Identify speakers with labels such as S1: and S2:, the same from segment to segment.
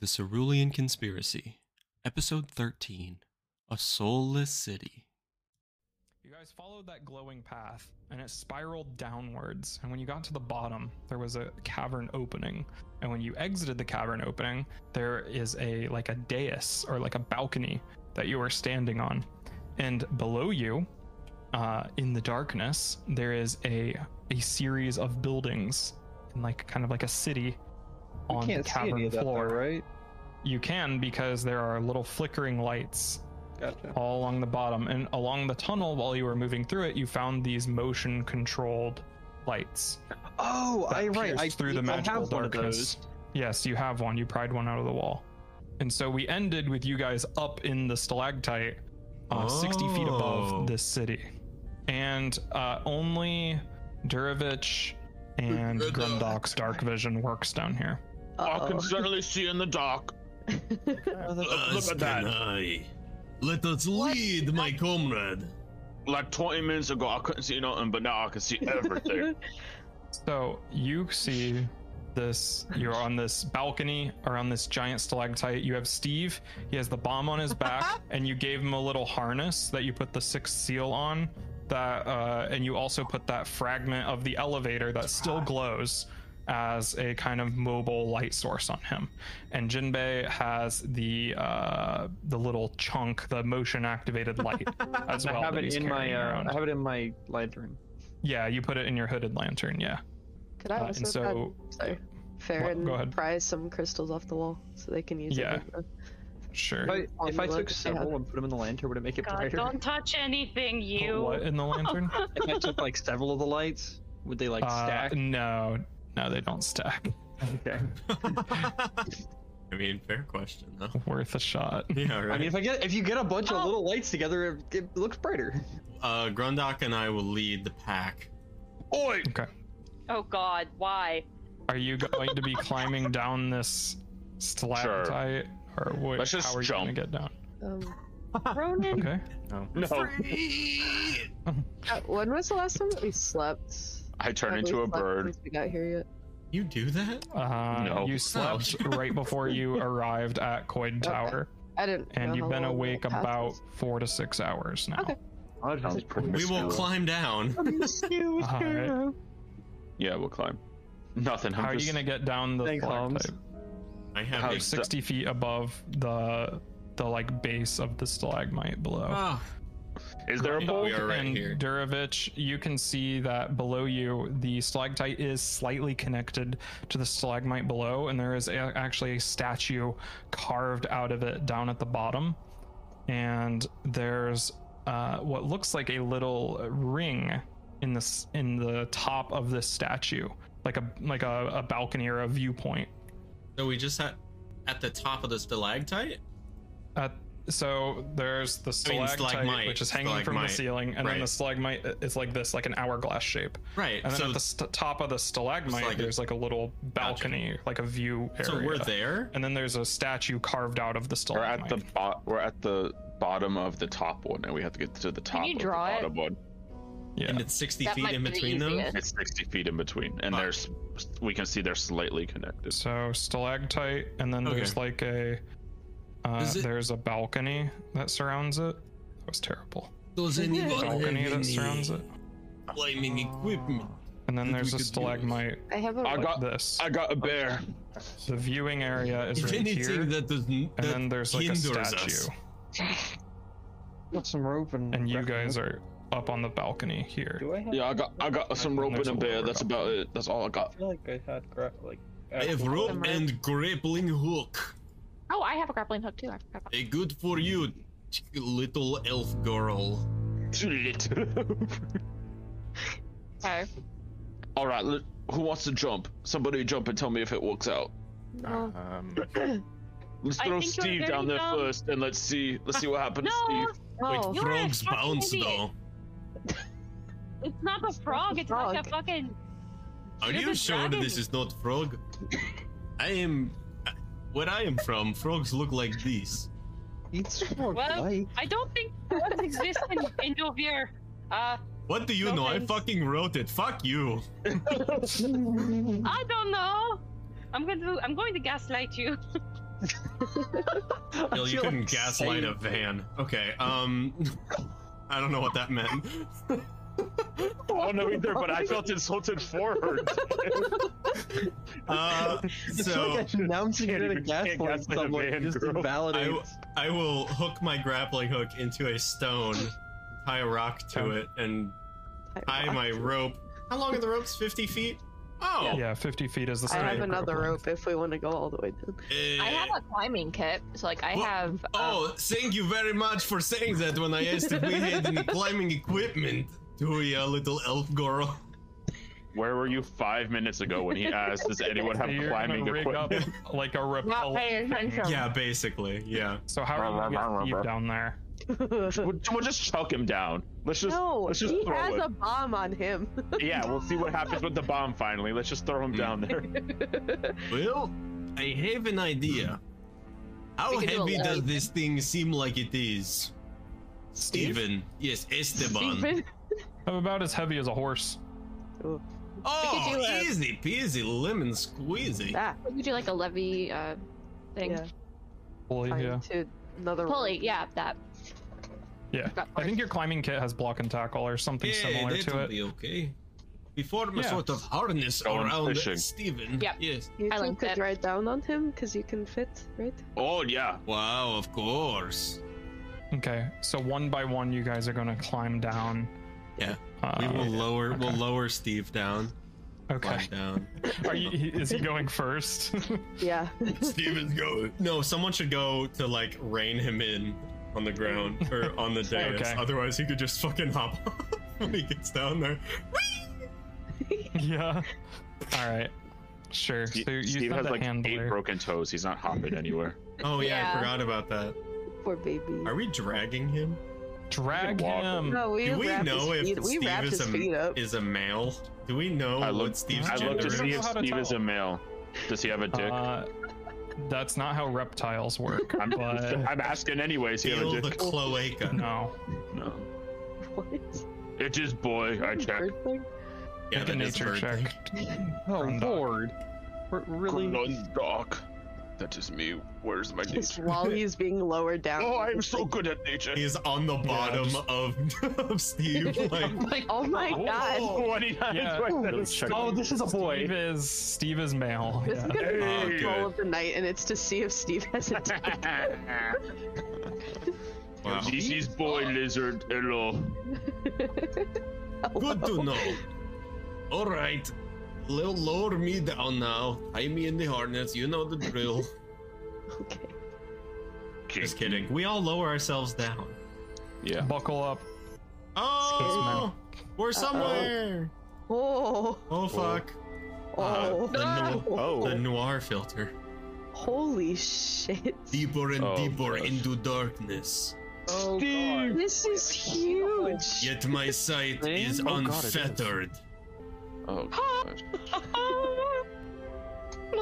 S1: The Cerulean Conspiracy, Episode 13 A Soulless City.
S2: You guys followed that glowing path, and it spiraled downwards. And when you got to the bottom, there was a cavern opening. And when you exited the cavern opening, there is a like a dais or like a balcony that you are standing on. And below you, uh, in the darkness, there is a a series of buildings, and like kind of like a city
S3: We
S2: on the
S3: can't see any
S2: cavern
S3: of that,
S2: floor.
S3: Though, right?
S2: You can because there are little flickering lights
S3: Gotcha.
S2: all along the bottom and along the tunnel while you were moving through it you found these motion controlled lights
S3: Oh,
S2: that
S3: I right. I
S2: pierced through the
S3: I
S2: magical
S3: have one of
S2: darkness.
S3: those.
S2: yes you have one you pried one out of the wall and so we ended with you guys up in the stalactite uh, 60 feet
S1: Oh.
S2: above this city and uh, only durovich and
S4: Good luck.
S2: grimdock's dark vision works down here
S4: I can certainly see in the dark.
S3: Oh, that's-
S4: Uh, look at that.
S5: Let us lead, my comrade.
S4: Like 20 minutes ago, I couldn't see nothing, but now I can see everything.
S2: So you see this, you're on this balcony or on this giant stalactite. You have Steve, he has the bomb on his back, and you gave him a little harness that you put the sixth seal on. That uh, and you also put that fragment of the elevator that still glows as a kind of mobile light source on him. And Jinbei has the uh, the little chunk, the motion activated light as well.
S3: I have
S2: that
S3: it
S2: he's
S3: in my.
S2: carrying
S3: Uh,
S2: around.
S3: I have it in my lantern.
S2: yeah, you put it in your hooded lantern. Yeah,
S6: Could I
S2: Uh,
S6: also
S2: and so.
S6: sorry,
S2: Well,
S6: Farron
S2: go ahead.
S6: pry some crystals off the wall so they can use
S2: Yeah.
S6: it? as
S2: Sure.
S3: If I,
S6: On
S3: if
S6: the
S3: I took
S6: lantern, yeah.
S3: several and put them in the lantern, would it make it
S7: God,
S3: brighter?
S7: don't touch anything,
S2: Put
S5: Oh,
S7: you.
S2: What in the lantern?
S3: if I took like several of the lights, would they like
S2: Uh,
S3: stack?
S2: No, no, they don't stack.
S3: Okay.
S5: I mean, fair question, though.
S2: Worth a shot.
S5: Yeah,
S3: I
S5: right.
S3: mean, if I get if you get a bunch of
S7: Oh.
S3: little lights together, it, it looks brighter.
S5: uh, Grundok and I will lead the pack.
S4: Oi!
S2: Okay.
S7: Oh God, why?
S2: Are you going to be climbing down this stalactite, or what?
S4: Let's just
S2: how are you gonna
S4: jump.
S2: get down?
S6: well? Um,
S7: Ronan,
S2: Okay.
S4: No.
S6: uh, when was the last time that we slept?
S4: I turn
S6: Have we
S4: into a
S6: slept
S4: bird.
S6: since We got here yet.
S5: You do that?
S2: Uh,
S4: No.
S2: You slept right before you arrived at Coin Tower,
S6: I didn't. know
S2: and
S6: how
S2: you've been
S6: long
S2: awake
S6: that passed.
S2: about four to six hours now.
S6: Okay.
S3: Oh,
S4: Sounds pretty
S5: We will
S4: scary.
S5: climb down.
S2: All right.
S4: Yeah, we'll climb. Nothing. I'm
S2: How are you
S4: just-
S2: gonna get down the
S3: Thanks, Holmes.
S2: stalactite?
S5: I have
S4: How
S5: a.
S4: s-
S2: Sixty feet above the the like base of the stalagmite below.
S5: Ah,
S4: Is there a
S2: Grindr
S4: boat?
S5: we are right
S2: and
S5: here.
S2: Durovich, you can see that below you, the stalactite is slightly connected to the stalagmite below, and there is a- actually a statue carved out of it down at the bottom. And there's uh, what looks like a little ring in this in the top of this statue, like a like a, a balcony or a viewpoint.
S5: so we just had at the top of the stalactite.
S2: At, so there's the
S5: I mean,
S2: stalactite,
S5: stalagmite,
S2: which is hanging from the
S5: stalagmite,
S2: ceiling, and then the
S5: right.
S2: stalagmite is like this, like an hourglass shape.
S5: Right.
S2: And then
S5: So,
S2: at the st- top of the stalagmite,
S5: It's like a-
S2: there's like a little balcony, like a view area.
S5: so we're there.
S2: And then there's a statue carved out of the
S4: We're
S2: stalagmite.
S4: at the bo- we're at the bottom of the top one, and we have to get to the top
S7: you
S4: of the
S7: draw it?
S4: bottom one.
S2: yeah.
S5: And it's 60
S7: That
S5: feet
S7: might
S5: in
S7: be the
S5: between those.
S7: easiest.
S4: It's 60 feet in between, and
S5: Fuck.
S4: there's we can see they're slightly connected.
S2: So stalactite, and then there's
S5: Okay.
S2: like a uh,
S5: Is it-
S2: there's a balcony that surrounds it. That was terrible.
S5: Does anyone
S2: Balcony
S5: have
S2: that
S5: any
S2: surrounds it.
S5: climbing equipment?
S2: And then
S5: that we
S2: there's a
S5: could use?
S2: stalagmite
S6: I have a.
S4: I
S2: like
S4: got-
S2: this.
S4: I got a bear.
S2: The viewing area is
S5: If
S2: right here,
S5: anything,
S2: and
S5: that doesn't. That
S2: then there's like a
S5: hinders
S2: statue.
S5: us.
S3: Got some rope and.
S2: and you guys are up on the balcony here.
S3: Do I have?
S4: Yeah, I got I got some rope and a bear. That's about it. That's all I got.
S3: I feel like I had gra- like. uh,
S5: I have
S3: actual-
S5: rope and grappling hook.
S7: Oh, I have a grappling hook too. I forgot about
S5: Eh, Good for you, little elf girl.
S7: Okay.
S4: all right, let- who wants to jump? Somebody jump and tell me if it works out.
S6: Well,
S4: Um, Let's
S7: I
S4: throw
S7: think you're
S4: Steve
S7: very
S4: down there
S7: dumb.
S4: first, and let's see let's see what happens.
S7: No,
S4: Steve.
S6: well,
S5: Wait,
S7: You're a
S5: frogs
S7: fucking
S5: bounce
S7: idiot.
S5: though.
S7: it's not the frog. It's like a fucking.
S5: Are
S7: You're
S5: you
S7: the
S5: sure
S7: dragon.
S5: this is not frog? I am. Where I am from, frogs look like this.
S3: It's more
S7: Well,
S3: light.
S7: I don't think frogs exist in Indovir. Uh,
S5: What do you
S7: No
S5: know?
S7: thanks.
S5: I fucking wrote it. Fuck you.
S7: I don't know. I'm going to. I'm going to gaslight you.
S5: Bill, you
S3: feel
S5: couldn't
S3: like
S5: gaslight
S3: saying-
S5: a van. Okay, um, I don't know what that meant.
S2: Oh,
S4: I don't know either, but I felt insulted for her.
S5: Uh,
S3: It's
S5: so
S3: like announcing
S4: Can't
S3: you're gonna
S4: even- can't
S3: gaslight
S4: gaslight a
S3: someone
S4: man,
S3: just
S4: girl.
S3: invalidates.
S5: I will hook my grappling hook into a stone, tie a rock to it, and tie my rope. How long are the ropes? Fifty feet. Oh,
S2: Yeah, 50 feet is the
S6: I
S2: same.
S6: have another rope if we want to go all the way down.
S5: eh,
S7: I have a climbing kit, so like I
S5: Well,
S7: have.
S5: Oh, thank you very much for saying that when I asked if we had any climbing equipment to your little elf girl.
S4: Where were you five minutes ago when he asked, "Does anyone have
S2: You're gonna
S4: climbing
S2: rig up
S4: equipment?"
S2: like a
S7: not
S2: rappel.
S7: paying attention.
S5: Oh. Yeah, basically, yeah.
S2: So how are you gonna get Steve down there?
S4: We'll, we'll just chuck him down. Let's just
S6: no,
S4: let's just
S6: he
S4: throw
S6: has
S4: it.
S6: a bomb on him.
S4: Yeah, we'll see what happens with the bomb. Finally, let's just throw him
S5: Mm.
S4: down there.
S5: Well, I have an idea. How
S7: We can do a
S5: heavy does
S7: light.
S5: this thing seem like it is? Steven. Yes, Esteban.
S6: Stupid.
S2: I'm about as heavy as a horse.
S7: We
S5: Oh,
S7: could do a-
S5: easy peasy lemon squeezy.
S6: That
S7: We could do like a levy uh, thing.
S6: Yeah.
S2: Well,
S6: tied
S2: yeah.
S6: to another
S7: Pulley,
S6: rope.
S7: yeah, that.
S2: Yeah.
S7: Got
S2: I think your climbing kit has block and tackle or something similar
S5: that'll
S2: to it.
S5: be okay. We form a
S2: Yeah.
S5: sort of harness
S4: Going
S5: around
S4: fishing.
S5: Steven.
S7: Yep.
S5: Yes.
S6: You
S7: I
S6: two
S7: like
S6: could
S7: that.
S6: ride down on him because you can fit, right?
S4: Oh yeah,
S5: Wow, of course.
S2: Okay. So one by one, you guys are gonna climb down.
S5: Yeah.
S2: Uh,
S5: we will lower we'll
S2: okay.
S5: lower Steve down.
S2: Okay.
S5: Climb down.
S2: Are you? he- Is he going first?
S6: Yeah.
S5: Steven's going. No, someone should go to like rein him in on the ground or on the dais.
S2: Okay.
S5: Otherwise, he could just fucking hop off when he gets down there.
S2: yeah. All right. Sure. So you
S4: Steve
S2: said
S4: has
S2: the
S4: like
S2: handler.
S4: eight broken toes. He's not hopping anywhere.
S5: Oh yeah,
S7: Yeah.
S5: I forgot about that.
S6: Poor baby.
S5: Are we dragging him?
S2: Drag
S4: walk.
S2: him.
S6: No, we
S5: Do we
S6: wrapped
S5: know if
S6: his feet. we
S5: Steve
S6: wrapped
S5: is
S6: his
S5: a
S6: feet up.
S5: is a male? Do we know
S4: I
S5: what
S4: look-
S5: Steve's
S4: I
S5: gender
S4: love to
S5: is?
S4: see if
S2: How to
S4: Steve
S2: tell.
S4: is a male. Does he have a dick?
S2: Uh, that's not how reptiles work.
S4: I'm,
S2: but
S4: I'm asking anyways. He have
S5: Feel
S4: a
S5: the
S4: dick?
S5: cloaca.
S2: no.
S4: No.
S6: What?
S4: It is boy. I checked.
S6: Bird thing?
S5: Yeah,
S2: Make a
S5: that is
S2: nature
S5: bird thing.
S2: check. Oh lord. Really?
S4: Grundog. That is me. Where's my
S6: Just
S4: nature?
S6: while he's being lowered down.
S4: Oh, I am
S6: It's
S4: so
S6: like,
S4: good at nature.
S5: He's on the bottom
S2: just-
S5: of, of Steve. Like,
S6: Oh my god.
S4: Oh, 29.
S2: Yeah.
S4: That is so-
S2: Oh, this is a boy. Steve is Steve is male.
S6: This
S2: yeah.
S6: is gonna be
S5: Oh,
S6: the goal
S5: good.
S6: of the night, and it's to see if Steve has a dick.
S5: wow.
S4: This is boy lizard. Hello.
S5: Good to know. All right. Little lower me down now. Tie me in the harness. You know the drill.
S6: Okay.
S5: Just kidding. We all lower ourselves down.
S4: Yeah.
S2: Buckle up.
S5: Oh, we're somewhere.
S6: Oh,
S5: Oh fuck.
S4: Uh,
S6: oh,
S5: Uh, the, noir, the
S6: oh.
S5: noir filter.
S6: holy shit!
S5: Deeper and
S4: Oh,
S5: deeper
S4: gosh.
S5: into darkness.
S4: Oh, Steve.
S6: This is huge.
S5: Yet my sight is unfettered.
S4: Oh, gosh.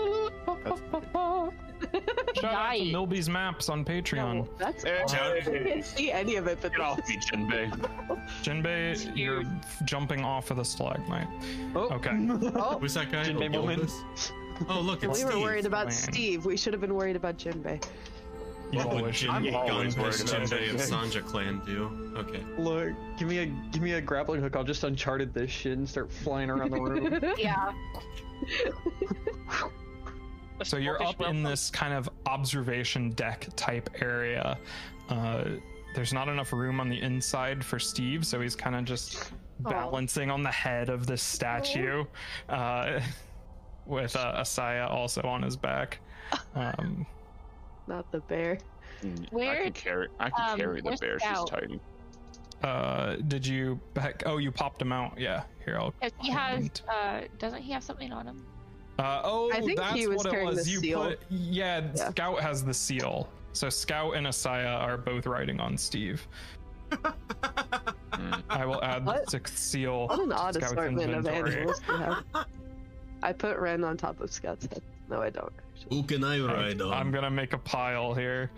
S2: Shout out to
S7: Nice.
S2: Milby's maps on Patreon.
S6: No, that's
S4: Hey.
S6: awesome. I can't see any of it, but
S4: Get off
S6: this
S4: me, Jinbei.
S2: Jinbei, you're f- jumping off of the stalagmite.
S6: Oh.
S2: Okay.
S5: Who's that guy?
S2: Jinbei
S5: Oh,
S2: woman.
S5: Elvis? Oh look, it's
S6: we were
S5: Steve.
S6: worried about
S2: Lame.
S6: Steve. We should have been worried about Jinbei.
S2: You
S5: What would
S2: always-
S5: Jin-
S4: Oh, I'm always
S5: Gunpei
S4: worried about
S5: Jinbei of
S4: Jinbei.
S5: Sanja clan do? Okay.
S3: Look, give me a give me a grappling hook. I'll just uncharted this shit and start flying around the room.
S7: Yeah.
S2: So you're up in this kind of observation deck type area. Uh, there's not enough room on the inside for Steve, so he's kind of just
S4: Oh.
S2: balancing on the head of this statue, uh, with uh, Asaya also on his back. Um,
S6: Not the bear.
S4: Mm, I
S7: Where-
S4: can carry. I can
S7: um,
S4: carry the
S7: where's
S4: bear. She's
S7: Scout?
S4: tiny.
S2: uh, did you? Heck, oh, you popped him out. Yeah. Here, I'll.
S7: If he has,
S2: find-
S7: uh, doesn't he have something on him?
S2: Uh, oh,
S6: I think
S2: that's
S6: he was
S2: what it
S6: carrying
S2: was.
S6: the
S2: you
S6: seal.
S2: put, yeah,
S6: Yeah.
S2: Scout has the seal. So Scout and Asaya are both riding on Steve. I will add the
S6: What?
S2: sixth seal.
S6: What an
S2: to
S6: odd
S2: Scout's
S6: assortment of
S2: inventory.
S6: animals to have. I put Ren on top of Scout's head. No, I don't. actually.
S5: Who can I ride on?
S2: I'm gonna make a pile here.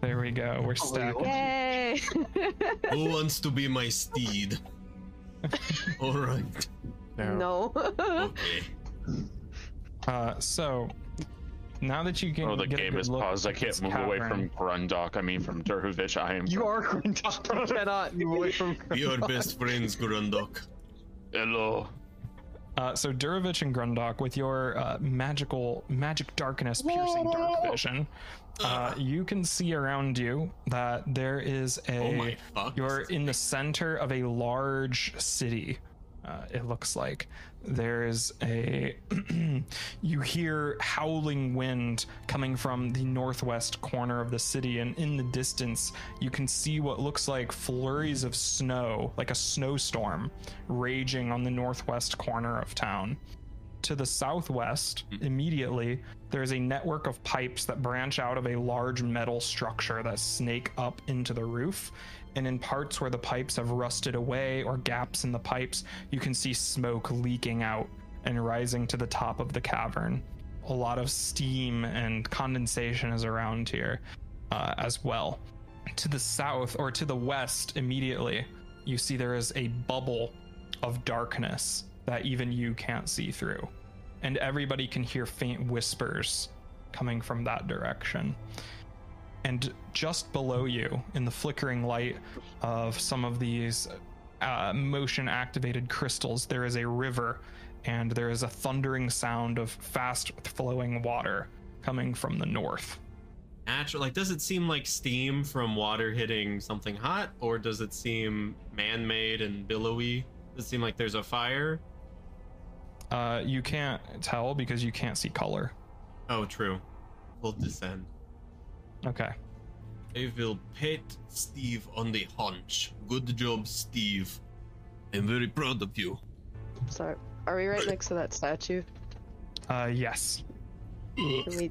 S2: There we go. We're stacking.
S6: Yay!
S5: Who wants to be my steed? All right.
S6: no.
S5: Okay.
S2: Uh, so Now that you can
S4: Oh, the
S2: get a
S4: game
S2: good
S4: is
S2: look
S4: paused. I
S2: at
S4: can't
S2: this
S4: move away
S2: cavern-
S4: from Grundok. I mean, from Dervish. I am.
S3: You
S4: Grund-
S3: are Grindok. You cannot move away from
S5: Your best friends, Grundok.
S4: Hello.
S2: Uh, so Durovich and Grundok, with your uh, magical magic darkness piercing dark vision,
S5: Uh-huh.
S2: uh, you can see around you that there is a.
S5: Oh my fuck.
S2: You're in the center of a large city. Uh, it looks like there's a. you hear howling wind coming from the northwest corner of the city, and in the distance, you can see what looks like flurries of snow, like a snowstorm, raging on the northwest corner of town. To the southwest, immediately, there is a network of pipes that branch out of a large metal structure that snake up into the roof. And in parts where the pipes have rusted away or gaps in the pipes, you can see smoke leaking out and rising to the top of the cavern. A lot of steam and condensation is around here uh, as well. To the south or to the west, immediately, you see there is a bubble of darkness that even you can't see through. And everybody can hear faint whispers coming from that direction. And just below you, in the flickering light of some of these uh, motion activated crystals, there is a river and there is a thundering sound of fast flowing water coming from the north.
S5: Natural. Like, does it seem like steam from water hitting something hot, or does it seem man-made and billowy? Does it seem like there's a fire?
S2: Uh, you can't tell because you can't see color.
S5: Oh, true. We'll descend.
S2: Okay.
S5: I will pat Steve on the haunch. Good job, Steve. I'm very proud of you.
S6: Sorry. Are we right next to that statue?
S2: Uh, yes.
S6: Can we?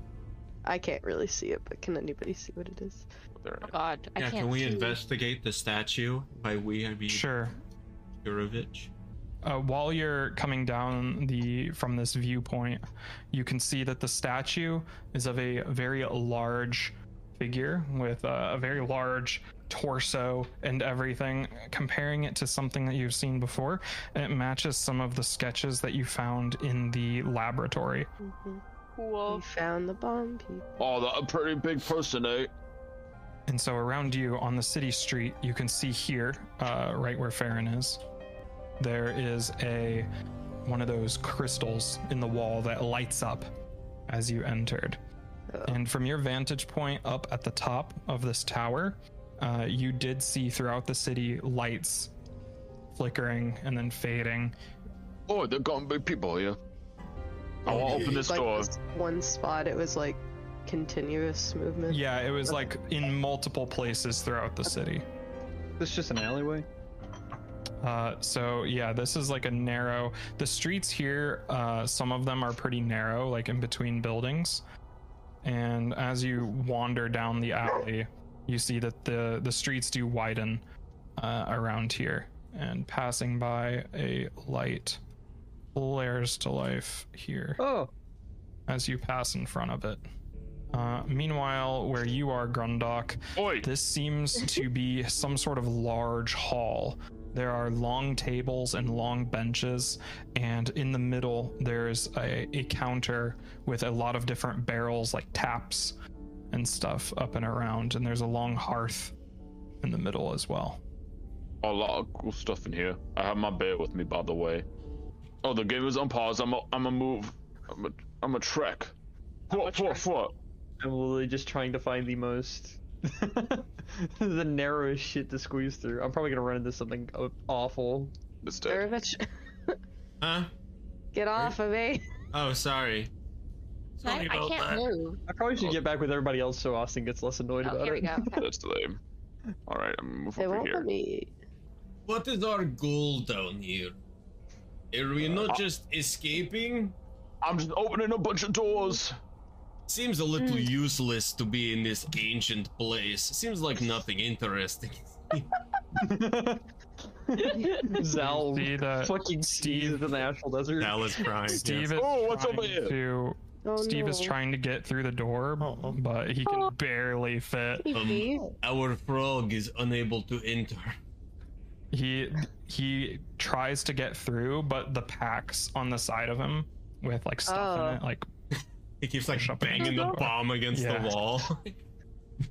S6: I can't really see it, but can anybody see what it is?
S7: Oh God, I
S5: yeah,
S7: can't.
S5: can we
S7: see.
S5: investigate the statue? By we, I mean
S2: Sure.
S5: Yurovich.
S2: Uh, while you're coming down the from this viewpoint, you can see that the statue is of a very large figure with uh, a very large torso and everything. Comparing it to something that you've seen before, it matches some of the sketches that you found in the laboratory.
S6: hmm We
S7: Cool.
S6: found the bomb. People.
S4: Oh, that a pretty big person, eh?
S2: And so around you on the city street, you can see here, uh, right where Farron is, there is a one of those crystals in the wall that lights up as you entered.
S6: Oh.
S2: And from your vantage point up at the top of this tower, uh, you did see throughout the city lights flickering and then fading.
S4: Oh, they're gonna be people here. I want to open this
S6: like
S4: door.
S6: this one spot, it was like continuous movement.
S2: Yeah, it was like in multiple places throughout the city.
S3: This just an alleyway.
S2: Uh, so yeah, this is like a narrow. The streets here, uh, some of them are pretty narrow, like in between buildings. And as you wander down the alley, you see that the the streets do widen uh, around here. And passing by a light flares to life here
S3: Oh,
S2: as you pass in front of it. Uh, meanwhile, where you are, Grundok,
S4: Oi!
S2: this seems to be some sort of large hall. There are long tables and long benches, and in the middle, there's a, a counter with a lot of different barrels, like taps and stuff, up and around. And there's a long hearth in the middle as well.
S4: A lot of cool stuff in here. I have my beer with me, by the way. Oh, the game is on pause. I'm a, I'm a move. I'm a, I'm a trek. What, what, what?
S3: I'm literally just trying to find the most, the narrowest shit to squeeze through. I'm probably gonna run into something aw- awful.
S4: It's dead.
S6: Dervish,
S5: Huh?
S6: get off of me.
S5: Oh, sorry.
S7: I,
S5: Sorry
S7: I
S5: about
S7: can't
S5: that.
S7: move.
S3: I probably should
S4: Oh.
S3: get back with everybody else so Austin gets less annoyed
S7: Oh,
S3: about
S7: here we
S3: it.
S7: go. Okay.
S4: That's lame. All right, I'm gonna move
S6: They
S4: over
S6: won't
S4: here.
S6: let me.
S5: What is our goal down here? Are we not just escaping?
S4: I'm just opening a bunch of doors.
S5: Seems a
S8: Hmm.
S5: little
S6: Mm.
S5: useless to be in this ancient place. Seems like nothing interesting.
S3: Zal
S2: See that
S3: fucking Steve in the National Desert.
S5: Now let's crying.
S2: Steve is
S4: Oh, what's
S2: trying
S4: over here?
S2: to
S6: Oh,
S2: Steve
S6: no.
S2: is trying to get through the door, but he
S7: Oh.
S2: can barely fit.
S6: Hey,
S5: Um,
S6: Steve.
S5: Our frog is unable to enter.
S2: he he tries to get through but the packs on the side of him with like stuff in
S6: Oh.
S2: it like
S5: He keeps like
S2: Push up
S5: banging the
S7: against the
S5: bomb against
S2: Yeah.
S5: the wall.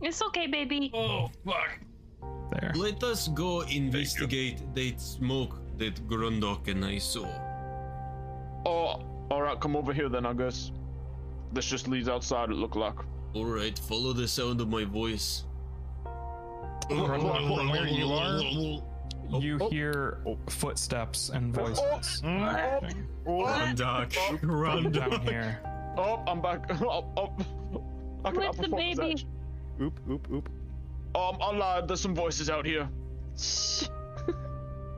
S7: It's okay, baby.
S5: oh fuck!
S2: There.
S8: Let us go investigate that smoke that Grundok and I saw.
S4: Oh, all right, come over here then, I guess. This just leads outside. It look like.
S8: All right, follow the sound of my voice.
S2: Grundok, from where you are, you hear footsteps and voices.
S4: Oh, oh,
S5: Grundok,
S2: From down
S5: Grundok.
S2: here.
S4: oh, I'm back. Oh, oh. I can
S7: With the
S4: outperform this
S7: baby.
S4: edge.
S9: Oop, oop, oop.
S4: Um, I lied. There's some voices out here.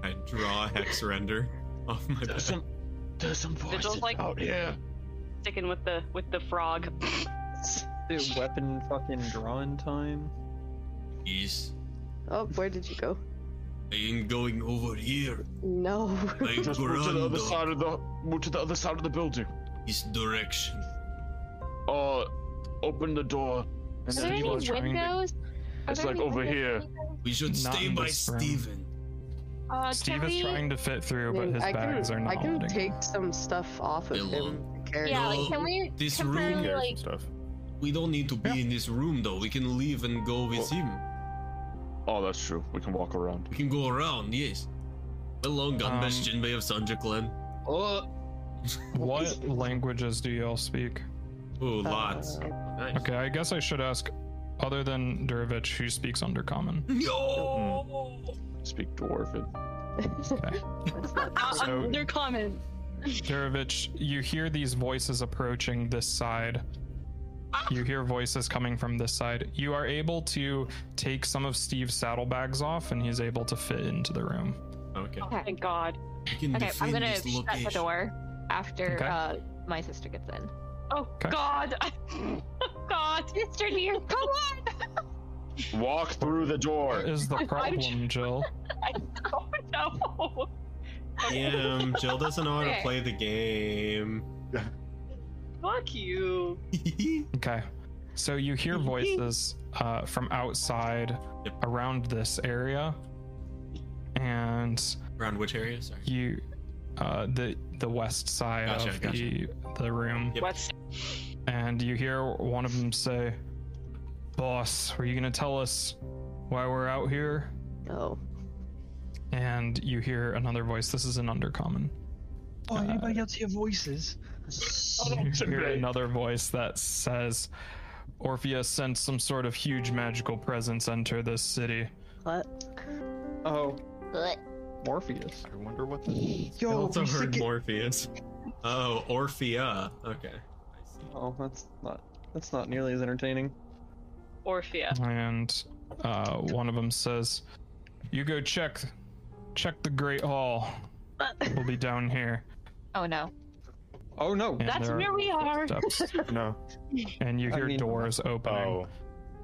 S5: I draw a hex render off my back.
S4: There's some. There's some voices
S7: just like-
S4: out here.
S7: Sticking with the with the frog.
S3: Dude, weapon fucking drawing time.
S8: Yes,
S6: Oh, where did you go?
S8: I am going over here.
S6: No.
S8: By
S4: Just move to the other
S8: Grundok,
S4: side of the. Move to the other side of the building.
S8: his direction.
S4: Uh, open the door.
S7: Are there any
S2: Steve was trying to-
S7: windows? Are
S4: It's
S7: there
S4: like
S7: any
S4: over
S7: windows?
S8: We should
S2: Not
S8: stay
S2: in
S8: by
S2: this room.
S8: Steven.
S7: Uh, can
S2: Steve is
S7: we-
S2: trying to fit through, but his
S6: I
S2: bags
S6: can,
S2: are not
S6: I can
S2: letting him.
S6: take some stuff off of
S8: Hello.
S6: him. Carry
S7: Yeah,
S8: No,
S7: like, can we
S8: this
S7: confirm,
S8: room-
S9: Carry
S7: like,
S9: some stuff.
S8: We don't need to be in this room though. We can leave and go with him.
S4: Oh, that's true. We can walk around.
S8: We can go around, yes. Hello,
S2: Um,
S8: Gunbash Jinbei of Sanja clan.
S4: Uh.
S3: Oh,
S2: What languages do y'all speak?
S5: Ooh, lots.
S6: Uh,
S5: Nice.
S2: Okay, I guess I should ask, other than Durovich, who speaks Undercommon?
S8: Yo!
S4: Speak dwarven.
S2: Okay.
S6: that's not
S7: Uh,
S2: So-
S7: under comment.
S2: Durovich, you hear these voices approaching this side. You hear voices coming from this side. You are able to take some of Steve's saddlebags off, and he's able to fit into the room.
S5: Okay.
S10: Okay.
S7: Thank God.
S8: We can
S10: Okay, I'm
S8: defend
S10: gonna
S8: this
S10: shut
S8: location.
S10: the door after
S2: Okay.
S10: uh, my sister gets in.
S7: Oh
S2: Okay.
S7: God. God. Sister here. Come on.
S4: Walk through the
S2: What
S4: door.
S2: is the problem, Jill?
S7: I don't know.
S5: Damn, Jill doesn't know how to
S10: Okay.
S5: play the game.
S7: Fuck you.
S2: Okay. So you hear voices uh, from outside
S5: Yep.
S2: around this area, and
S5: Around which area? Sorry.
S2: you, uh, the the west side
S5: Gotcha,
S2: of
S5: gotcha.
S2: the the room,
S5: Yep.
S7: What's
S2: and you hear one of them say, "Boss, are you gonna tell us why we're out here?"
S6: no.
S2: And you hear another voice. This is an undercommon.
S3: oh,
S2: anybody
S3: else hear voices?
S2: You hear
S4: Jinbei.
S2: another voice that says, "Orpheus sent some sort of huge magical presence enter this city."
S6: What?
S3: Oh,
S10: Blech.
S3: Morpheus.
S9: I wonder what this is.
S5: I
S3: Yo,
S5: also
S3: we
S5: heard
S3: should get-
S5: Morpheus. Oh, Orphea. Okay.
S3: Oh, that's not. That's not nearly as entertaining.
S7: Orphea?
S2: and uh, one of them says, "You go check, check the Great Hall. We'll be down here."
S10: Oh no.
S3: Oh no.
S2: And
S7: That's
S2: there
S7: where we are.
S2: footsteps,
S9: No.
S2: and you
S3: I
S2: hear
S3: mean-
S2: doors opening,
S9: Oh.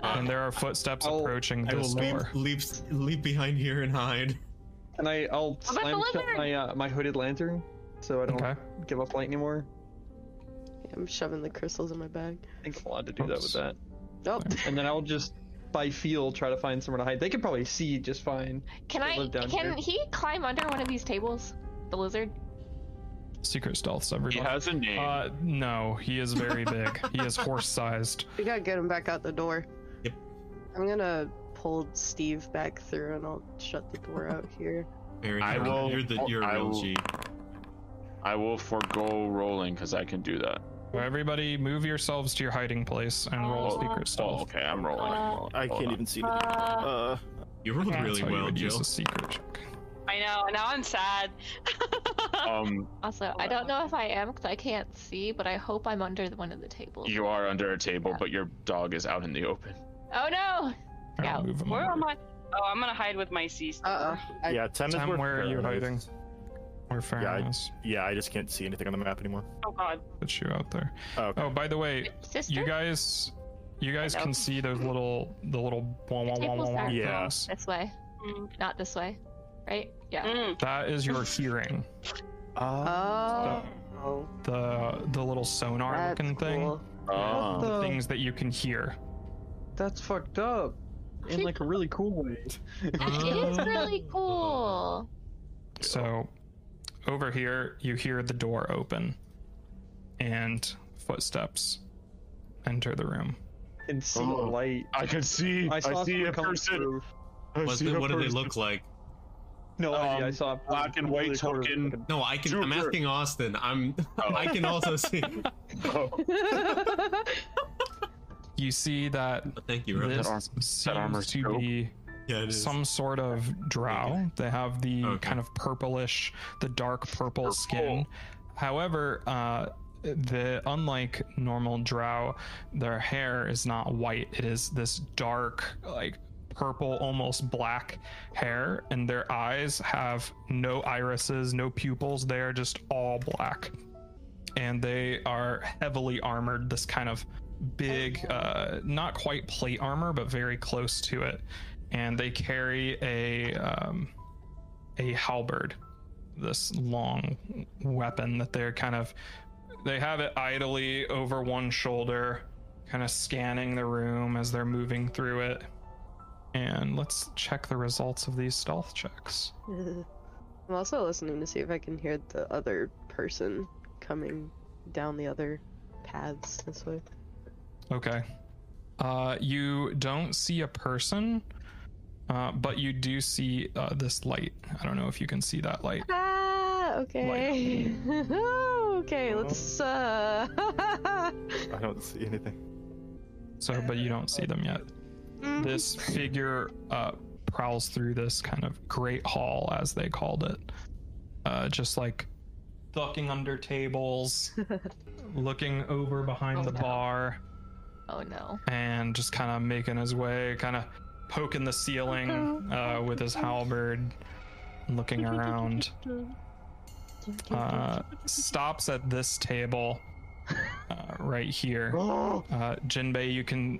S2: and there are footsteps
S3: I'll-
S2: approaching
S5: I will
S2: this
S5: leap,
S2: door.
S5: leap, leap behind here and hide.
S3: And I, I'll
S7: about
S3: slam
S7: the
S3: shut
S7: lizard?
S3: my uh, my hooded lantern, so I don't
S2: Okay.
S3: give up light anymore.
S6: I'm shoving the crystals in my bag.
S3: Thanks a lot to do that with
S2: Oops.
S3: that.
S6: Oh,
S3: And then I'll just by feel try to find somewhere to hide. They could probably see just fine.
S10: Can
S3: They
S10: I?
S3: live down
S10: Can
S3: here.
S10: he climb under one of these tables? The lizard.
S2: Secret stealths,
S4: He
S2: everybody.
S4: has a name.
S2: uh, no, he is very big. he is horse-sized.
S6: we gotta get him back out the door.
S5: Yep.
S6: I'm gonna pull Steve back through and I'll shut the door out here.
S5: Aaron,
S4: I
S5: you're,
S4: will-
S5: you're the you're a
S4: I
S5: real
S4: will-
S5: G.
S4: I will forego rolling because I can do that.
S2: Everybody, move yourselves to your hiding place and roll
S7: Oh.
S2: secret
S4: Oh,
S2: stealth.
S4: okay, I'm rolling. I'm rolling.
S9: I
S4: Hold
S9: can't
S4: on.
S9: even see anything. Uh,
S7: Uh,
S5: You rolled
S7: Okay.
S5: really
S2: That's how you
S5: well,
S2: would use
S5: Jill.
S2: a secret check.
S7: I know. Now I'm sad.
S4: Um,
S10: Also, I don't know if I am because I can't see, but I hope I'm under the- one of the tables.
S4: you are under a table, but your dog is out in the open.
S10: Oh no!
S2: I'll
S10: Yeah.
S2: move him
S7: Where
S2: over.
S7: am I? Oh, I'm gonna hide with my sister.
S6: Uh oh.
S9: yeah, ten is
S2: Tam, where are you
S9: Farron is.
S2: hiding? Where Farron
S9: Yeah, I-
S2: is.
S9: Yeah, I just can't see anything on the map anymore.
S7: Oh God.
S2: Put you out there.
S9: Oh, okay.
S2: Oh, by the way,
S10: Sister.
S2: you guys, you guys
S10: Hello.
S2: can see those little, the little wah, wah, wah, wah, wah
S10: Tables
S9: are-
S2: things.
S10: This way,
S7: Mm.
S10: not this way. Right? Yeah.
S7: Mm.
S2: That is your hearing.
S9: Uh,
S6: Oh.
S2: The the little sonar
S6: That's
S2: looking thing.
S6: cool.
S4: Ah.
S3: what the?
S2: Things that you can hear.
S3: That's fucked up. In like a really cool way.
S10: It is really cool.
S2: So, over here, you hear the door open, and footsteps enter the room.
S3: and see a
S4: Oh.
S3: light.
S4: I can see. I,
S3: saw
S4: see
S3: someone
S4: a
S3: coming
S4: person.
S3: through.
S4: I
S8: Was
S4: see
S8: it,
S4: a
S8: what do they
S4: person.
S8: look like?
S3: No idea. I
S4: Um,
S3: saw a
S4: black and white
S3: really colored
S4: token.
S3: fucking-
S8: No, I can. I'm
S4: Jupiter.
S8: asking Austin. I'm. I can also see.
S4: Oh,
S2: You see that
S5: Oh,
S8: But thank you, Rose.
S2: this
S4: arm- that armor's
S2: seems to
S4: dope.
S2: be
S8: Yeah, it is.
S2: some sort of drow. They have the
S8: Okay.
S2: kind of purplish, the dark purple, skin. However, uh, the unlike normal drow, their hair is not white. It is this dark, like purple, almost black hair, and their eyes have no irises, no pupils. They are just all black, and they are heavily armored. This kind of big, uh, not quite plate armor, but very close to it and they carry a um, a halberd, this long weapon that they're kind of they have it idly over one shoulder, kind of scanning the room as they're moving through it. And let's check the results of these stealth checks.
S6: I'm also listening to see if I can hear the other person coming down the other paths this way.
S2: Okay. Uh, you don't see a person, uh, but you do see uh, this light. I don't know if you can see that light.
S6: Ah, okay. okay, let's uh
S9: I don't see anything.
S2: So, but you don't see them yet.
S10: Mm-hmm.
S2: This figure uh, prowls through this kind of great hall, as they called it, uh, just like ducking under tables, looking over behind
S10: Oh,
S2: the
S10: no.
S2: bar,
S10: Oh no.
S2: and just kind of making his way, kind of poking the ceiling
S10: Uh-huh.
S2: uh, with his halberd, looking around. Uh, stops at this table uh, right here. Uh, Jinbei, you can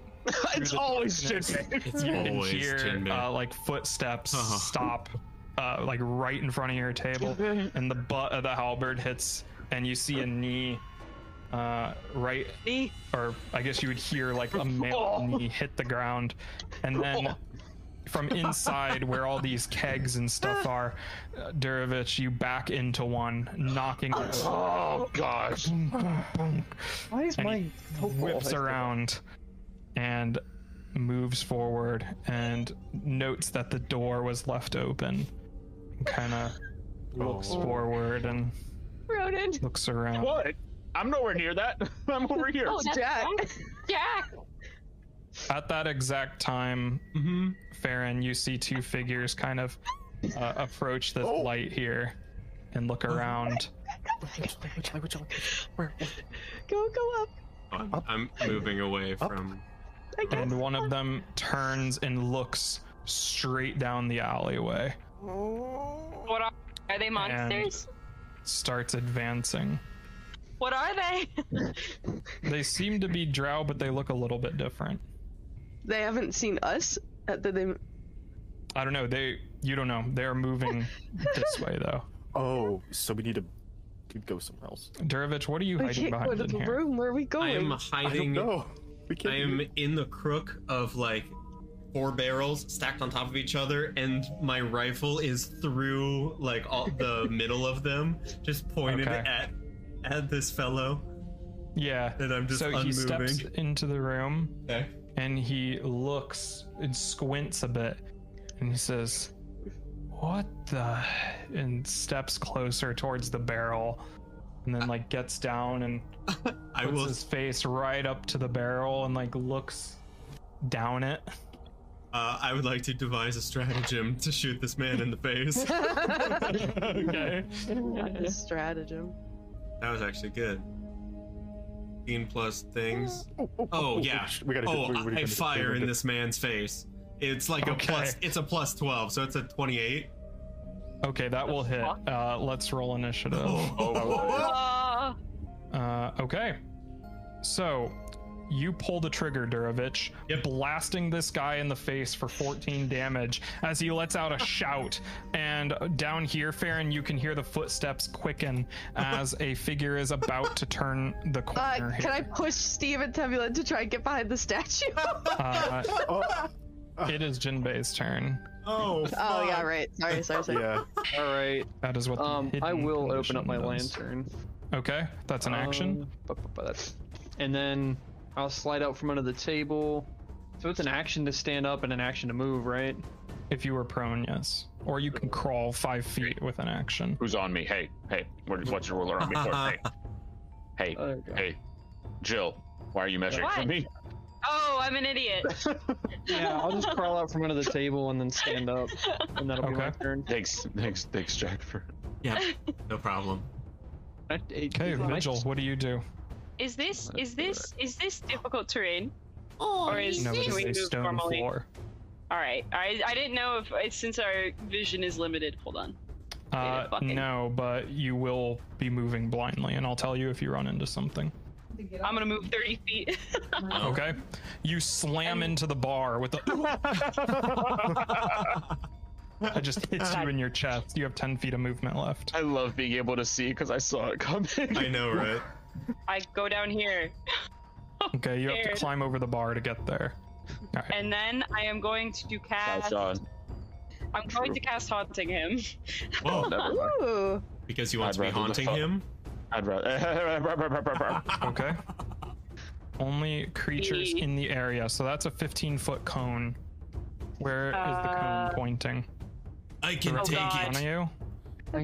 S4: it's
S2: the
S4: always
S2: darkness.
S4: shit.
S8: It's
S2: you can
S8: always
S2: hear
S8: Jinbei.
S2: uh, like footsteps
S8: Uh-huh.
S2: stop uh, like right in front of your table and the butt of the halberd hits and you see a knee uh, right knee or i guess you would hear like a
S4: Oh.
S2: male knee hit the ground and then from inside where all these kegs and stuff are uh, Durovich, you back into one knocking it over.
S4: Oh gosh.
S2: Boom, boom, boom
S3: Why is
S2: And he
S3: mine so full?
S2: whips around and moves forward and notes that the door was left open and kind of looks
S4: Oh.
S2: forward and
S10: Ronan.
S2: looks around
S4: What? I'm nowhere near that. I'm over here.
S10: Oh, that's
S6: Jack.
S10: Jack.
S2: at that exact time farron you see two figures kind of uh, approach the
S4: Oh.
S2: light here and look around
S6: Go go up.
S8: I'm, I'm moving away from.
S6: Oh, I guess.
S2: and one of them turns and looks straight down the alleyway
S7: What are, are they monsters?
S2: starts advancing
S7: What are they?
S2: they seem to be drow but they look a little bit different
S6: They haven't seen us. Uh, did they?
S2: I don't know. They, you don't know. They're moving this way though.
S9: Oh, so we need to we go somewhere else.
S2: Durovich, what are you
S6: We
S2: hiding
S6: can't go
S2: behind
S6: to
S2: in
S6: the
S2: here?
S6: room. Where are we
S5: I
S6: going?
S5: am
S9: I don't
S5: hiding.
S9: know. We
S5: I
S9: can't.
S5: am in the crook of like four barrels stacked on top of each other, and my rifle is through like all the middle of them, just pointed
S2: Okay.
S5: at at this fellow,
S2: Yeah.
S5: and I'm just
S2: So he steps
S5: unmoving.
S2: into the room
S5: Okay.
S2: and he looks and squints a bit, and he says, "What the?" and steps closer towards the barrel, and then like gets down and
S5: I
S2: puts
S5: will.
S2: his face right up to the barrel and like looks down it.
S5: Uh, I would like to devise a stratagem to shoot this man in the face. that
S2: okay.
S6: Not a stratagem.
S5: was actually good. 15 plus things. Oh yeah.
S9: sh- we gotta. do-
S5: Oh,
S9: we- we
S5: I
S9: gotta do-
S5: fire in
S9: do-
S5: this man's face. It's like a
S2: Okay.
S5: plus. It's a plus twelve, so it's a twenty-eight.
S2: Okay, that will hit. Uh, let's roll initiative.
S5: Oh,
S7: Uh,
S2: Uh, okay. So you pull the trigger, Durovich,
S5: Yep.
S2: blasting this guy in the face for 14 damage as he lets out a shout. And down here, Farron, you can hear the footsteps quicken as a figure is about to turn the corner.
S6: Uh,
S2: here.
S6: can I push Steve and Tevula to try and get behind the statue?
S2: Uh,
S9: Oh,
S2: it is Jinbei's turn.
S5: Oh,
S6: oh yeah, right. Sorry, sorry, sorry.
S9: yeah.
S3: All right.
S2: That is what. the
S3: Um, I
S2: hidden
S3: will open
S2: condition
S3: up my
S2: does.
S3: lantern.
S2: Okay, that's an action.
S3: Um, bu- bu- bu- that's- and then I'll slide out from under the table. So it's an action to stand up and an action to move, right?
S2: If you were prone, yes. Or you can crawl five feet with an action.
S4: Who's on me? Hey, hey, what- what's your ruler on me for? Hey, hey,
S3: Oh, there we go.
S4: hey, Jill, why are you measuring for
S7: What?
S4: me?
S7: Oh, I'm an idiot.
S3: Yeah, I'll just crawl out from under the table and then stand up, and that'll be my
S2: Okay.
S3: turn.
S4: Thanks, thanks, thanks, Jack. For
S8: Yeah, no problem.
S2: Okay, Vigil, what do you do?
S7: Is this is this is this difficult terrain?
S10: Oh,
S7: Or is
S2: No, it
S7: can we
S2: is a
S7: move
S2: stone
S7: normally?
S2: floor.
S7: All right. I I didn't know if I- since our vision is limited. Hold on.
S2: Uh,
S7: Fuck it.
S2: no, but you will be moving blindly, and I'll tell you if you run into something.
S7: I'm gonna move 30 feet. Oh.
S2: Okay? You slam into the bar with a. I just hits you in your chest. You have 10 feet of movement left.
S4: I love being able to see because I saw it coming.
S5: I know, right?
S7: I go down here,
S2: Okay, you have to
S7: Oh, Scared.
S2: climb over the bar to get there.
S7: and then I am going to do
S4: I
S7: cast.
S4: saw it.
S7: I'm going to cast haunting him.
S5: Whoa,
S4: Never mind.
S6: Ooh.
S5: because you want
S4: I'd
S5: to be
S4: rather the
S5: haunting
S4: fu-
S5: him?
S4: I'd rather.
S2: Okay. Only creatures
S7: Me.
S2: in the area. So that's a 15 foot cone. Where is the cone
S7: Uh,
S2: pointing?
S8: I can
S7: Oh,
S8: take
S7: God.
S2: One of
S8: it.
S2: you?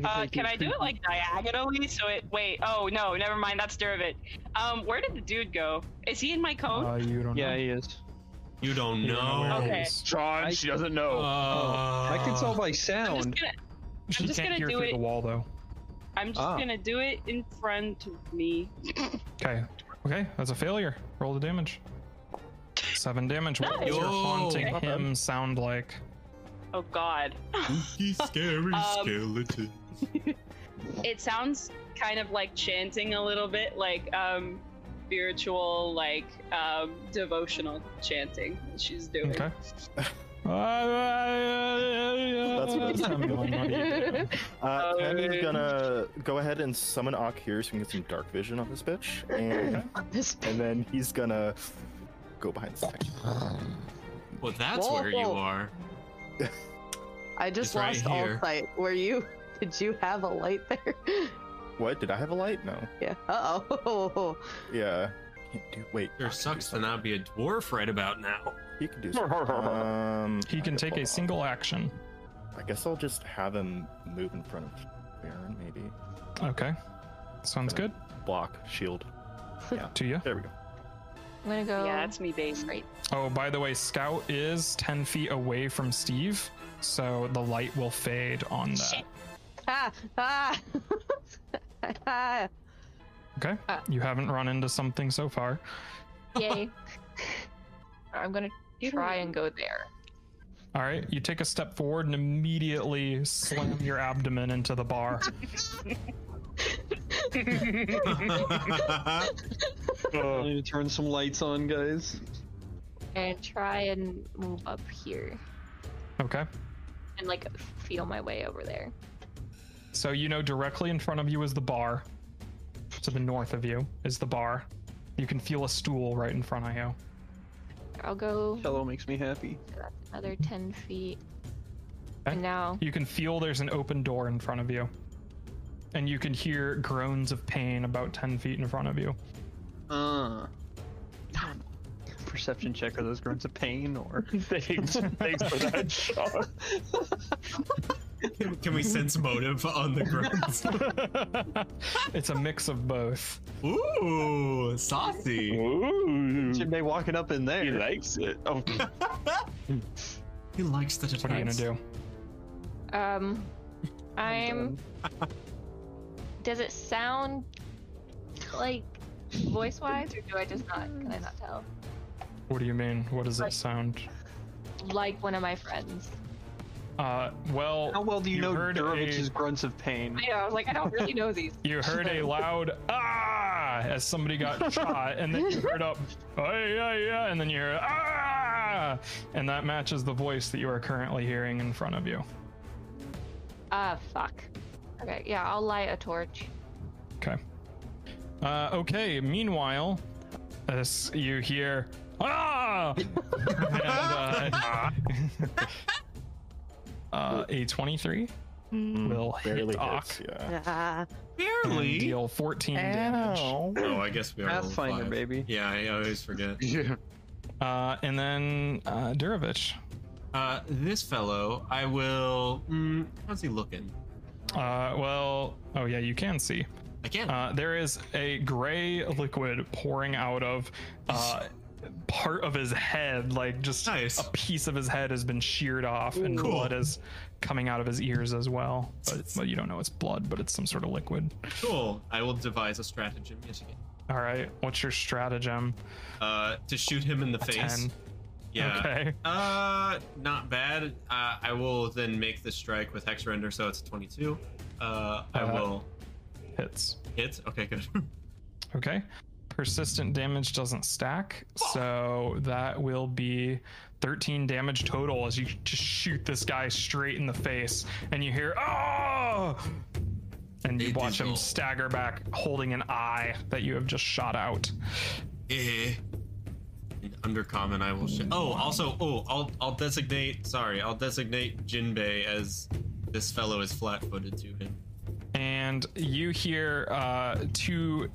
S7: Uh, can I do it like diagonally? So it wait. Oh no, never mind. That's Durvit. Um, where did the dude go? Is he in my cone?
S2: Uh, you don't
S3: Yeah,
S2: know.
S3: he is.
S8: You don't
S2: You don't know
S8: know.
S2: where it
S7: Okay.
S2: is.
S4: John, she doesn't know.
S3: I can tell by
S7: I'm just
S3: sound.
S7: gonna.
S2: She
S7: just
S2: can't
S7: gonna
S2: hear
S7: do
S2: through
S7: it-
S2: the wall though.
S7: I'm just
S3: Ah.
S7: gonna do it in front of me.
S2: Okay. Okay, that's a failure. Roll the damage. Seven damage. What does your
S8: Nice.
S2: haunting
S8: Yo.
S2: him sound like?
S7: Oh God.
S8: Spooky, scary
S7: Um,
S8: skeleton.
S7: It sounds kind of like chanting a little bit, like um, spiritual, like um, devotional chanting. that She's doing.
S2: Okay. That's
S9: what it's- Uh, Tammy's
S7: Um,
S9: gonna go ahead and summon Ock here so we can get some dark vision on this bitch, and
S6: This
S9: and then he's gonna go behind the back.
S8: Well, that's
S6: Whoa,
S8: where you
S6: whoa.
S8: are.
S6: I just
S8: It's right
S6: lost
S8: here.
S6: all sight. Were you? Did you have a light there?
S9: What? Did I have a light? No.
S6: yeah. Uh oh.
S9: Yeah. Can't do. Wait.
S8: Sure
S9: Ock can
S8: sucks
S9: do
S8: to not be a dwarf right about now.
S9: something. He can do. Something. Um.
S2: He can
S9: okay,
S2: take
S9: hold
S2: a
S9: on.
S2: single action.
S9: I guess I'll just have him move in front of Baron, maybe.
S2: Okay. Sounds
S9: Okay.
S2: good.
S9: Block, shield.
S2: To you.
S9: There we go.
S10: I'm gonna go.
S7: Yeah, that's me, babe.
S10: Right.
S2: Oh, by the way, Scout is 10 feet away from Steve, so the light will fade on that.
S10: Shit.
S6: Ah ah. ah.
S2: Okay?
S10: Ah.
S2: You haven't run into something so far.
S10: Yay. I'm gonna try and go there.
S2: All right, you take a step forward and immediately slam your abdomen into the bar.
S3: I need to turn some lights on, guys.
S10: And try and move up here.
S2: Okay?
S10: And like feel my way over there.
S2: So you know directly in front of you is the bar. To the north of you is the bar. You can feel a stool right in front of you.
S10: I'll go
S3: Cello makes me happy.
S10: another 10 feet.
S2: Okay.
S10: And now.
S2: You can feel there's an open door in front of you. And you can hear groans of pain about 10 feet in front of you.
S3: Uh. Perception check. Are those grunts of pain or?
S4: Thanks, thanks for that, Sean.
S5: Can, can we sense motive on the grunts?
S2: it's a mix of both.
S5: Ooh, saucy.
S4: Ooh,
S3: Should be walking up in
S4: he
S3: there.
S4: likes it. Oh,
S5: He likes the
S2: What are you gonna
S5: defense.
S2: do?
S10: Um, I'm. Does it sound like voice wise, or do I just not? Can I not tell?
S2: What do you mean? What does it sound?
S10: Like one of my friends.
S2: Uh, well,
S3: How well do you, know
S2: heard
S3: Durovich's
S2: a,
S3: grunts of pain?
S10: I know. I was like, I don't really know these.
S2: you heard a loud ah as somebody got shot, and then you heard up "Ay, ay, ay," and then you hear ah, and that matches the voice that you are currently hearing in front of you.
S10: Ah, fuck. Okay, yeah, I'll light a torch.
S2: Okay. Uh, okay. Meanwhile, as you hear ah, and, uh, uh, a twenty-three. will
S9: Hmm. Barely
S2: hit Ock
S9: hits, yeah.
S6: Ah,
S2: and
S5: Barely.
S2: deal 14 damage.
S5: Oh, I guess we are. level
S3: Pathfinder,
S5: five.
S3: baby.
S5: Yeah, I always forget.
S4: Yeah.
S2: Uh, and then uh, Durovich.
S5: Uh, this fellow, I will. Mm, how's he looking?
S2: Uh, well, oh yeah, you can see.
S5: I can't.
S2: Uh, there is a gray liquid pouring out of uh, part of his head, like just
S5: Nice.
S2: a piece of his head has been sheared off, and
S5: Cool.
S2: blood is coming out of his ears as well. But well, you don't know it's blood, but it's some sort of liquid.
S5: cool. I will devise a stratagem yet again.
S2: All right, what's your stratagem?
S5: Uh, to shoot him in the face.
S2: Ten.
S5: Yeah.
S2: Okay.
S5: Uh, not bad. Uh, I will then make the strike with hex render, so it's 22. Uh, I
S2: Uh,
S5: will
S2: Hits.
S5: hit. Okay, good.
S2: Okay. Persistent damage doesn't stack, so that will be 13 damage total as you just shoot this guy straight in the face, and you hear oh, and you
S8: It
S2: watch
S8: is
S2: him
S8: all.
S2: stagger back, holding an eye that you have just shot out.
S5: Eh. And Undercommon, I will. Sh- oh, also, oh, I'll I'll designate. Sorry, I'll designate Jinbei as this fellow is flat-footed to him.
S2: and you hear uh, two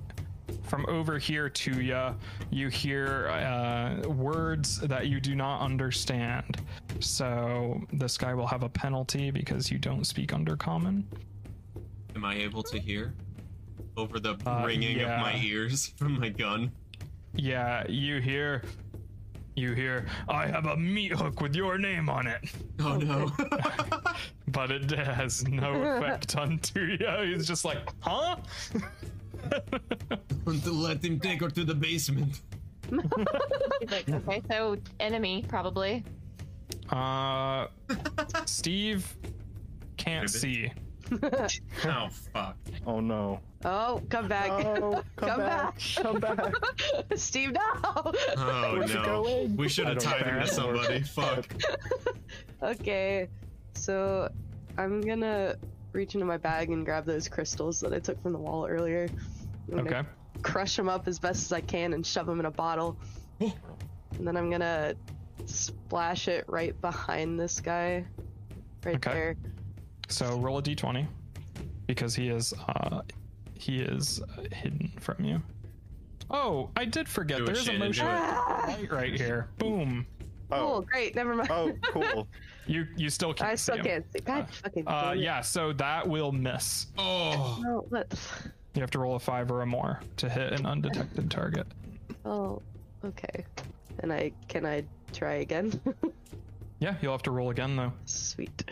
S2: from over here to ya. You hear uh, words that you do not understand. So this guy will have a penalty because you don't speak undercommon.
S5: Am I able to hear over the
S2: Uh,
S5: ringing
S2: yeah.
S5: of my ears from my gun?
S2: Yeah, you hear. You hear. I have a meat hook with your name on it,
S5: Oh no!
S2: but it has no effect on Tuya. He's just like, huh?
S5: Let him take her to the basement.
S10: He's like, okay, so enemy probably.
S2: uh, Steve can't
S5: Ribbit.
S2: see.
S5: Oh fuck!
S9: Oh no.
S6: oh, come back.
S9: Oh,
S6: Come
S9: Come back.
S6: Steve, no.
S5: Oh
S9: Where's it
S5: no!
S9: going?
S5: We should
S9: I
S5: have
S9: don't
S5: tied him to
S9: know.
S5: somebody. Fuck.
S6: okay, so I'm gonna reach into my bag and grab those crystals that I took from the wall earlier. I'm gonna
S2: Okay.
S6: Crush them up as best as I can and shove them in a bottle. and then I'm gonna splash it right behind this guy, right
S2: Okay.
S6: there.
S2: So roll a d20 because he is uh he is uh, hidden from you. Oh, I did forget
S5: Do it,
S2: there is a
S5: Shannon,
S2: motion
S5: do it.
S6: Ah!
S2: light right here. Boom.
S6: Cool,
S9: Oh,
S6: great, never mind.
S9: oh, cool.
S2: You you still can't.
S6: I still
S2: see him.
S6: can't see. God fucking
S2: Uh
S6: damn it.
S2: yeah, so that will miss.
S5: Oh.
S6: No, let's.
S2: You have to roll a 5 or a more to hit an undetected target.
S6: Oh, okay. And I can I try again?
S2: Yeah, you'll have to roll again though.
S6: Sweet.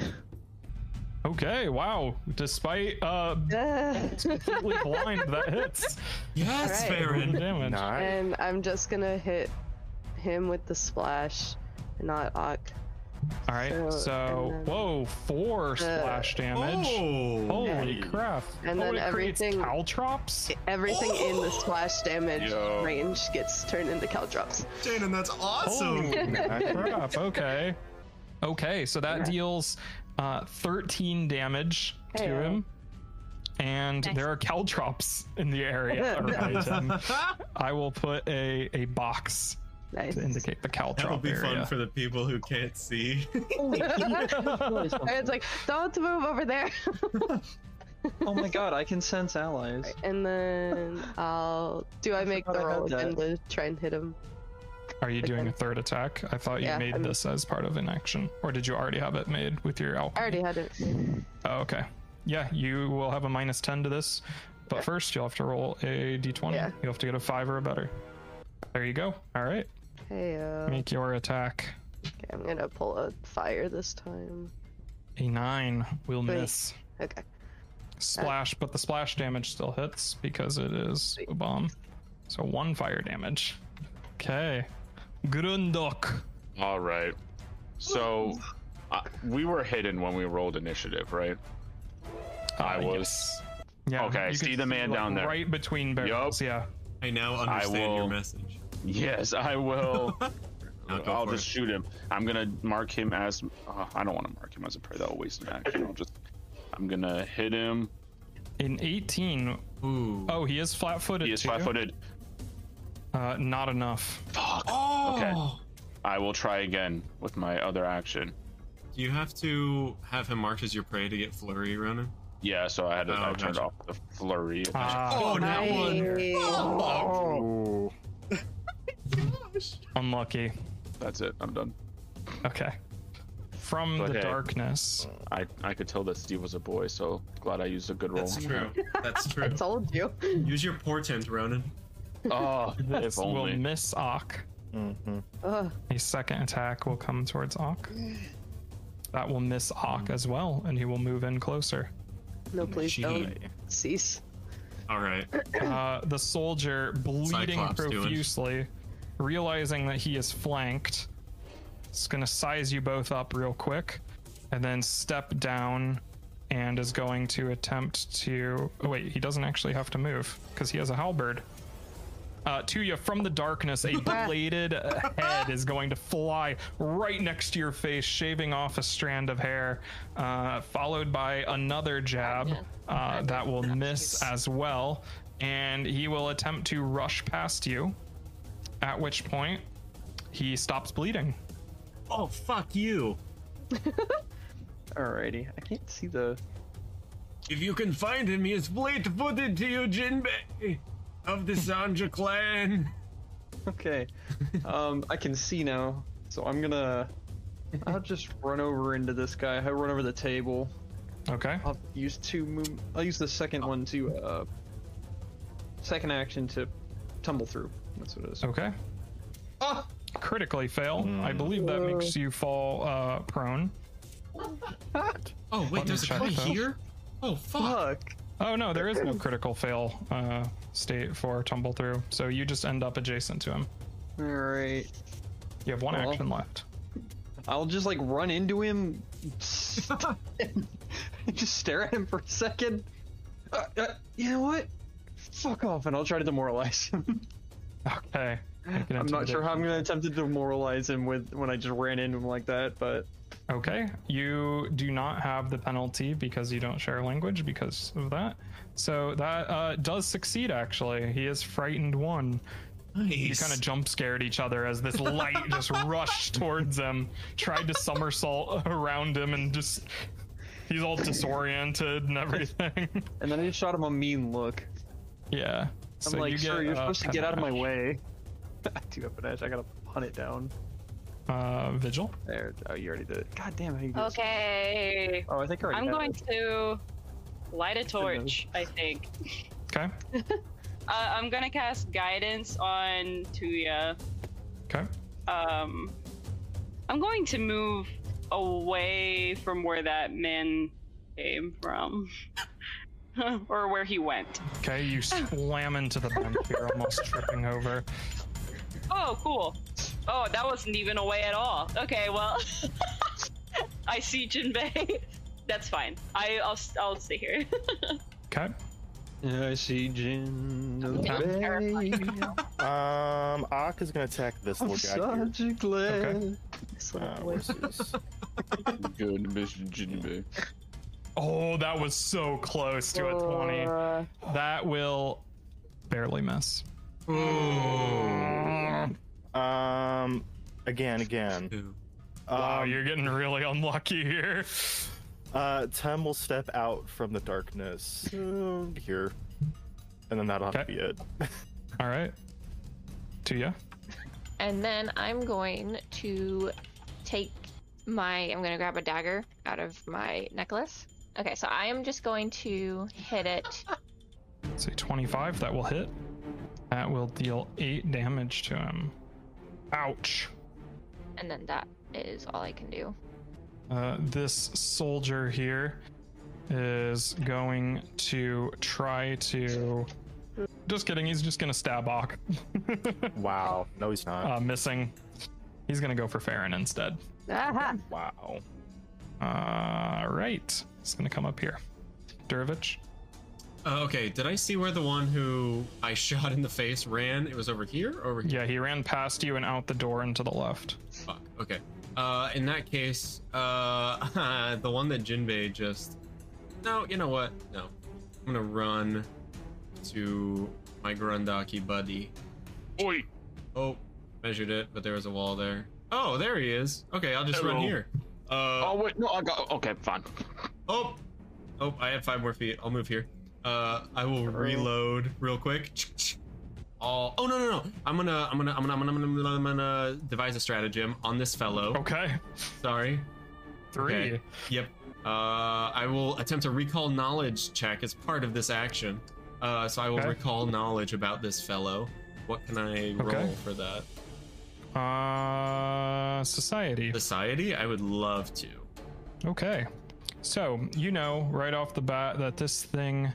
S2: Okay, wow. Despite uh
S6: Ah.
S2: completely blind that hits.
S5: Yes,
S6: Alright.
S2: Boom
S5: Baron.
S2: damage.
S9: Nice.
S6: and I'm just gonna hit him with the splash, not Ock.
S2: All right.
S6: So,
S2: So,
S6: and then-
S2: whoa, 4 splash damage.
S5: Oh.
S2: Holy
S9: Nice.
S2: crap!
S6: And
S2: oh,
S6: then
S2: it
S6: everything- e,
S2: creates caltrops. Oh!
S6: Everything in the splash damage
S4: Yo.
S6: range gets turned into caltrops.
S5: Jaden, that's awesome.
S2: crap! Okay, okay. So that deals uh, 13 damage to
S6: Hey-o.
S2: him, and
S10: Nice.
S2: there are caltrops in the area around him. I will put a a box
S6: Nice.
S2: to indicate the caltrop
S5: That'll be
S2: area.
S5: fun for the people who can't see.
S6: And it's like, don't move over there.
S3: oh my god, I can sense allies.
S6: and then I'll do I make the
S3: forgot I
S6: roll
S3: had that.
S6: again to try and hit him?
S2: Are you doing a third attack? I thought you
S6: Yeah,
S2: made
S6: I'm-
S2: this as part of an action, or did you already have it made with your alchemy?
S6: I already had it.
S2: Oh, okay. Yeah, you will have a minus 10 to this, but first you'll have to roll a d20.
S6: Yeah.
S2: You'll have to get a 5 or a better. There you go. All right.
S6: Hey, uh, okay,
S2: Make your attack.
S6: I'm gonna pull a fire this time.
S2: A 9 will
S6: Three.
S2: miss.
S6: Okay.
S2: Splash, but the splash damage still hits because it is a bomb. So one fire damage. Okay. Grundok.
S4: All right. So uh, we were hidden when we rolled initiative, right? I
S2: Uh,
S4: was.
S2: yes. Yeah.
S4: Okay,
S2: you
S4: I
S2: can
S4: see the man down there.
S2: Right between barrels. Yeah.
S5: I now understand your
S4: will-
S5: message.
S4: Yes, I will.
S5: Now go
S4: I'll
S5: for
S4: just
S5: it.
S4: shoot him. I'm gonna mark him as. Uh, I don't want to mark him as a prey. That will waste an action. I'll just. I'm gonna hit him.
S2: In 18.
S5: Ooh.
S2: Oh, he is flat footed.
S4: He is five footed.
S2: Uh, not enough.
S5: Oh!
S4: Fuck. Okay. I will try again with my other action.
S5: Do you have to have him marked as your prey to get flurry running?
S4: Yeah, so I had to,
S5: Oh,
S4: I turned
S5: gotcha.
S4: off the flurry.
S2: Ah,
S5: Oh,
S6: Nice.
S5: not one.
S9: Oh.
S2: unlucky.
S4: That's it. I'm done.
S2: Okay. From
S4: But
S2: the
S4: hey.
S2: darkness.
S4: I I could tell that Steve was a boy, so glad I used a good roll.
S5: That's true. That's
S6: I
S5: true.
S6: told you.
S5: Use your portent, Ronan.
S4: Oh, if
S2: This will
S4: only.
S2: miss Ock.
S9: Mhm.
S6: Ugh.
S2: A second attack will come towards Ock. That will miss
S5: Hmm.
S2: Ock as well, and he will move in closer.
S6: No, please don't
S5: Gee.
S6: cease.
S5: All right.
S2: Uh, the soldier, bleeding
S5: Cyclops doing.
S2: profusely, realizing that he is flanked, is going to size you both up real quick, and then step down and is going to attempt to. Oh, wait, he doesn't actually have to move because he has a halberd. Uh, to you from the darkness, a bladed uh, head is going to fly right next to your face, shaving off a strand of hair, uh, followed by another jab uh, that will miss as well. And he will attempt to rush past you, at which point he stops bleeding.
S5: Oh fuck you!
S3: Alrighty. I can't see the.
S5: If you can find him, he is blade footed to you, Jinbei, of the Sanja clan.
S3: Okay. um, I can see now, so I'm gonna. I'll just run over into this guy. I'll run over the table.
S2: Okay.
S3: I'll use two move. I'll use the second one to uh. Second action to tumble through. That's what it is.
S2: Okay. Critically fail. I believe that makes you fall uh, prone.
S5: Oh
S2: Let
S5: wait,
S2: me
S5: there's a
S2: check
S5: guy
S2: that.
S5: here. Oh fuck!
S3: Fuck.
S2: Oh no, there is no critical fail uh, state for tumble through. So you just end up adjacent to him.
S3: All right.
S2: You have one
S3: Well.
S2: action left.
S3: I'll just like run into him, just stare at him for a second. Uh, uh, you know what? Fuck off, and I'll try to demoralize him.
S2: Okay. Make an
S3: I'm not sure how I'm
S2: intimidation.
S3: gonna attempt to demoralize him with when I just ran into him like that, but
S2: Okay, you do not have the penalty because you don't share language because of that. So that uh, does succeed, actually. He is frightened one. You kind of jump scared each other as this light just rushed towards him, tried to somersault around him, and just. He's all disoriented and everything.
S3: and then I just shot him a mean look.
S2: yeah.
S3: I'm like,
S2: you
S3: sir,
S2: get,
S3: you're
S2: uh,
S3: supposed to get out of my
S2: penalty.
S3: way. I do have an edge. I gotta hunt it down.
S2: Uh, vigil.
S3: There. Oh, you already did it. God damn, how you do this?
S7: Okay.
S3: Oh, I think I already.
S7: I'm
S3: had
S7: going
S3: it.
S7: to light a torch, I think.
S2: Okay.
S7: Uh, I'm gonna cast guidance on Tuya.
S2: Okay.
S7: Um, I'm going to move away from where that man came from, or where he went.
S2: Okay. You slam into the bench. You're almost tripping over.
S7: Oh, cool. Oh, that wasn't even away at all. Okay, well, I see Jinbei. That's fine. I, I'll I'll stay here.
S2: Okay.
S3: I see Jin.
S7: I'm terrified.
S9: Um, Ock is gonna attack
S5: Oh,
S9: this
S3: I'm
S9: little guy. Here.
S3: such a glad.
S6: This little
S9: Uh,
S6: boy.
S9: where's his?
S4: Good, Mr. Jinbei.
S2: Oh, that was so close to a 20.
S6: Uh,
S2: That will barely miss.
S9: Um, again, again. Um,
S2: Wow, you're getting really unlucky here.
S9: Uh, Tem will step out from the darkness uh, here, and then that'll have
S2: Okay.
S9: to be it.
S2: All right. Tuya.
S10: And then I'm going to take my. I'm going to grab a dagger out of my necklace. Okay, so I am just going to hit it.
S2: Say 25. That will hit. That will deal 8 damage to him. Ouch.
S10: And then that is all I can do.
S2: Uh, this soldier here is going to try to. Just kidding. He's just going to stab Ock.
S9: Wow. No, he's not.
S2: uh, missing. He's going to go for Farron instead.
S6: aha.
S9: wow.
S2: All Uh, right. He's going to come up here. Durovich.
S5: Uh, okay, did I see where the one who I shot in the face ran? It was over here, over here.
S2: Yeah, he ran past you and out the door and to the left.
S5: Fuck. Okay. Uh, in that case, uh, the one that Jinbei just. No, you know what? No, I'm gonna run to my Grundaki buddy.
S4: Oi!
S5: Oh, measured it, but there was a wall there. Oh, there he is. Okay, I'll just run
S4: Hello.
S5: here. Uh,
S4: oh wait, no, I got. Okay, fine.
S5: Oh, oh, I have five more feet. I'll move here. Uh, I will reload real quick. All. Oh no no no! I'm gonna I'm gonna I'm gonna I'm gonna, I'm gonna, I'm gonna devise a stratagem on this fellow.
S2: Okay.
S5: Sorry.
S2: Three.
S5: Okay. Yep. Uh, I will attempt a recall knowledge check as part of this action. Uh, so I will
S2: Okay.
S5: recall knowledge about this fellow. What can I roll
S2: Okay.
S5: for that?
S2: Uh, society.
S5: Society? I would love to.
S2: Okay. So, you know right off the bat that this thing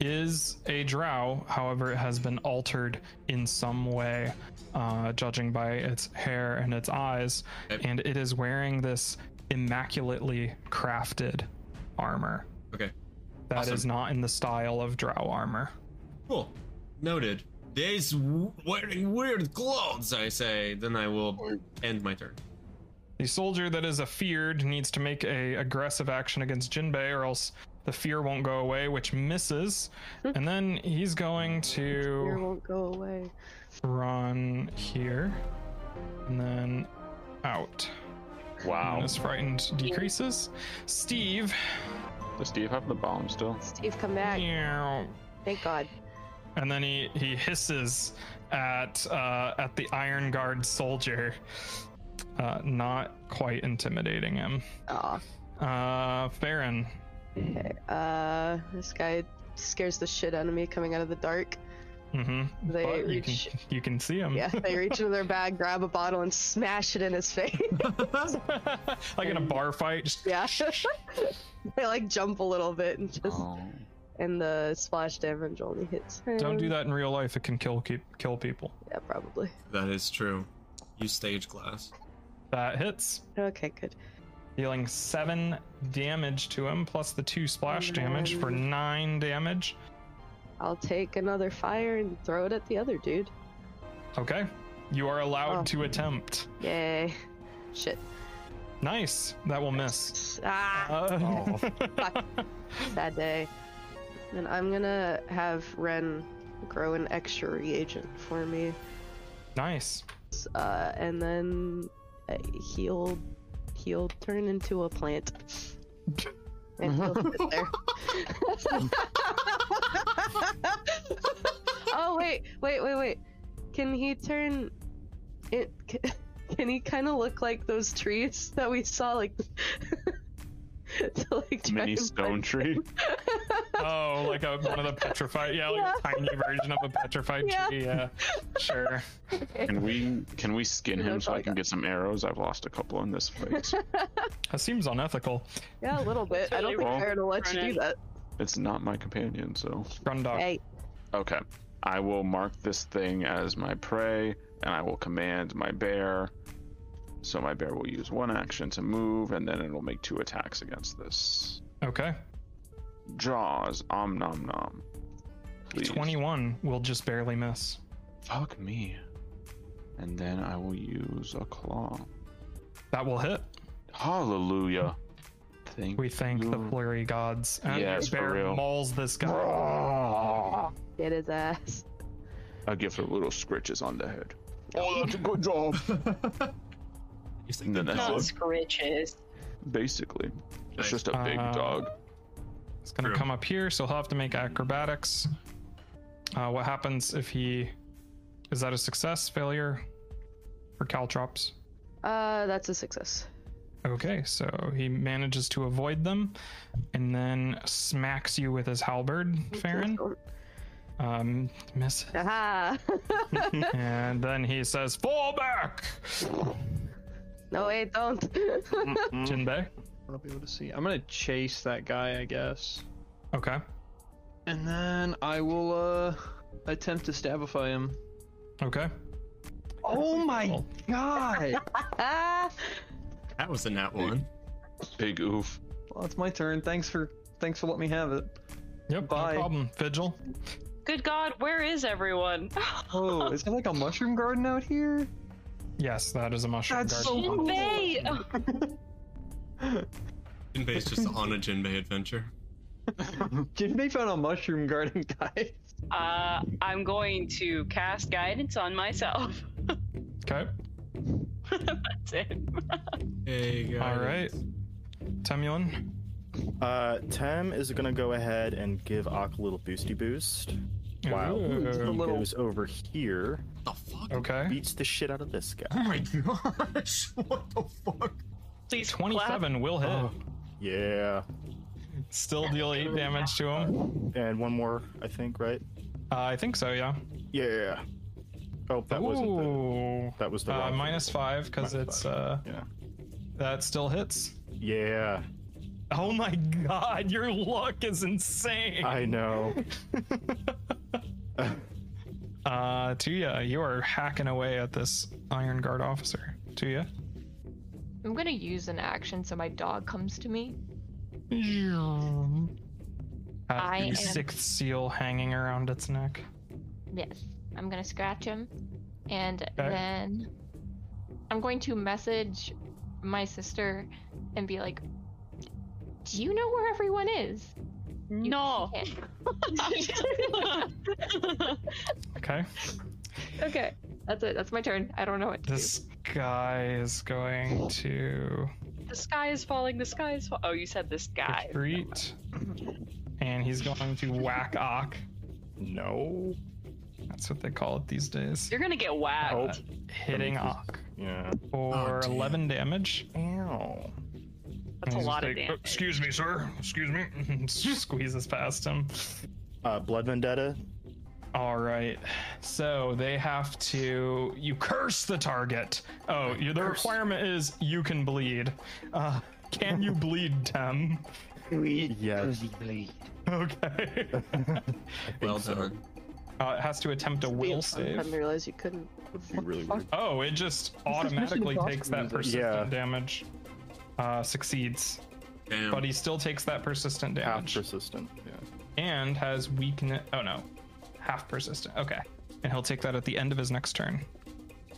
S2: is a drow. However, it has been altered in some way, uh, judging by its hair and its eyes.
S5: Okay.
S2: And it is wearing this immaculately crafted armor
S5: Okay.
S2: that is
S5: Awesome.
S2: not in the style of drow armor.
S5: Cool. Noted. They's w- wearing weird clothes, I say. Then I will end my turn.
S2: The soldier that is a feared needs to make a aggressive action against Jinbei, or else the fear won't go away, which misses. and then he's going
S6: Fear
S2: to
S6: won't go away.
S2: run here, and then out. And
S4: Wow.
S2: his frightened decreases. Steve,
S4: Does Steve have the bomb still?
S6: Steve, come back.
S2: meow.
S6: Thank God.
S2: and then he he hisses at uh, at the Iron Guard soldier, uh, not quite intimidating him.
S6: Aw.
S2: Uh, Farron.
S6: Okay. Uh, this guy scares the shit out of me coming out of the dark.
S2: Mm-hmm.
S6: They
S2: but you can,
S6: reach-
S2: you can see him.
S6: Yeah, they reach into their bag, grab a bottle, and smash it in his face.
S2: like in a bar fight. Just,
S6: yeah. they like jump a little bit and just
S4: Oh.
S6: and the splash damage only hits. Him.
S2: don't do that in real life. It can kill keep, kill people.
S6: Mm. Yeah, probably.
S1: That is true. Use stage glass.
S2: That hits,
S6: Okay, good.
S2: dealing seven damage to him, plus the two
S6: Oh,
S2: splash damage for
S6: Nine.
S2: nine damage.
S6: I'll take another fire and throw it at the other dude.
S2: Okay, you are allowed
S6: Oh.
S2: to attempt.
S6: Yay. Shit.
S2: Nice. That will miss.
S6: Ah,
S2: Uh,
S6: sad day. And I'm gonna have Ren grow an extra reagent for me.
S2: nice.
S6: uh, and then uh, he'll he'll turn into a plant. And he'll sit there. oh wait, wait, wait, wait! Can he turn? It can, can he kind of look like those trees that we saw, like to like try
S4: Mini
S6: and
S4: stone tree.
S2: Oh, like a one of the petrified. Yeah, like a tiny version of a petrified
S6: Yeah.
S2: tree. Yeah, sure.
S4: Can we can we skin
S6: No,
S4: him so I
S6: probably
S4: can
S6: not.
S4: get some arrows? I've lost a couple in this place.
S2: That seems unethical.
S6: Yeah, a little bit. I don't think
S4: Well,
S6: Aaron will let you do that.
S4: it's not my companion, so
S2: Grundog.
S6: Hey,
S4: okay. I will mark this thing as my prey, and I will command my bear. So my bear will use one action to move, and then it'll make two attacks against this.
S2: Okay.
S4: Jaws, om nom nom. Please.
S2: 21 will just barely miss.
S4: Fuck me. And then I will use a claw.
S2: That will hit.
S4: Hallelujah. Thank
S2: We thank the
S4: you.
S2: flurry gods. And
S4: Yes, for
S2: Bear
S4: real.
S2: mauls this guy.
S4: Ah,
S6: get his ass.
S4: I give her little scratches on the head. Oh, that's a good job.
S1: You think
S4: And then
S7: Not
S4: that's it,
S7: scritches.
S4: basically. It's
S1: Nice.
S4: just a big
S2: Uh,
S4: dog.
S2: It's gonna
S1: True.
S2: come up here, so he'll have to make acrobatics. Uh, what happens if he? Is that a success, failure, for caltrops?
S6: Uh, that's a success.
S2: Okay, so he manages to avoid them, and then smacks you with his halberd, Farron. Um, miss.
S6: Aha!
S2: and then he says, "Fall back,
S6: no, wait, don't.
S2: Jinbei."
S3: I'll be able to see. I'm gonna chase that guy, I guess,
S2: Okay.
S3: and then I will uh attempt to stabify him.
S2: Okay.
S3: Oh my
S2: Well,
S3: god!
S6: ah!
S1: That was a nat one.
S4: Big oof.
S3: Well, it's my turn. Thanks for thanks for letting me have it.
S2: Yep.
S3: Bye.
S2: No problem. Vigil.
S7: Good God, where is everyone?
S3: Oh, is there like a mushroom garden out here?
S2: Yes, that is a mushroom
S3: That's
S2: garden.
S3: so-
S7: Jinbei!
S1: Jinbei's just on a Jinbei adventure.
S3: Jinbei found a mushroom garden, guys.
S7: Uh, I'm going to cast guidance on myself.
S2: Okay.
S7: That's it.
S5: Hey, guys.
S2: All right. Temulin.
S9: Uh, Tem is gonna go ahead and give Ock a little boosty boost. Wow.
S2: Ooh.
S9: He
S2: A
S3: little-
S9: goes over here,
S8: the fuck?
S2: Okay.
S9: beats the shit out of this
S8: Oh
S9: guy.
S8: my gosh! What the fuck?
S7: Please clap.
S2: 27 will hit.
S9: Yeah.
S2: Still deal 8 damage to him.
S9: And one more, I think, right?
S2: Uh, I think so, yeah.
S9: Yeah. Oh, that wasn't the.
S2: Ooh.
S9: That was the.
S2: Uh,
S9: wrong
S2: minus 5 because
S9: Minus
S2: it's.
S9: five.
S2: uh
S9: Yeah.
S2: That still hits.
S9: Yeah.
S2: Oh my god, your luck is insane.
S9: I know.
S2: Uh, Tuya, you are hacking away at this Iron Guard officer. Tuya.
S10: I'm gonna use an action so my dog comes to me.
S2: Have
S10: I
S2: the
S10: am-
S2: sixth seal hanging around its neck.
S10: Yes. I'm gonna scratch him. And then I'm going to message my sister and be like, Do you know where everyone is? You-
S7: No.
S10: she can't.
S2: Okay.
S10: okay. That's it. That's my turn. I don't know what to
S2: This guy is going to
S7: the sky is falling. The sky is falling. Oh, you said this guy.
S2: retreat. And he's going to whack Ock.
S9: no.
S2: That's what they call it these days.
S7: You're gonna get whacked.
S9: Help.
S2: Hitting Ock
S9: Yeah.
S2: for
S8: Oh, damn.
S2: 11 damage.
S9: Ow.
S7: That's a
S2: He's
S7: lot of
S2: like, "Oh,
S7: damage.
S2: Excuse me, sir. Excuse me. Squeezes past him.
S9: Uh, Blood Vendetta.
S2: All right. So they have to. You curse the target. Oh, you, the requirement is you can bleed. Uh, can you bleed, Tem?
S9: Yes.
S2: Okay.
S5: Well done.
S2: Uh, it has to attempt a will
S6: I didn't
S2: save.
S6: realize you couldn't.
S9: That'd be really weird.
S2: Oh, it just automatically takes that persistent
S9: Yeah.
S2: damage. Uh, succeeds,
S5: Damn.
S2: but he still takes that persistent
S9: Half
S2: damage
S9: persistent. Yeah.
S2: and has weakness. Oh no, half persistent. Okay, and he'll take that at the end of his next turn.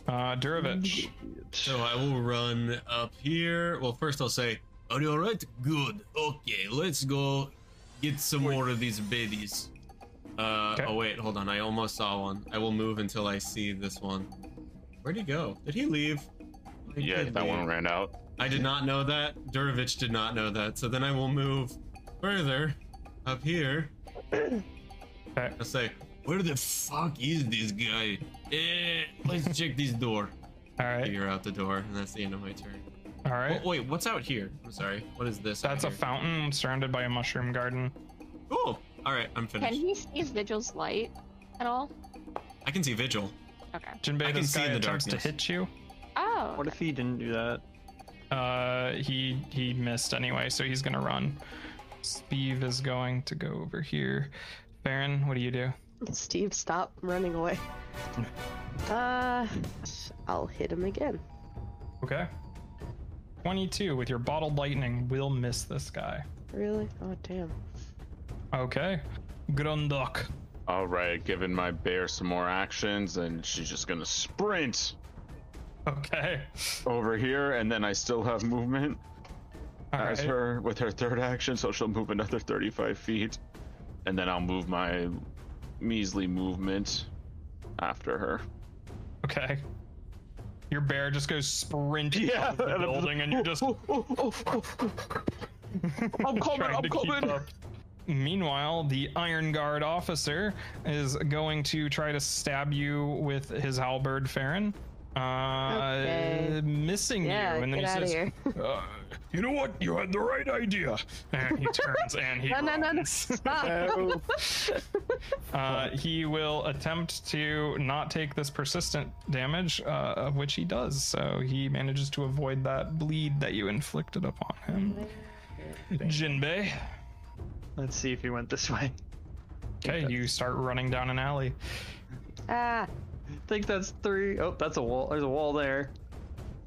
S2: Uh, Durovich.
S5: So I will run up here. Well, first I'll say, "Are you all right? Good. Okay, let's go get some more of these babies." Uh,
S2: Okay.
S5: Oh wait, hold on. I almost saw one. I will move until I see this one. Where'd he go? Did he leave? He
S4: Yeah,
S5: did
S4: that one
S5: leave.
S4: ran out.
S5: I did not know that. Durovich did not know that. So then I will move further up here.
S2: Okay.
S5: I'll say, "Where the fuck is this guy? Eh, let's check this door."
S2: All right.
S5: Figure out the door, and that's the end of my turn.
S2: All right.
S5: Oh, wait, what's out here? I'm sorry. What is this?
S2: That's a
S5: out here?
S2: fountain surrounded by a mushroom garden.
S5: Cool. All right, I'm
S10: do. Can
S5: finished.
S10: he see his vigil's light at all?
S5: I can see Vigil.
S10: Okay.
S2: Jinbei,
S5: I can
S2: this
S5: see
S2: guy
S5: in the
S2: attempts to
S5: darkness.
S2: hit you.
S10: Oh.
S3: What if he didn't do that?
S2: Uh, he he missed anyway, so he's gonna run. Steve is going to go over here. Baron, what do you do?
S6: Steve, stop running away. Uh, I'll hit him again.
S2: Okay. 22 with your bottled lightning will miss this guy.
S6: Really? Oh damn.
S2: Okay. Grundok.
S4: All right, giving my bear some more actions, and she's just gonna sprint
S2: Okay.
S4: over here, and then I still have movement
S2: All
S4: as
S2: right.
S4: her with her third action, so she'll move another 35 feet, and then I'll move my measly movement after her.
S2: Okay. Your bear just goes sprinting
S4: Yeah,
S2: out of the
S4: and I'm just-
S2: building, and you just I'm coming, I'm coming. Meanwhile, the Iron Guard officer is going to try to stab you with his halberd, Farron. Uh,
S6: Okay.
S2: missing
S6: Yeah,
S2: you, and then
S6: get
S2: he
S6: out of
S2: says,
S6: here.
S2: Uh, "You know what? You had the right idea." And he turns and he
S6: No, no, no, no.
S2: runs.
S6: Stop.
S9: Oh.
S2: Uh, he will attempt to not take this persistent damage, uh, of which he does. So he manages to avoid that bleed that you inflicted upon him. Jinbei,
S3: Let's see if he went this way.
S2: okay, you start running down an alley.
S6: ah.
S3: I think that's three. Oh, that's a wall. There's a wall there.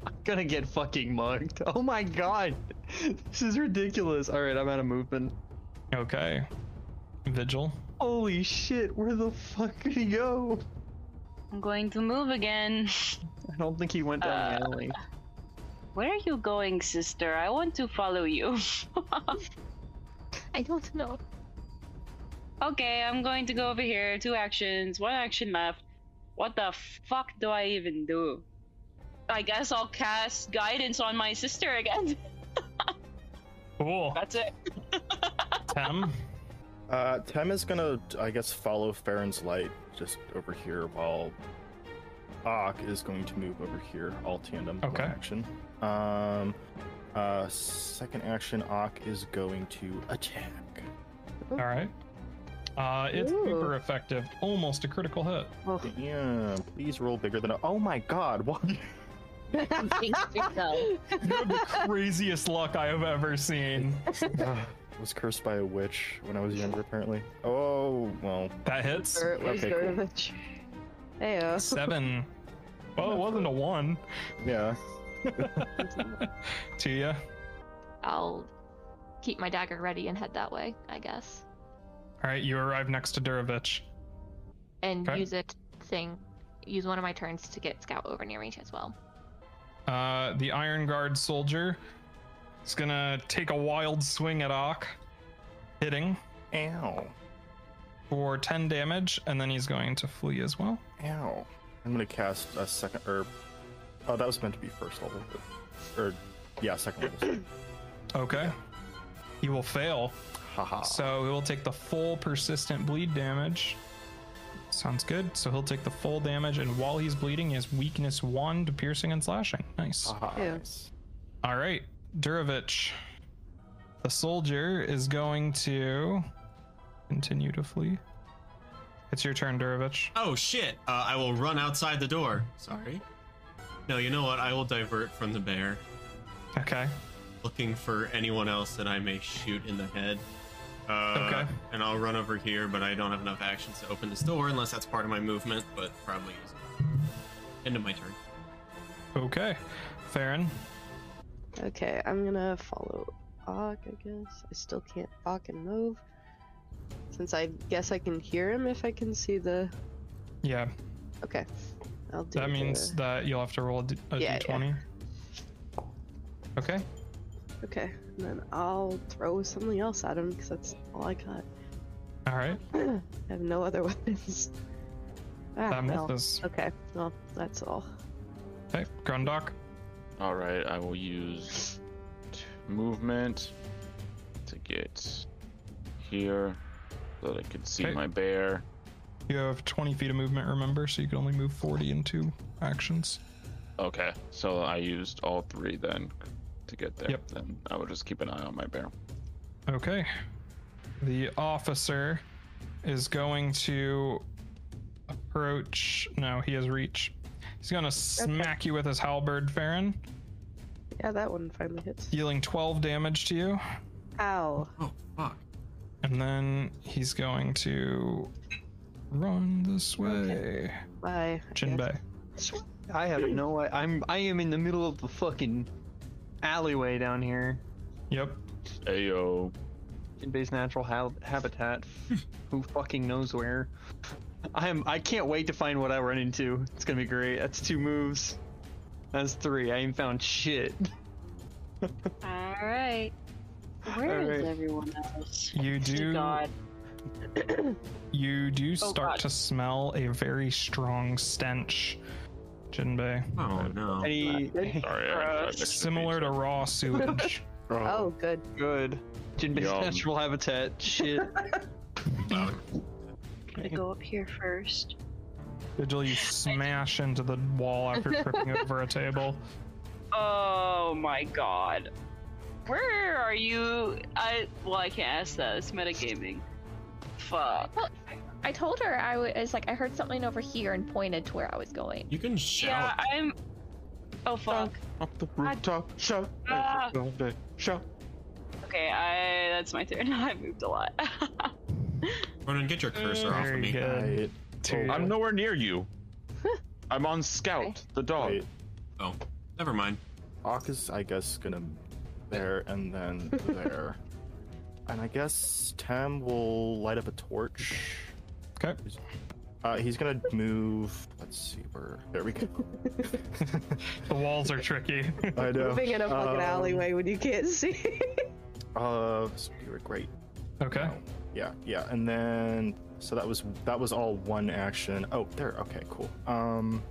S3: I'm gonna get fucking mugged. Oh my god. This is ridiculous. Alright, I'm out of movement.
S2: Okay. Vigil.
S3: Holy shit, where the fuck did he go?
S7: I'm going to move again.
S3: I don't think he went down the alley.
S7: Where are you going, sister? I want to follow you.
S10: I don't know.
S7: okay, I'm going to go over here. Two actions, one action left. What the fuck do I even do? I guess I'll cast guidance on my sister again.
S2: Cool.
S7: That's it.
S2: Tem,
S9: Uh, Tem is gonna, I guess, follow Farron's light just over here while Ock is going to move over here, all tandem. one
S2: Okay.
S9: Action. Um, uh, second action, Ock is going to attack.
S2: all right. Uh, it's
S6: Ooh.
S2: super effective, almost a critical hit.
S6: Oh.
S9: Yeah, please roll bigger than. A- oh my god, what?
S2: You have the craziest luck I have ever seen.
S9: I was cursed by a witch when I was younger, apparently. Oh, well.
S2: That hits.
S6: Or it was
S9: Okay, cool.
S6: garbage. Heyo.
S2: Seven. Well, it wasn't a one
S9: Yeah.
S2: to you.
S10: I'll keep my dagger ready and head that way, I guess.
S2: All right, you arrive next to Durovich.
S10: And
S2: Okay.
S10: use it thing. Use one of my turns to get Scout over near me as well.
S2: Uh, the Iron Guard soldier is gonna take a wild swing at Ock, hitting
S9: Ow.
S2: for 10 damage, and then he's going to flee as well.
S9: Ow. I'm gonna cast a second or oh that was meant to be first level. But, or yeah, second level.
S2: Okay. He will fail,
S9: Haha.
S2: so he will take the full persistent bleed damage. Sounds good. So he'll take the full damage, and while he's bleeding, he has weakness one to piercing and slashing. Nice.
S9: Haha.
S6: Yeah.
S9: Nice.
S2: All right, Durovich. The soldier is going to continue to flee. It's your turn, Durovich.
S8: Oh shit! Uh, I will run outside the door. Sorry. No, you know what? I will divert from the bear,
S2: Okay.
S8: looking for anyone else that I may shoot in the head. Uh,
S2: Okay.
S8: And I'll run over here, but I don't have enough actions to open this door unless that's part of my movement, but probably isn't. End of my turn.
S2: Okay. Farron.
S6: Okay, I'm gonna follow Og, I guess. I still can't fucking move. Since I guess I can hear him if I can see the.
S2: Yeah,
S6: Okay. I'll do
S2: that means
S6: the-
S2: that you'll have to roll a d- a
S6: Yeah,
S2: 20 Okay.
S6: Okay, and then I'll throw something else at him because that's all I got.
S2: All right.
S6: I have no other weapons. Ah,
S2: That
S6: well.
S2: misses.
S6: Okay, well, that's all.
S2: Okay. Grundok.
S4: All right, I will use t- movement to get here so that I can see
S2: Okay.
S4: my bear.
S2: You have 20 feet of movement, remember, so you can only move 40 in two actions.
S4: Okay, so I used all three then to get there.
S2: Yep.
S4: Then I will just keep an eye on my bear.
S2: Okay. The officer is going to approach. No, he has reach. He's going to smack you with his halberd, Farron,
S6: Yeah, that one finally hits.
S2: dealing 12 damage to you.
S6: Ow.
S8: Oh, fuck.
S2: And then he's going to run this way.
S6: Bye. I guess.
S2: Jinbei.
S3: I have no. I- I'm. I am in the middle of the fucking alleyway down here
S2: Yep.
S4: Ayo.
S3: in base natural ha- habitat. Who fucking knows where? I am. I can't wait to find what I run into. It's gonna be great. That's two moves. That's three. I ain't found shit.
S7: All right. Where is everyone else?
S2: You do
S7: God. Oh,
S2: you do start
S7: God.
S2: to smell a very strong stench, Jinbei.
S8: Oh no.
S3: Any
S4: Sorry, I had five extra
S2: Similar to
S4: feet.
S2: raw sewage.
S6: Oh, good.
S3: good. In base
S4: Yum.
S3: natural habitat. Shit.
S7: Gotta go up here first.
S2: Vigil, you smash into the wall after tripping over a table.
S7: Oh my god. Where are you? I well, I can't ask that. It's metagaming. Fuck.
S10: I told her I was, like I heard something over here and pointed to where I was going.
S8: You can shout.
S7: Yeah, I'm. Oh fuck.
S9: Up the rooftop, shout.
S7: Ah.
S9: Shout.
S7: Okay, I. That's my turn. I moved a lot.
S8: Ronan, get your cursor off of
S2: Very
S8: me.
S2: good.
S9: Right.
S2: Two.
S4: I'm nowhere near you. I'm on Scout, the dog.
S9: Wait,
S8: Oh, never mind.
S9: Ock is, I guess, gonna there and then there. And I guess Tam will light up a torch.
S2: Okay.
S9: Uh, he's gonna move. Let's see where. There we go.
S2: The walls are tricky.
S9: I know.
S6: Moving in a fucking
S9: Um,
S6: alleyway when you can't see.
S9: Uh, spirit, great.
S2: okay.
S9: No. Yeah, yeah, and then so that was that was all one action. Oh, there. Okay, cool. Um,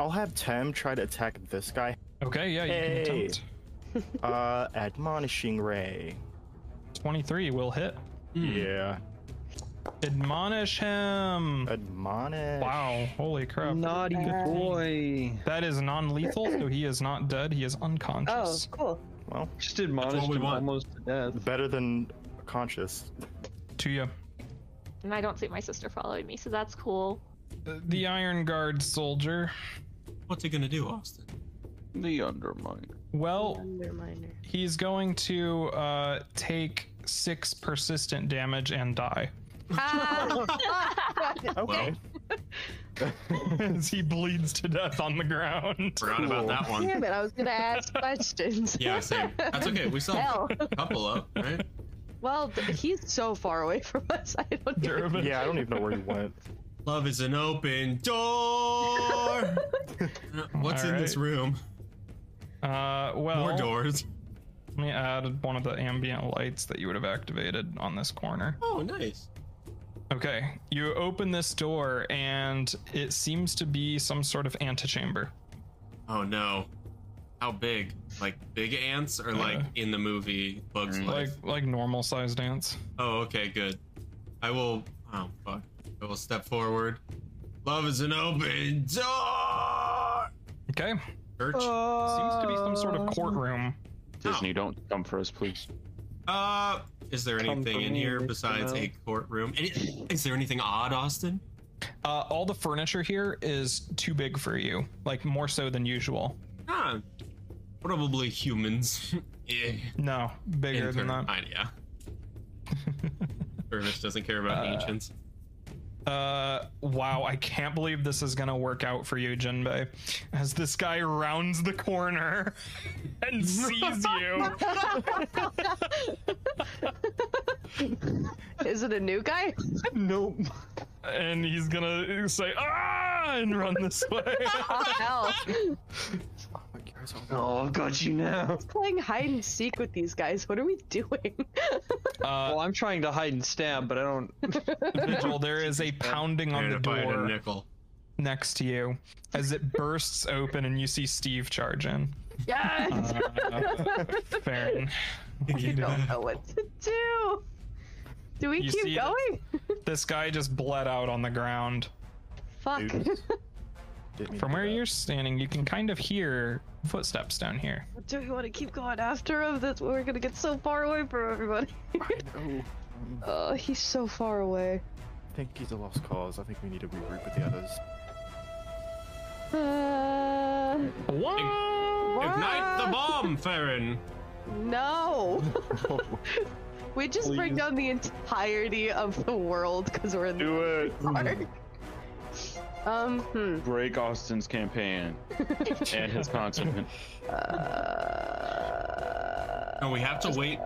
S9: I'll have Tem try to attack this guy.
S2: Okay, yeah, you
S9: Hey.
S2: can attempt.
S9: Uh, admonishing ray.
S2: 23 will hit.
S6: Hmm.
S9: Yeah,
S2: Admonish him.
S9: admonish.
S2: Wow, holy crap.
S3: Naughty boy.
S2: That is non lethal, so he is not dead. He is
S6: Oh,
S2: unconscious.
S6: cool.
S9: Well,
S3: Just admonished
S8: we
S3: him
S8: want.
S3: almost to death.
S9: better than conscious.
S2: To you.
S10: And I don't see my sister following me, so that's cool.
S2: The Iron Guard soldier.
S1: What's he gonna do, Austin?
S4: The undermine.
S2: Well,
S6: Underminer.
S2: he's going to uh, take six persistent damage and die.
S10: Ah!
S9: Okay.
S2: As he bleeds to death on the ground.
S8: Forgot about that one.
S6: Damn it, I was gonna ask questions.
S8: Yeah, same. That's okay. We still have
S6: Hell.
S8: a couple up, right?
S6: Well, th- he's so far away from us. I don't know.
S2: Durban.
S9: yeah, I don't even know where he went.
S8: Love is an open door. What's in this
S2: Alright.
S8: room?
S2: Uh, well,
S8: More doors.
S2: let me add one of the ambient lights that you would have activated on this corner.
S8: Oh, nice.
S2: Okay, you open this door and it seems to be some sort of antechamber.
S8: Oh no. How big? Like big ants or like
S2: Uh,
S8: in the movie Bugs
S2: Like
S8: Life?
S2: like normal sized ants.
S8: Oh, okay, good. I will. Oh, fuck. I will step forward. Love is an open door.
S2: Okay.
S8: Church.
S2: Seems to be some sort of courtroom.
S4: Disney, don't come for us, please.
S8: Uh, is there
S3: Come
S8: anything
S3: for
S8: in
S3: me,
S8: here
S3: Mr.
S8: besides a
S3: Mel.
S8: courtroom? Any, is there anything odd, Austin?
S2: Uh, all the furniture here is too big for you, like more so than usual.
S8: Ah, probably humans. yeah.
S2: No, bigger than
S8: Intern.
S2: that.
S8: I- yeah. Ernest doesn't care about
S2: Uh,
S8: ancients.
S2: Uh, wow, I can't believe this is gonna work out for you, Jinbei. As this guy rounds the corner and sees you.
S6: Is it a new guy?
S3: Nope.
S2: and he's gonna say ah and run this way.
S6: Oh, hell.
S3: Oh, I've got you now.
S6: Playing hide and seek with these guys. What are we doing?
S2: Uh,
S3: Well, I'm trying to hide and stab, but I don't.
S2: Vigil, there is a pounding on the
S8: If I had a
S2: door
S8: nickel.
S2: next to you as it bursts open and you see Steve charge in.
S6: yes!
S2: Uh, Farron,
S6: I don't know what to do. Do we
S2: You see
S6: keep
S2: it.
S6: going?
S2: this guy just bled out on the ground.
S6: Fuck.
S9: Oops. Didn't mean
S2: From
S9: to do
S2: where
S9: that.
S2: you're standing, you can kind of hear footsteps down here.
S6: Do we want to keep going after him? That's we're gonna get so far away from everybody.
S9: I know.
S6: Oh, he's so far away.
S9: I think he's a lost cause. I think we need to regroup with the others.
S6: Uh,
S8: Ignite the bomb, Farron.
S6: no. we just bring
S3: Please.
S6: down the entirety of the world because we're in the
S4: Do it.
S6: park. Um, hmm.
S4: Break Austin's campaign and his consummate.
S8: No, we have to wait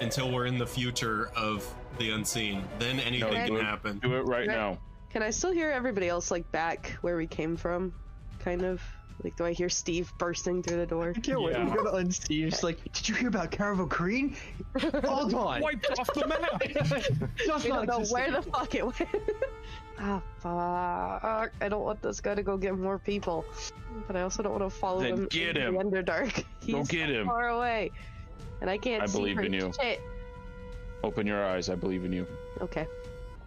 S8: until we're in the future of the unseen. Then anything
S4: No,
S8: can
S4: do it.
S8: happen.
S4: Do it right
S6: Right.
S4: now.
S6: Can I still hear everybody else like back where we came from? Kind of. Like, do I hear Steve bursting through the door?
S3: I can't wait.
S2: Yeah.
S3: We gotta unsteve. It's like, did you hear about Carvo Green? All gone.
S2: Wiped off the map!
S3: Just
S6: We don't
S3: not
S6: know
S3: existing.
S6: where the fuck it went. ah, fuck. I don't want this guy to go get more people. But I also don't want to follow
S4: Then
S6: him
S4: get
S6: in
S4: him.
S6: the Underdark. He's
S4: Go get him.
S6: far away. And I can't
S4: I
S6: see
S4: believe
S6: for
S4: in you.
S6: shit.
S4: Open your eyes. I believe in you.
S6: Okay.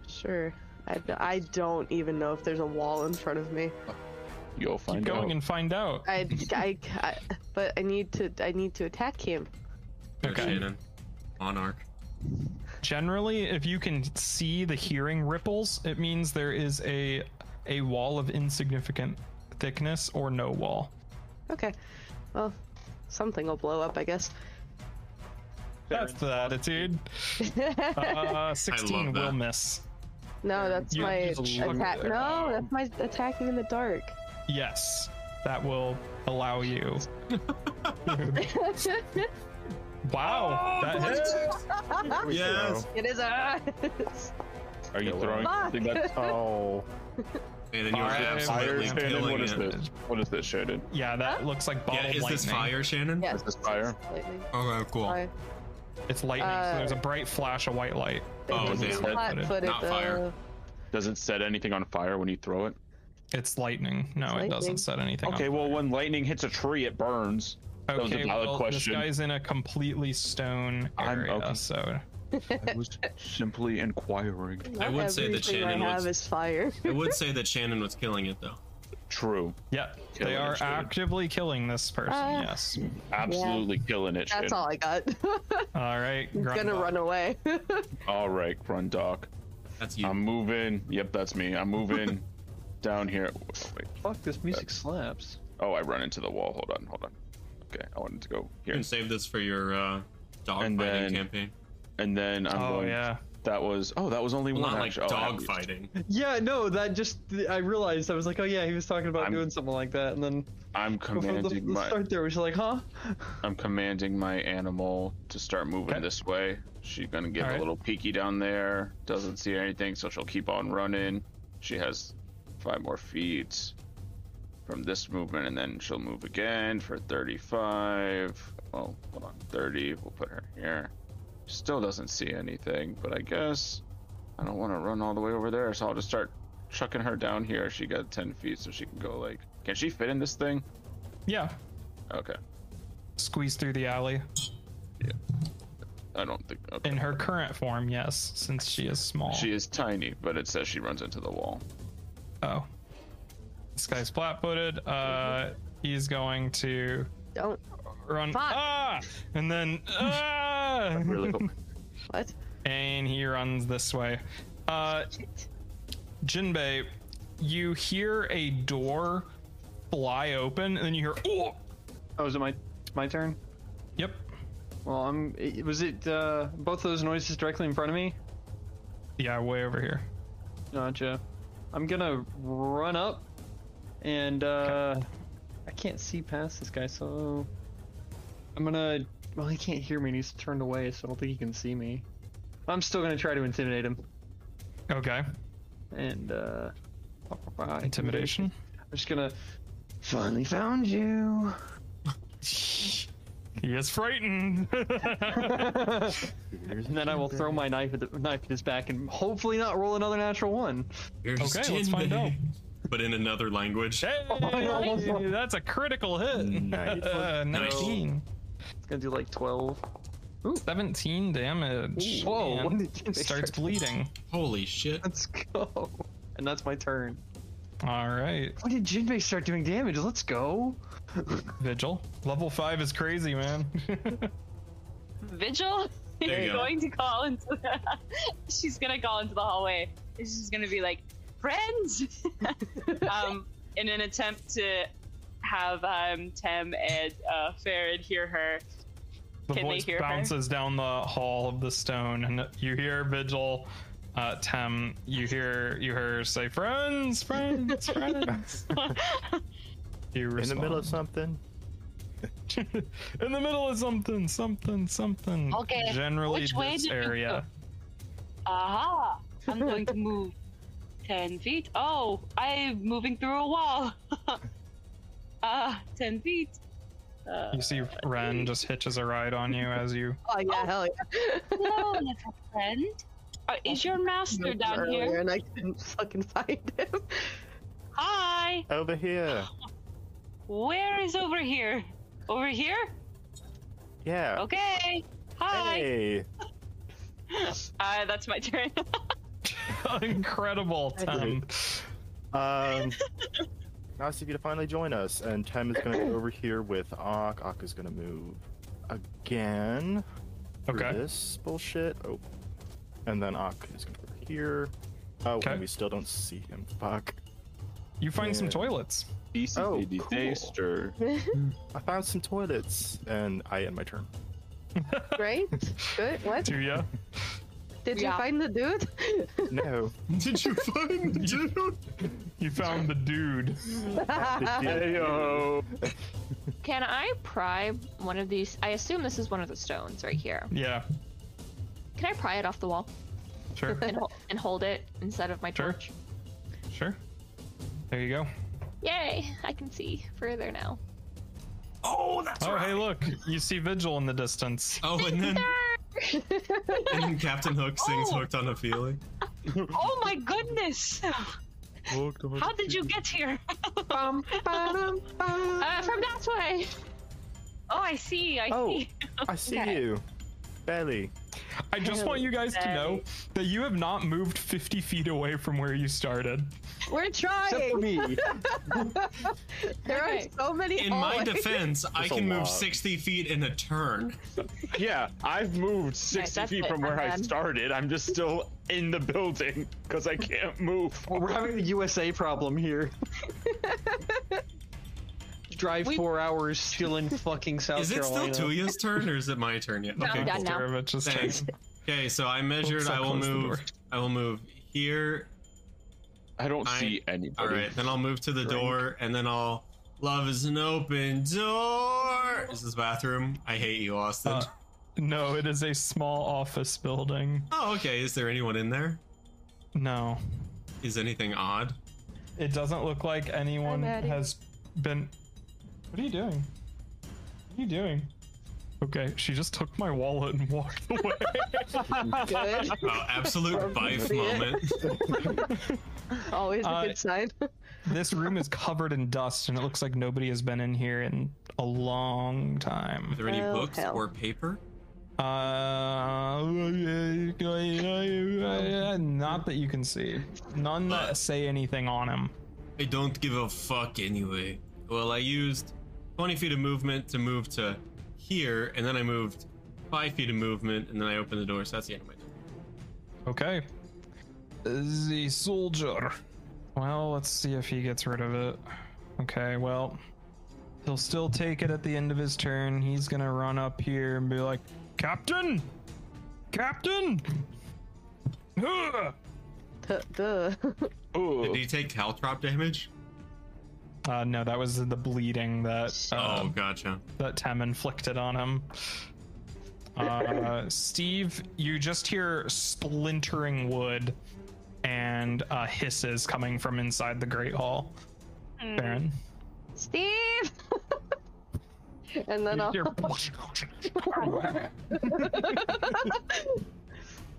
S6: Sure. I, d- I don't even know if there's a wall in front of me.
S4: You'll find
S2: Keep going
S4: out.
S2: and find out.
S6: I, I, I, but I need to I need to attack him.
S8: Okay.
S2: Okay.
S8: Shannon. Monarch.
S2: Generally, if you can see the hearing ripples, it means there is a a wall of insignificant thickness or no wall.
S6: Okay. Well, something will blow up, I guess.
S2: That's the attitude. Uh, 16
S8: that.
S2: will miss.
S6: No, that's
S2: You-
S6: my
S2: you just look
S6: attack.
S2: there.
S6: No, that's my attacking in the dark.
S2: Yes, that will allow you.
S5: Oh,
S2: Wow,
S4: Oh,
S2: that hits.
S8: Yes.
S6: It is a.
S4: Are you throwing
S6: Fuck.
S4: something that's
S9: Oh,
S8: And then you're
S2: Fire-
S8: absolutely
S4: fire, Shannon?
S8: killing
S4: What is
S8: it.
S4: this? What is this, Shannon?
S2: Yeah, that looks like bottled
S8: Yeah, is
S2: lightning.
S8: this fire, Shannon?
S6: yes.
S4: this fire?
S6: lightning.
S8: Okay, cool.
S6: Fire.
S2: It's lightning. so
S6: Uh,
S2: there's a bright flash of white light.
S8: Oh,
S6: It's
S8: damn.
S6: hot-footed,
S2: uh,
S8: Not fire.
S6: though.
S4: Does it set anything on fire when you throw it?
S2: It's lightning. No,
S6: It's
S2: it
S6: lightning.
S2: doesn't set anything. on
S4: Okay, well,
S2: fire.
S4: when lightning hits a tree, it burns. was a
S2: okay,
S4: valid
S2: well,
S4: question.
S2: This guy's in a completely stone
S4: I'm-
S2: area,
S4: okay.
S2: so
S4: I was simply inquiring.
S5: I would say that
S6: Everything
S5: Shannon
S6: I
S5: was-
S6: have is fire.
S5: I would say that Shannon was killing it though.
S4: True.
S2: yeah, they
S4: Killing
S2: are
S4: it, Shade.
S2: actively killing this person.
S6: Uh,
S2: yes.
S4: Absolutely killing it.
S6: That's
S4: Shane.
S6: all I got.
S2: All right.
S6: I'm gonna
S2: Grundle.
S6: run away.
S4: All right, Grundok.
S5: That's you.
S4: I'm moving. Yep, that's me. I'm moving down here. Wait.
S3: Fuck, this music slaps.
S4: Oh, I run into the wall. Hold on, hold on. Okay, I wanted to go
S5: you
S4: here.
S5: can save this for your uh,
S4: And
S5: dogfighting
S4: then-
S5: campaign.
S4: And then I'm
S2: Oh
S4: going.
S2: yeah.
S4: That was. Oh, that was only
S5: Well,
S4: one.
S5: not like
S4: action. Oh, I have
S5: dog
S4: used-
S5: fighting.
S3: Yeah, no, that just I realized I was like, oh yeah, he was talking about
S4: I'm-
S3: doing something like that, and then
S4: I'm
S3: before the,
S4: commanding
S3: the
S4: my.
S3: start there was like, huh?
S4: I'm commanding my animal to start moving
S2: Okay.
S4: this way. She's gonna give
S2: Alright.
S4: a little peeky down there. Doesn't see anything, so she'll keep on running. She has five more feet from this movement, and then she'll move again for 35. Well, hold on, 30. We'll put her here. Still doesn't see anything, but I guess I don't want to run all the way over there, so I'll just start chucking her down here. She got 10 feet, so she can go like. Can she fit in this thing?
S2: Yeah.
S4: Okay.
S2: Squeeze through the alley.
S4: I don't think. Okay.
S2: In her current form, yes, since she is small.
S4: She is tiny, but it says she runs into the wall.
S2: Oh. This guy's flat footed. Uh, he's going to
S6: Don't.
S2: run.
S6: Fuck.
S2: Ah! And then. Ah!
S6: What?
S2: and he runs this way. Uh, Jinbei, you hear a door fly open, and then you hear. Oh!
S3: Oh, is it my my turn?
S2: Yep.
S3: Well, I'm. it- Was it uh, both those noises directly in front of me?
S2: Yeah, way over here.
S3: Gotcha. I'm gonna run up, and uh, I can't see past this guy, so I'm gonna. Well, he can't hear me, and he's turned away, so I don't think he can see me. I'm still gonna try to intimidate him,
S2: Okay.
S3: and uh,
S2: Intimidation.
S3: I'm just gonna. Finally found you.
S2: He is frightened.
S3: And then I will throw my knife at the knife at his back, and hopefully not roll another natural one.
S5: Here's
S2: Okay, let's find
S5: Jinbei.
S2: out.
S5: But in another language.
S2: Hey, that's a critical hit.
S9: Nice.
S2: Uh, 19.
S3: It's gonna do like 12.
S2: 17 damage.
S3: Whoa!
S2: and
S3: When did you
S2: starts bleeding.
S5: Holy shit.
S3: Let's go. And that's my turn.
S2: All right.
S3: When did Jinbei start doing damage? Let's go.
S2: Vigil. Level 5 is crazy, man.
S7: Vigil
S5: There you
S7: is
S5: go.
S7: going to call into the. she's gonna call into the hallway. And She's gonna be like, "Friends," um, in an attempt to have um, Tem and uh, Farron hear her.
S2: the
S7: Can they
S2: voice
S7: hear her?
S2: bounces down the hall of the stone, and you hear Vigil. Uh, Tem, you hear you hear her say, "Friends, friends, friends." You
S9: In the middle
S2: respond.
S9: of something?
S2: in the middle of something, something, something.
S7: Okay,
S2: Generally,
S7: which way
S2: this
S7: did you
S2: area.
S7: Aha! I'm going to move ten feet. Oh, I'm moving through a wall. Ah, ten feet. Uh,
S2: You see Ren just hitches a ride on you as you.
S6: Oh yeah, hell yeah.
S7: hello, little friend. Uh, is your master down
S6: Earlier
S7: here?
S6: and I couldn't fucking find him.
S7: Hi.
S9: Over here.
S7: Where is over here? Over here?
S9: Yeah.
S7: Okay. Hi.
S9: Hey.
S7: Uh, that's my turn.
S2: Incredible, Tem.
S9: Um. nice of you to finally join us. And Tem is going to go over here with Ak. Ak is going to move again. for
S2: Okay.
S9: This bullshit. Oh. And then Ak is going to go over here. Oh,
S2: Okay.
S9: and we still don't see him. Fuck.
S2: You find some
S9: Yeah.
S2: toilets.
S4: BC
S9: Oh,
S4: baby
S9: cool.
S4: taster.
S9: I found some toilets, and I end my turn.
S6: Great. Good. What?
S2: Do ya?
S6: Did you
S7: Yeah.
S6: find the dude?
S9: No.
S5: Did you find the dude?
S2: You found the dude.
S4: Heyo.
S10: Can I pry one of these? I assume this is one of the stones right here.
S2: Yeah.
S10: Can I pry it off the wall
S2: Sure.
S10: and, hol- and hold it instead of my
S2: Sure.
S10: torch?
S2: Sure. There you go.
S10: Yay! I can see further now.
S5: Oh, that's
S2: Oh,
S5: right.
S2: hey, look. You see Vigil in the distance.
S5: Oh, and then
S9: Oh.
S5: and then Captain Hook sings "Hooked on a Feeling."
S7: oh my goodness. How did you get here?
S3: Bum, ba-dum, bum.
S10: Uh, from that way.
S7: Oh, I see. I
S9: Oh.
S7: see.
S9: I see
S10: Okay.
S9: you. Barely.
S2: I just want you guys to know
S7: Hey.
S2: that you have not moved 50 feet away from where you started.
S6: We're
S3: Except for
S6: trying.
S3: me.
S6: There are
S10: Okay.
S6: so many.
S5: In my
S6: hallways.
S5: defense, I
S9: That's a
S5: can
S9: lot.
S5: move 60 feet in a turn.
S4: Yeah, I've moved 60
S10: that's
S4: feet
S10: what
S4: from
S10: I
S4: where I
S10: had.
S4: started. I'm just still in the building because I can't move.
S3: We're having a USA problem here. Drive
S10: We-
S3: four hours still in fucking South
S5: Is it still
S3: Carolina.
S5: Tuya's turn or is it my turn yet?
S10: No,
S5: Okay,
S10: I'm done
S5: cool.
S10: now.
S2: Sarah, just
S5: Thanks.
S2: take-
S5: Okay, so I measured.
S2: Oops, I
S5: I will
S2: closed the
S5: move.
S2: door.
S5: I will move here.
S4: I don't
S5: I-
S4: see
S5: All
S4: anybody.
S5: right, then I'll move to the door, and then I'll. Love is an open door. Is this bathroom? I hate you, Austin.
S2: Uh, No, it is a small office building.
S5: oh, okay. Is there anyone in there?
S2: No,
S5: Is anything odd?
S2: it doesn't look like anyone
S6: Hi, Maddie.
S2: has been. What are you doing? What are you doing? Okay, she just took my wallet and walked away.
S6: Good.
S5: Oh, absolute bife moment.
S6: Always a
S2: Uh,
S6: good sign.
S2: this room is covered in dust, and it looks like nobody has been in here in a long time.
S5: Are there any
S6: Oh,
S5: books
S6: hell.
S5: or paper?
S2: Uh, not that you can see. None that say anything on him.
S5: I don't give a fuck anyway. Well, I used 20 feet of movement to move to here, and then I moved 5 feet of movement, and then I opened the door, so that's the end of my turn.
S2: Okay. The soldier. Well, let's see if he gets rid of it. Okay, well, he'll still take it at the end of his turn. He's gonna run up here and be like, Captain! Captain! Huh!"
S6: Duh, duh.
S5: Did he take caltrop damage?
S2: Uh, no, that was the bleeding that
S5: Oh,
S2: uh,
S5: gotcha.
S2: that Tem inflicted on him. Uh, Steve, you just hear splintering wood and uh, hisses coming from inside the Great Hall. Baron.
S6: Steve. and then
S2: You
S6: I'll.
S2: hear-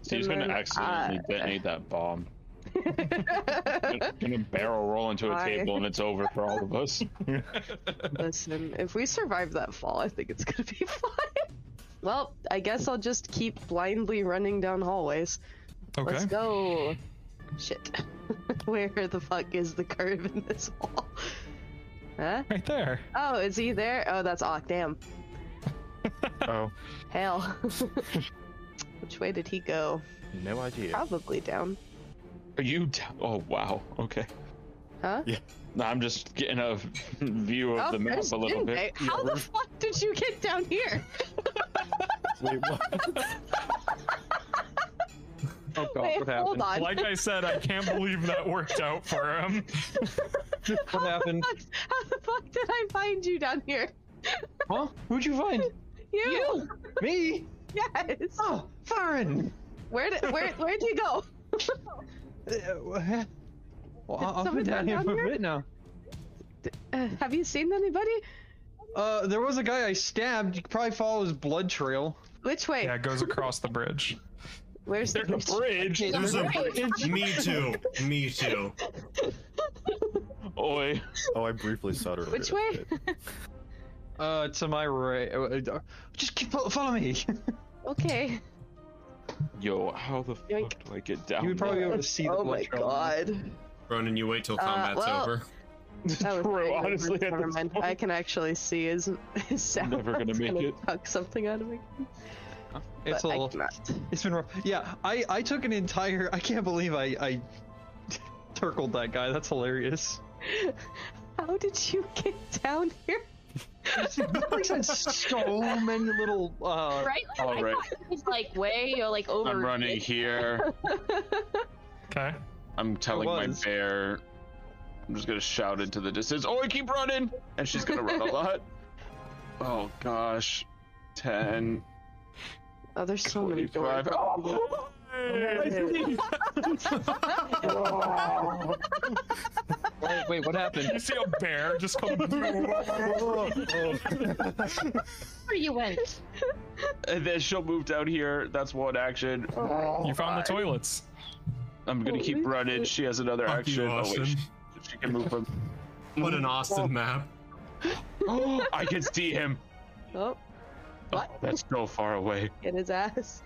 S4: Steve's
S6: And
S4: gonna
S6: then
S4: accidentally
S6: I-
S4: detonate that bomb. Gonna gonna barrel roll into a
S6: Why?
S4: table and it's over for all of us.
S6: Listen, if we survive that fall, I think it's gonna be fine. Well, I guess I'll just keep blindly running down hallways. Let's
S2: okay.
S6: go. Shit. Where the fuck is the curve in this wall? Huh?
S2: Right there.
S6: Oh, is he there? Oh, that's Ock. Damn.
S9: Oh,
S6: Hell. Which way did he go?
S9: no idea.
S6: Probably down.
S4: Are you? T- oh wow. Okay.
S6: Huh?
S9: Yeah.
S4: No, I'm just getting a view of
S6: Oh,
S4: the map
S6: there's
S4: a little
S6: Jinbei.
S4: bit.
S6: How the fuck did you get down here?
S9: Wait, what?
S3: Oh god,
S6: Wait, hold
S3: what happened?
S6: on.
S2: Like I said, I can't believe that worked out for him.
S3: What happened?
S6: Fuck, How the fuck did I find you down here?
S3: Huh? Who'd you find?
S6: You?
S3: Me?
S6: Yes.
S3: Oh, Farron.
S6: Where did where where'd you go?
S3: Uh, wha- Well, I- I've
S6: someone
S3: been
S6: run
S3: down here
S6: down
S3: for
S6: here?
S3: a bit now.
S6: Uh, have you seen anybody?
S3: Uh, there was a guy I stabbed. You could probably follow his blood trail.
S6: Which way?
S2: Yeah, it goes across the bridge.
S6: Where's the
S4: There's a bridge.
S5: There's a
S6: Right.
S5: Me too. Me too.
S4: Oi.
S9: Oh, I briefly saw her.
S6: Which way?
S3: Uh, to my right. uh, uh, Just keep fo- follow me.
S6: okay.
S4: Yo, how the
S6: Yoink.
S4: fuck do I get down?
S3: you would probably be
S4: there?
S3: able to see the
S6: oh
S3: blood
S6: my
S3: trail.
S6: god. Uh,
S5: Ronan, you wait till combat's
S6: well-
S5: over.
S6: That was
S4: True,
S6: very
S4: honestly,
S6: over.
S4: at this
S6: Never mind. I
S4: point.
S6: can actually see his his sound.
S4: never gonna make it.
S6: Tuck something out of me.
S3: It's
S6: but
S3: a little.
S6: I cannot.
S3: It's been rough. Yeah, I I took an entire. I can't believe I I turkled that guy. That's hilarious.
S6: How did you get down here?
S3: He's had so many little. Uh,
S10: Right? Like,
S4: All
S10: I
S4: right.
S10: thought it was like way or like over.
S4: I'm running here.
S2: Okay.
S4: I'm telling my
S3: was.
S4: bear. I'm just gonna shout into the distance. Oi, keep running! And she's gonna run a lot. Oh gosh. Ten.
S6: Oh, there's so many doors.
S4: 25. Oh,
S3: wait, wait, what happened?
S2: You see a bear just come.
S10: Where you went?
S4: and then she'll move down here. That's one action.
S2: You found the toilets.
S4: I'm gonna keep
S6: Holy
S4: running.
S6: shit.
S4: She has another
S8: Fuck
S4: action.
S8: you,
S4: Oh wait,
S8: Austin.
S4: she, she can move from.
S8: What an Austin map.
S4: Oh, I can see him.
S6: Oh, What?
S4: That's so far away.
S6: get his ass.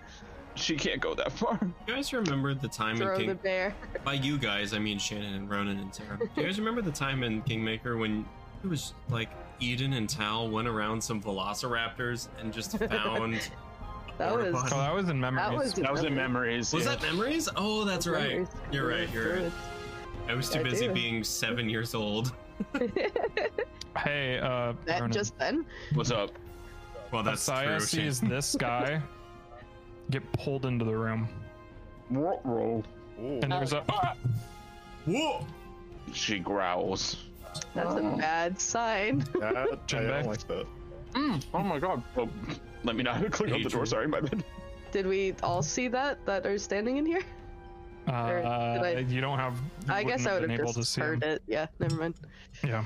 S4: She can't go that far.
S8: You guys remember the time
S6: Throw
S8: in
S6: the
S8: King?
S6: bear.
S8: By you guys, I mean Shannon and Ronan and Sarah. Do you guys remember the time in Kingmaker when it was like Eden and Tal went around some Velociraptors and just found. a
S6: That
S8: porta
S6: was-
S8: potty?
S2: Oh, that was in memories.
S6: That was
S4: That was in memories.
S8: Was
S4: yeah.
S8: that memories? Oh, that's right.
S6: Memories.
S8: You're right. You're right. I was too
S6: I
S8: busy
S6: do.
S8: being seven years old.
S2: hey, uh,
S6: that
S2: Ronan.
S6: just then.
S4: What's up?
S8: Well, that's
S2: Asaya
S8: true. Shane.
S2: sees this guy get pulled into the room,
S4: Roll, roll.
S9: Ooh.
S2: and
S6: Uh,
S2: there's a "Ah!"
S8: Whoa!
S4: She growls.
S6: That's
S2: Ah.
S6: a bad sign.
S9: That, I
S2: Jinbei?
S9: don't like that.
S4: Mm, oh my god. Oh, let me not click on the door. Sorry, my bad.
S6: Did we all see that that are standing in here?
S2: uh,
S6: Or did I-
S2: you don't have. you
S6: I guess
S2: wouldn't
S6: I would
S2: have been
S6: have
S2: able to
S6: just
S2: see him.
S6: heard it. Yeah, never mind.
S2: Yeah,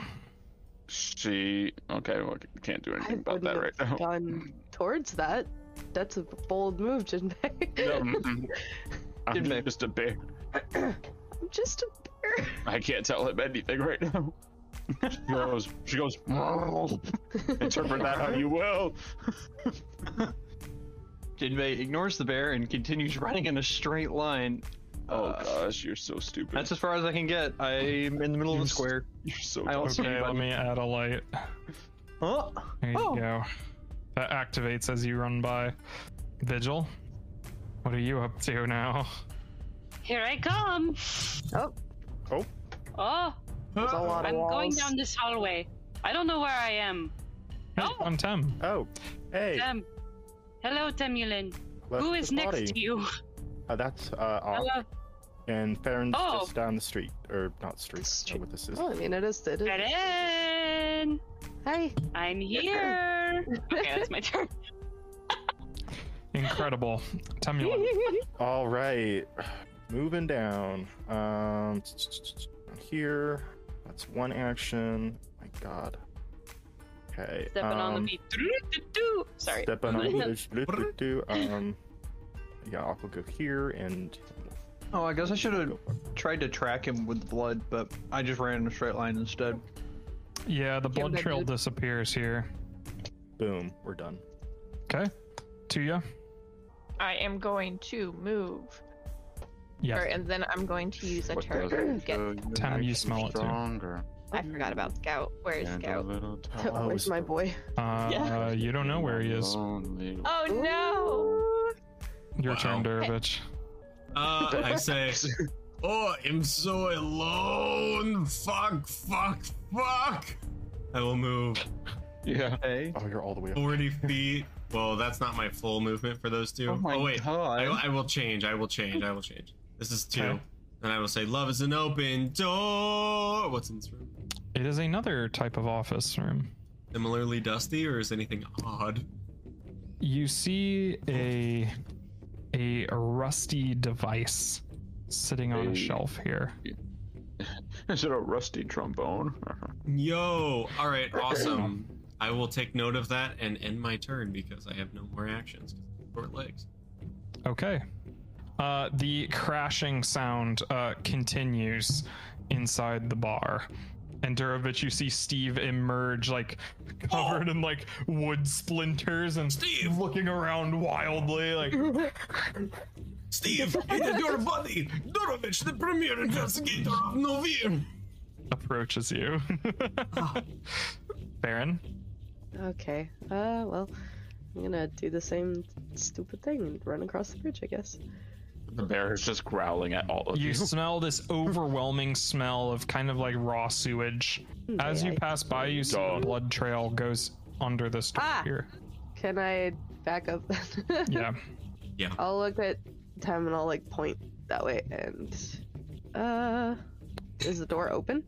S4: She. Okay, well, I can't do
S6: I
S4: anything about
S6: wouldn't
S4: that
S6: have
S4: right now.
S6: gone towards that. That's a bold move, Jinbei.
S4: No, mm-mm. I'm
S3: Jinbei.
S4: just a bear.
S6: I'm just a bear.
S4: I can't tell him anything right now. She goes. She goes. "Roll." Interpret that how you will.
S3: Jinbei ignores the bear and continues running in a straight line.
S4: Oh
S3: Uh,
S4: gosh, you're so stupid.
S3: That's as far as I can get. I'm in the middle of the square.
S4: You're so.
S3: I
S4: dumb.
S3: don't see
S2: okay, let
S3: anybody.
S2: me add a light.
S3: Oh,
S2: There you
S3: Oh.
S2: go. That activates as you run by. Vigil, what are you up to now?
S7: Here I come.
S6: Oh.
S9: Oh.
S7: Oh,
S6: There's a lot of
S7: I'm
S6: walls.
S7: going down this hallway. I don't know where I am.
S2: Hey,
S7: Oh.
S2: I'm Tem.
S9: Oh, hey.
S7: Tem. Hello, Temulin.
S9: left
S7: Who
S9: the
S7: is next
S9: body.
S7: to you?
S9: Uh, that's uh, Ankh,
S7: Hello,
S9: and Farron's
S7: Oh.
S9: just down the street, or not street. uh, I don't know what this is?
S6: Well, I mean, it is. It is.
S7: Karen.
S6: Hi.
S7: I'm here. okay, that's my turn.
S2: Incredible. Temulin.
S9: All right, moving down. Um, here. That's one action. My God. Okay.
S7: Stepping on the
S9: um,
S7: beat. Doo-doo-doo-doo. Sorry.
S9: Step on the beat. Um, yeah, I'll go here and
S3: oh, I guess I should have
S9: go for it.
S3: tried to track him with blood, but I just ran in a straight line instead.
S2: Yeah, the blood
S6: that
S2: trail
S6: dude.
S2: disappears here.
S9: boom. We're done.
S2: Okay. Tuya?
S10: I am going to move.
S2: Yes.
S10: Or, and then I'm going to use a
S4: What
S10: turn
S4: does it
S10: to get.
S4: show you
S2: Tam, you
S4: makes
S2: smell it too.
S4: stronger.
S10: I forgot about Scout. Where is
S4: And a
S10: Scout?
S4: little
S9: Oh,
S6: Where's
S9: it's-
S6: my boy?
S2: Uh,
S7: Yeah.
S2: You don't know where he is.
S4: lonely.
S10: Oh no!
S2: Your
S8: Wow.
S2: turn, Durovich.
S8: Uh, I say, oh, I'm so alone. Fuck, fuck, fuck. I will move
S4: Yeah.
S3: Hey.
S9: Oh, you're all the way up.
S8: 40 feet. Well, that's not my full movement for those two.
S3: Oh my
S8: wait.
S3: god.
S8: I, I will change. I will change. I will change. This is two.
S2: Okay.
S8: And I will say, love is an open door. What's in this room?
S2: It is another type of office room.
S8: Similarly dusty, or is anything odd?
S2: You see a a rusty device sitting on a
S4: Hey.
S2: shelf here.
S4: Is it a rusty trombone?
S8: Yo. All right. Awesome. I will take note of that and end my turn because I have no more actions. 'cause I have Short legs.
S2: Okay. Uh, the crashing sound uh, continues inside the bar. And Durovich, you see Steve emerge, like covered in like wood splinters, and
S8: Steve!
S2: looking around wildly, like
S8: Steve, it is your buddy, Dorovich, the premier investigator of Novir.
S2: approaches you. Baron,
S6: Okay. Uh, well, I'm gonna do the same stupid thing and run across the bridge, I guess.
S4: The bear is just growling at all of you.
S2: you smell this overwhelming smell of kind of like raw sewage. As you
S6: May I-
S2: pass by, you see the
S4: Dog.
S2: blood trail goes under this door
S6: Ah!
S2: here.
S6: Can I back up?
S2: Yeah.
S6: I'll look at Tim and I'll like point that way and uh is the door open?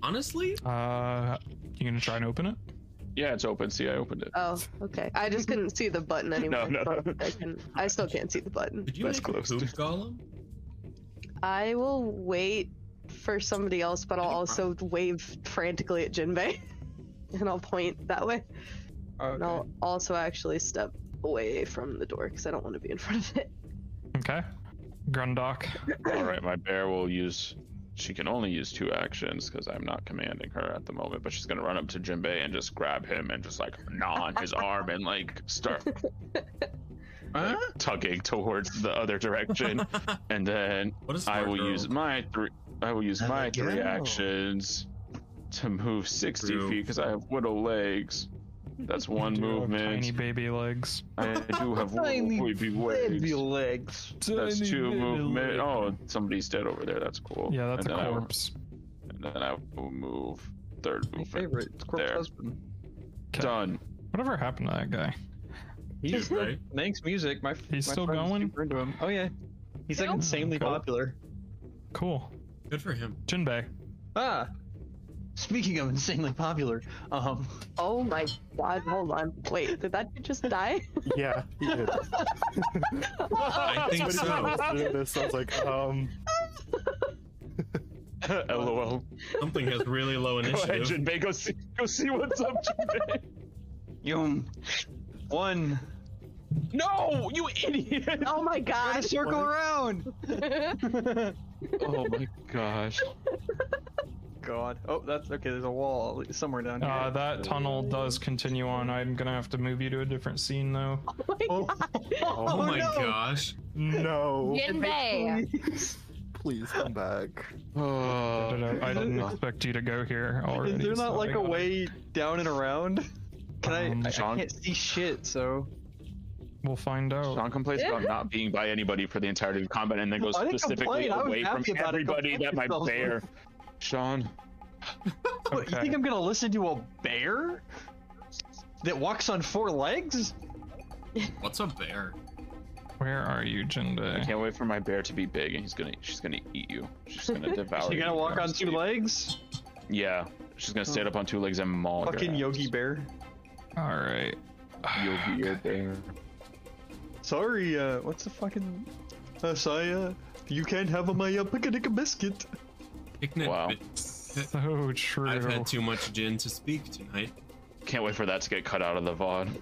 S8: Honestly,
S2: Uh, you gonna try and open it?
S4: Yeah, it's open. See, I opened it.
S6: Oh, okay. I just couldn't see the button anymore.
S4: no.
S6: but I can I still can't see the button.
S8: did you
S4: That's
S8: make a
S4: close.
S8: poop golem?
S6: I will wait for somebody else, but I'll also wave frantically at Jinbei. and I'll point that way. And I'll also actually step away from the door because I don't want to be in front of it.
S2: Okay. Grundok.
S4: All right, my bear will use. She can only use two actions because I'm not commanding her at the moment. But she's gonna run up to Jinbei and just grab him and just like gnaw on his arm and like start like, tugging towards the other direction. and then
S5: What is
S4: I will use my three. I will use
S3: There
S4: my
S3: we go.
S4: three actions to move 60 feet
S5: True.
S4: 'cause feet because I have little legs. That's one
S2: Do have
S4: movement.
S2: Tiny baby legs.
S4: I do have
S3: Tiny
S4: little baby legs.
S3: Baby legs.
S4: That's two movement. Oh, somebody's dead over there. That's cool.
S2: Yeah, that's
S4: and
S2: a
S4: then I will-
S2: corpse.
S4: and then I will move third
S3: My
S4: movement.
S3: favorite. It's Corpse
S4: There.
S3: Husband.
S2: Okay.
S4: Done.
S2: Whatever happened to that guy?
S3: He
S5: Dude,
S3: still
S5: right?
S3: makes music. My
S2: He's
S3: my
S2: still
S3: friend's
S2: going?
S3: super into him. Oh yeah, he's like
S7: Cool.
S3: insanely
S2: Cool.
S3: popular.
S2: Cool.
S5: Good for him.
S2: Jinbei.
S3: Ah, speaking of insanely popular, um,
S6: Oh my god, hold on. Wait, did that dude just die?
S9: Yeah, he did.
S5: I think so.
S9: This sounds like um.
S4: LOL.
S5: Something has really low
S4: Go ahead,
S5: initiative.
S4: Jinbei. Go see, go see what's up, Jinbei.
S3: yum, one.
S4: No, you idiot.
S6: Oh my god.
S3: circle around.
S4: Oh my gosh.
S3: God. Oh, that's okay. There's a wall somewhere down here.
S2: Uh, that tunnel does continue on. I'm gonna have to move you to a different scene though.
S6: Oh my
S3: Oh.
S6: god.
S5: Oh my
S3: no.
S5: gosh.
S9: No,
S10: Jinbei!
S9: please come back.
S2: I don't know, I didn't
S4: Oh.
S2: expect you to go here already.
S3: Is there not
S2: so I
S3: like a
S2: gotta-
S3: way down and around? Can I?
S2: Um,
S3: I, I
S4: Sean-
S3: can't see shit. So
S2: We'll find out.
S4: Sean complains about not being by anybody for the entirety of combat and then goes
S3: I didn't
S4: specifically
S3: complain, I was
S4: away from
S3: happy about it. Go
S4: everybody
S3: fuck
S4: that my
S3: yourself.
S4: bear. Sean,
S3: What, you
S2: Okay.
S3: think I'm gonna listen to a bear that walks on four legs?
S5: What's a bear?
S2: Where are you,
S4: I
S2: Jinbei?
S4: can't wait for my bear to be big and he's gonna she's gonna eat you. She's gonna devour
S3: You
S4: you.
S3: gonna walk
S4: Come
S3: on
S4: see
S3: two
S4: you.
S3: legs?
S4: Yeah. She's gonna stand up on two legs and maul your
S3: Fucking
S4: ass.
S3: Yogi Bear.
S2: All right.
S4: Yogi your bear.
S3: Sorry, uh, what's the fucking uh, Saya? You can't have my uh, picnic biscuit.
S5: Picnic.
S4: Wow.
S2: So true.
S5: I've had too much gin to speak tonight.
S4: Can't wait for that to get cut out of the VOD.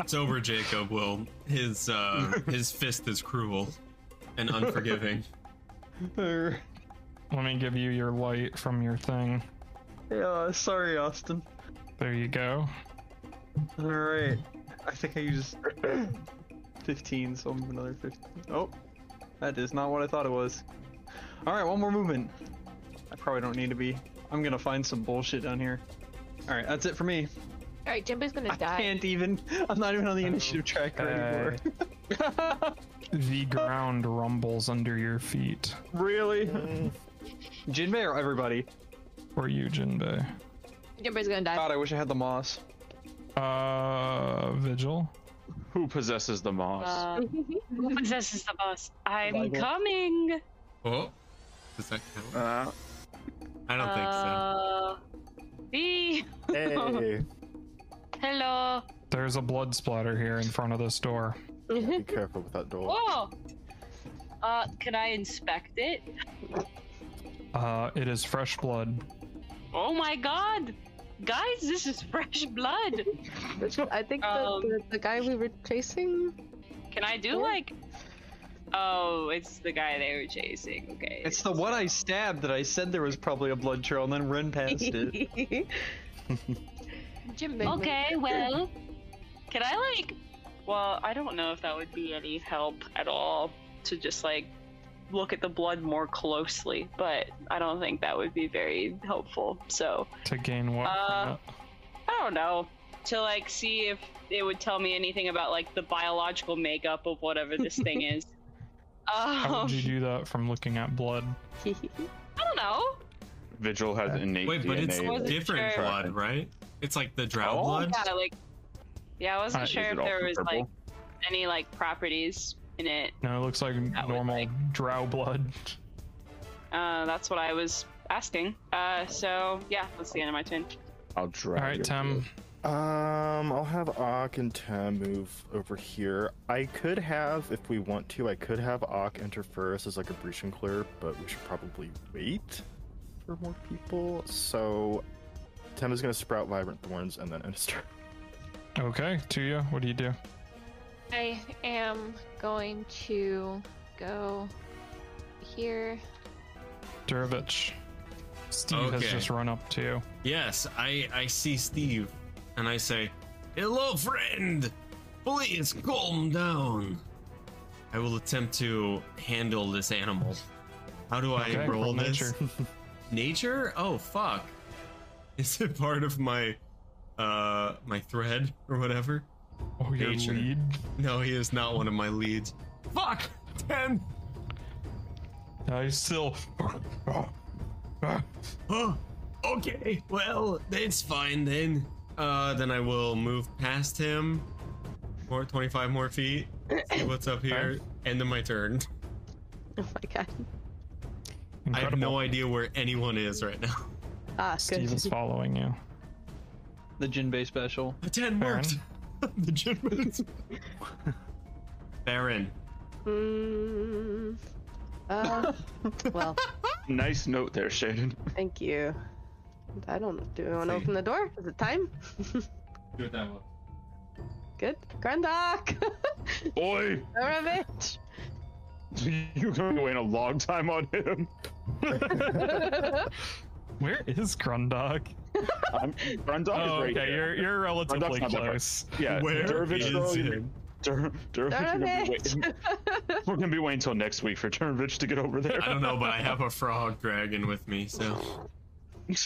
S5: It's over, Jacob. Will his uh, his fist is cruel and unforgiving.
S3: Or,
S2: Let me give you your light from your thing.
S3: yeah, uh, sorry, Austin.
S2: There you go.
S3: All right, I think I used 15, so I'm another 15. Oh, that is not what I thought it was. All right, one more movement. I probably don't need to be. I'm gonna find some bullshit down here. All right, that's it for me.
S10: Alright, Jinbei's gonna
S3: I
S10: die.
S3: can't even. I'm not even on the initiative tracker anymore.
S2: The ground rumbles under your feet.
S3: really? Jinbei or everybody?
S2: Or you, Jinbei.
S10: Jinbei's gonna die.
S3: God, I wish I had the moss.
S2: Uh, Vigil?
S4: Who possesses the moss?
S7: Uh, who possesses the boss? I'm
S3: Survival.
S7: coming.
S5: Oh, does that count?
S4: Uh,
S5: I don't think so.
S7: so. B.
S9: Hey,
S7: E. Hello.
S2: There's a blood splatter here in front of this door.
S9: be careful with that door.
S7: Whoa. Oh. Uh, can I inspect it?
S2: Uh, it is fresh blood.
S7: Oh my god! Guys, this is fresh blood!
S6: I think
S7: Um.
S6: the, the, the guy we were chasing.
S7: Can I do
S6: Yeah.
S7: like. Oh, it's the guy they were chasing. Okay.
S3: It's the one I stabbed that I said there was probably a blood trail and then run past it.
S10: Jinbei.
S7: Okay, well. Can I like. Well, I don't know if that would be any help at all to just like look at the blood more closely, but I don't think that would be very helpful. So.
S2: To gain what?
S7: Uh, I don't know to like see if it would tell me anything about like the biological makeup of whatever this thing is.
S2: How
S7: Um,
S2: would you do that from looking at blood?
S7: I don't know.
S4: Vigil has innate
S5: Wait, but it's
S4: DNA.
S7: wasn't
S5: different
S7: sure.
S5: blood, right? It's like the drow
S4: Oh.
S5: blood.
S7: Yeah, like yeah, I wasn't
S2: Uh,
S7: sure
S4: is
S7: if
S4: it all
S7: there was
S4: purple?
S7: like any like properties in it.
S2: No, it looks like
S7: That would,
S2: normal drow blood.
S7: Uh, that's what I was asking. Uh, so yeah, that's the end of my turn.
S4: I'll drag.
S2: All right,
S4: your
S2: Tem.
S9: Um, I'll have Ock and Tem move over here. I could have, if we want to, I could have Ock enter first as like a breach and clear, but we should probably wait for more people. So, Tem is gonna sprout vibrant thorns and then end his turn.
S2: Okay, to you. What do you do?
S10: I am going to go here.
S2: Durovich, Steve has
S5: Okay.
S2: just run up to you.
S5: Yes, I, I see Steve and I say, Hello, friend! Please calm down. I will attempt to handle this animal. How do I
S2: Okay,
S5: roll,
S2: roll
S5: this?
S2: nature.
S5: Nature? Oh, fuck. Is it part of my, uh, my thread or whatever?
S2: Oh, your
S5: Nature.
S2: lead.
S5: No, he is not one of my leads. Fuck! 10!
S2: I still.
S5: Oh, okay. Well, it's fine then. Uh, then I will move past him. More 25 more feet. See what's up here. End of my turn.
S6: Oh my god.
S5: I have
S2: Incredible.
S5: no idea where anyone is right now.
S6: Ah,
S2: Steve
S6: good.
S2: is following you.
S3: The Jinbei special.
S5: A 10
S2: Baron.
S5: worked. the gym is- Baron.
S6: Mm, uh, well,
S4: Nice note there, Shaden.
S6: thank you. I don't. Do we want to
S5: See.
S6: open the door? Is it time?
S5: Do it that way.
S6: Good. Grandoc!
S4: Boy,
S6: Durovich!
S4: you're going to wait a long time on him.
S2: Where is Grundog?
S4: I'm, Grundog
S2: Oh,
S4: is right
S2: okay,
S4: here.
S2: you're you're relatively
S4: not that far.
S2: close.
S4: Yeah,
S5: Where
S4: Dervish,
S5: is
S4: though,
S5: it?
S4: Dur- Dervish, we're gonna be
S6: Dervish.
S4: waiting- we're going to be waiting until next week for Dervish to get over there.
S5: I don't know, but I have a frog dragon with me, so.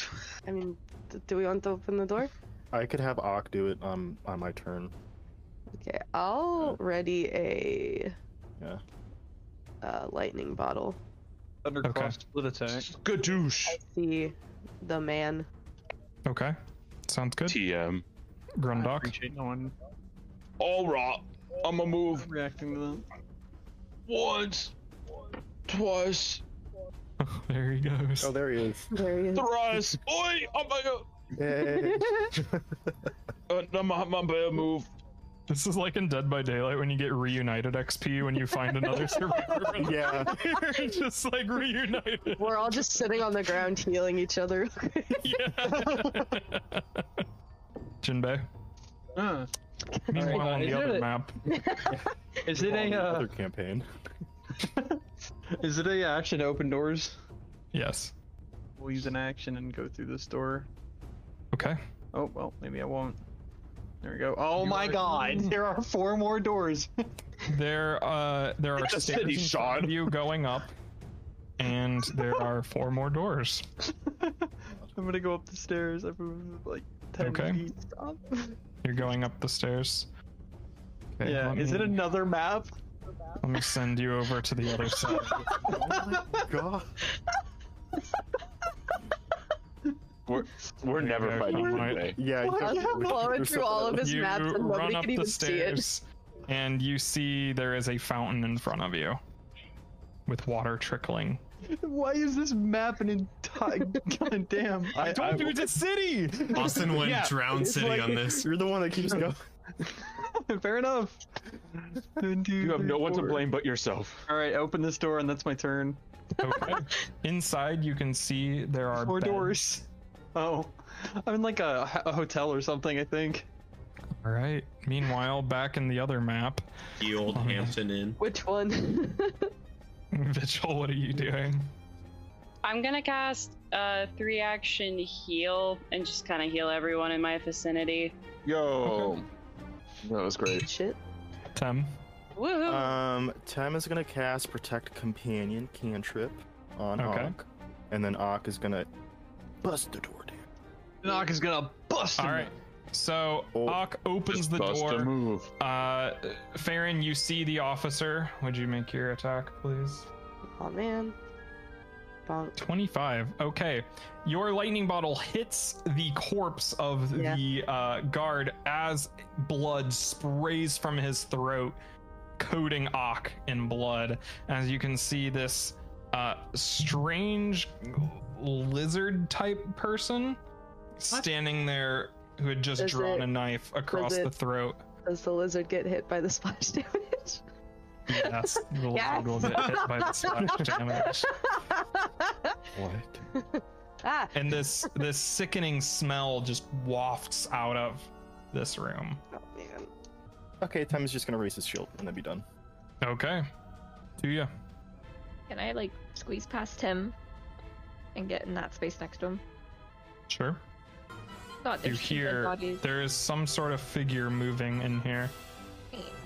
S6: I mean, d- do we want to open the door?
S9: I could have Ock do it um, on my turn.
S6: Okay, I'll ready a
S9: Yeah.
S6: uh, lightning bottle.
S3: Thundercross split attack.
S4: Good douche.
S6: I see the man.
S2: Okay, sounds good.
S4: TM.
S3: I
S2: Grundog.
S3: appreciate no one
S4: All right. I'm going to move
S3: reacting to them.
S4: once, twice,
S2: there he goes.
S9: Oh, there he is.
S6: There he is.
S4: thrice. Oi, I'm going to.
S9: Yay.
S4: Uh, no, my, my bear move.
S2: This is like in Dead by Daylight when you get reunited XP when you find another survivor.
S9: yeah.
S2: You're just like reunited.
S6: We're all just sitting on the ground healing each other.
S2: Yeah. Jinbei.
S5: Ah.
S3: Uh,
S2: Meanwhile,
S3: Alright,
S2: on the
S3: is
S2: other
S3: it-
S2: map,
S3: is it a uh,
S9: Other campaign.
S3: is it a action to open doors?
S2: yes.
S3: We'll use an action and go through this door.
S2: Okay.
S3: Oh well, maybe I won't. There we go. Oh my God! There are four more doors.
S2: There, uh, there are
S4: It's a
S2: stairs
S4: city,
S2: in front
S4: Sean.
S2: of you going up, and there are four more doors.
S3: I'm gonna go up the stairs. I move like ten
S2: Okay.
S3: feet. Stop.
S2: You're going up the stairs. Okay,
S3: yeah.
S2: let
S3: Is it
S2: me-
S3: another map?
S2: Let me send you over to the other side.
S3: Oh
S9: God.
S4: We're, we're never
S2: Okay,
S4: fighting
S2: I'm
S4: today.
S2: right.
S9: Yeah.
S6: What?
S9: you-
S6: I'm blowing through all of it. This
S2: you
S6: map's and nobody
S2: run
S6: can
S2: up the
S6: even see it.
S2: stairs, and you see there is a fountain in front of you, with water trickling.
S3: Why is this map an entire? God damn!
S2: I, told you it's a city.
S5: Austin went
S3: Yeah,
S5: Drown City
S9: like-
S5: on this.
S9: You're the one that keeps going.
S3: Fair enough. One, two,
S4: You have
S3: three,
S4: no one to
S3: four.
S4: blame but yourself.
S3: All right, open this door, and that's my turn.
S2: Okay. Inside, you can see there are
S3: Four
S2: beds.
S3: doors. Oh, I'm in like a, a hotel or something. I think.
S2: All right. Meanwhile, back in the other map, um,
S5: The old Hampton Inn.
S6: Which one?
S2: Vigil, what are you doing?
S7: I'm gonna cast uh, three action heal and just kind of heal everyone in my vicinity.
S4: Yo. That was great.
S6: Shit.
S2: Tem.
S7: Woohoo!
S9: Um, Tem is gonna cast Protect Companion cantrip on
S2: Okay.
S9: Ock, and then Ock is gonna bust the door down.
S3: Knock is gonna bust.
S2: All
S3: him.
S2: right. So
S9: Oh,
S2: Ock opens
S4: Just
S2: the
S4: bust a
S2: door.
S4: move.
S2: Uh, Farron, you see the officer. Would you make your attack, please?
S6: Oh man. Bonk.
S2: 25. Okay. Your lightning bottle hits the corpse of
S6: Yeah.
S2: the uh, guard as blood sprays from his throat, coating Ock in blood. As you can see, this uh, strange lizard type person standing there who had just
S6: Does
S2: drawn
S6: it-
S2: a knife across the
S6: it-
S2: throat.
S6: Does the lizard get hit by the splash damage?
S2: Yes, the
S6: Yes.
S2: lizard will get hit by the splash damage.
S9: What?
S6: ah,
S2: and this this sickening smell just wafts out of this room.
S6: oh man.
S9: Okay, Tem is just gonna raise his shield and then be done.
S2: Okay. Do ya?
S10: Can I like squeeze past him and get in that space next to him?
S2: Sure.
S10: God,
S2: You
S10: Oh, there's two dead
S2: hear
S10: bodies.
S2: there is some sort of figure moving in here.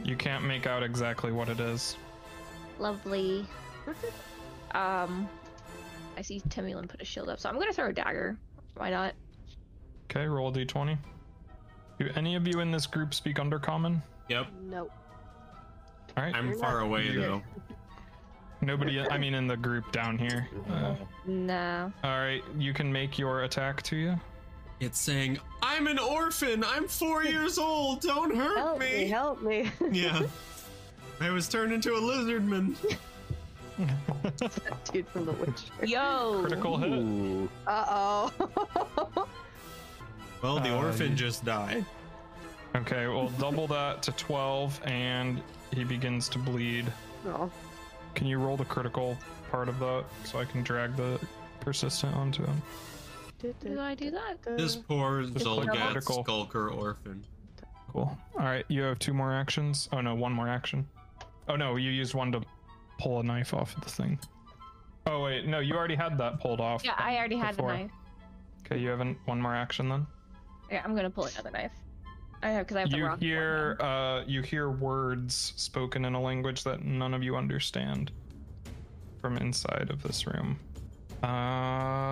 S2: You can't make out exactly what it is.
S10: Lovely. um, I see Timulin put a shield up, so I'm gonna throw a dagger. Why not?
S2: Okay, roll a d20. Do any of you in this group speak Undercommon?
S6: Nope.
S2: All right.
S8: I'm far away
S2: You-
S8: though.
S2: Nobody. I mean, in the group down here.
S8: Oh.
S2: Uh,
S10: No.
S2: all right. You can make your attack to you.
S1: It's saying, I'm an orphan. I'm four years old. Don't hurt
S6: Help me,
S1: me.
S6: help me.
S1: Yeah. I was turned into a lizardman.
S6: that dude from The Witcher.
S10: Yo.
S2: Critical hit.
S9: Ooh.
S6: Uh oh.
S1: Well, the
S2: Uh,
S1: orphan
S2: you-
S1: just died.
S2: Okay. Well, double that to 12, and he begins to bleed.
S6: no.
S2: Can you roll the critical part of that so I can drag the persistent onto him?
S10: Do I do that?
S1: This poor Zolgat
S2: critical.
S1: skulker orphan.
S2: Cool. All right. You have two more actions. Oh no, one more action. Oh no, you used one to pull a knife off of the thing. Oh wait, no, you already had that pulled off.
S10: Yeah, I already had
S2: Before.
S10: the knife.
S2: Okay, you have an, one more action then.
S10: Yeah, I'm gonna pull another knife. I have because I have the
S2: you
S10: wrong
S2: hear uh you hear words spoken in a language that none of you understand from inside of this room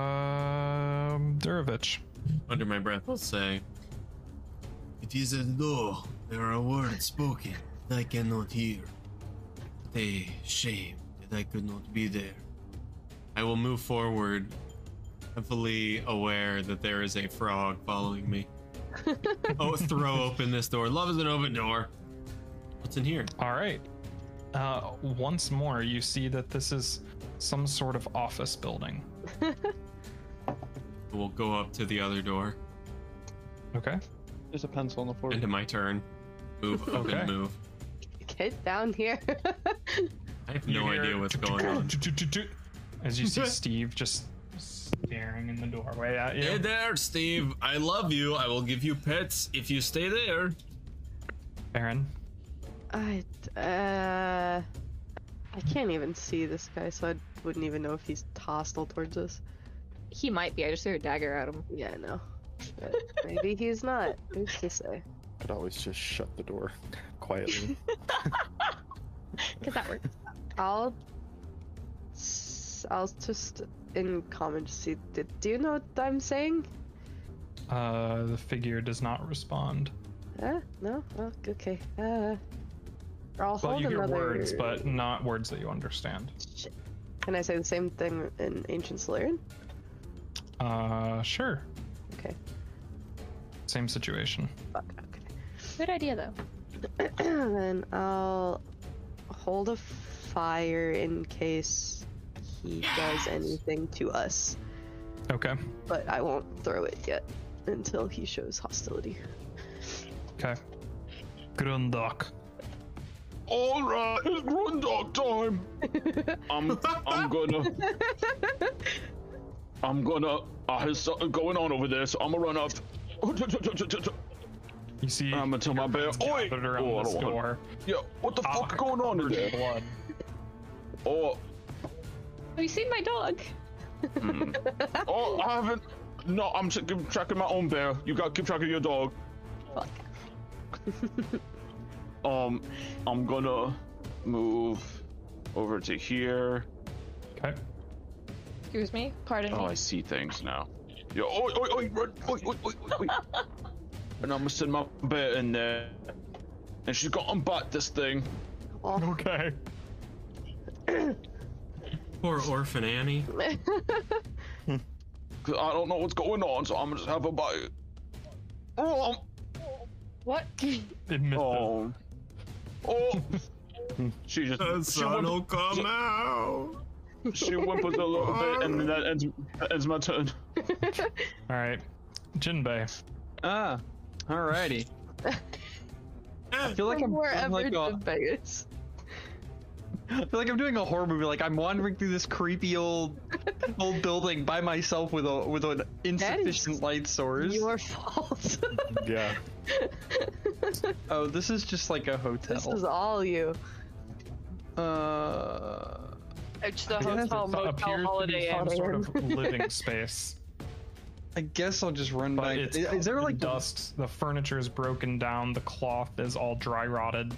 S2: um durovich
S8: Under my breath, I'll say, "It is a law. There are words spoken that I cannot hear. What a shame that I could not be there."
S1: I will move forward, heavily aware that there is a frog following me.
S8: Oh, throw open this door. Love is an open door.
S1: What's in here?
S2: all right uh once more you see that this is some sort of office building
S1: We'll go up to the other door.
S2: okay
S3: There's a pencil on the floor.
S1: End of my turn. Move, open,
S2: Okay.
S1: move.
S6: Get down here.
S1: I have no idea what's going on.
S2: as you see steve just staring in the doorway at
S8: Hey
S2: you
S8: there, Steve. I love you. I will give you pets if you stay there.
S2: aaron
S6: I, uh, I can't even see this guy, so I wouldn't even know if he's hostile towards us.
S10: one. He might be. I just threw a dagger at him.
S6: Yeah, I know. But maybe he's not. Who's to say?
S9: Could always just shut the door quietly.
S10: Cause that works.
S6: I'll, s- I'll just in common just see. d- Do you know what I'm saying?
S2: uh the figure does not respond
S6: Huh? No? Oh, okay. Uh, I'll
S2: well
S6: hold
S2: you hear
S6: another.
S2: words but not words that you understand
S6: Shit. Can I say the same thing in Ancient Solarian?
S2: Uh, sure.
S6: Okay.
S2: Same situation.
S6: Fuck. Okay.
S10: Good idea though.
S6: then I'll hold a fire in case he does anything to us,
S2: Okay.
S6: but I won't throw it yet until he shows hostility.
S2: Okay. Grundok.
S4: All right, it's Grundog time. I'm, I'm gonna, I'm gonna. I have something going on over there, so I'm gonna run up.
S2: You see,
S4: I'm gonna tell my bear. Oi!
S2: gathered around
S4: Oh, I
S2: this
S4: don't want.
S2: door.
S4: Yeah, what the fuck
S2: Ah,
S4: going on in
S2: covered in
S4: there?
S2: blood.
S4: Oh,
S10: Have you seen my dog?
S4: oh, I haven't. No, I'm ch- keep track of my own bear. You got keep track of your dog.
S6: Fuck.
S4: Um, I'm gonna move over to here.
S2: Okay.
S10: Excuse me. Pardon
S4: Oh,
S10: me.
S4: I see things now. Yeah, oi, oi, oi, run, oi, oi, oi, oi, oi. and I'm gonna send my bear in there. And she's got to unbat this thing.
S6: Oh.
S2: Okay.
S1: Poor orphan Annie.
S4: Cause I don't know what's going on, so I'm gonna just have a bite. Oh, I'm-
S10: What?
S2: It missed it.
S4: oh, oh. she just she, whim-
S1: come out.
S4: she whimpers a little bit, and then that ends, that ends my turn.
S2: All right. Jinbei.
S3: Ah, alrighty. I feel like I'm, I'm
S6: Forever
S3: like a,
S6: to Vegas.
S3: I feel like I'm doing a horror movie. Like I'm wandering through this creepy old old building by myself with a with an insufficient light source.
S6: Your fault.
S9: yeah.
S3: Oh, this is just like a hotel.
S6: This is all you.
S3: Uh,
S7: It's the
S3: Yeah, that's
S7: hotel,
S2: It appears
S7: motel,
S2: to be
S7: holiday
S2: some
S7: inn.
S2: sort of living space,
S3: I guess I'll just run by.
S2: but it's
S3: Is, is there
S2: covered in
S3: like the-
S2: dust. The furniture is broken down. The cloth is all dry rotted.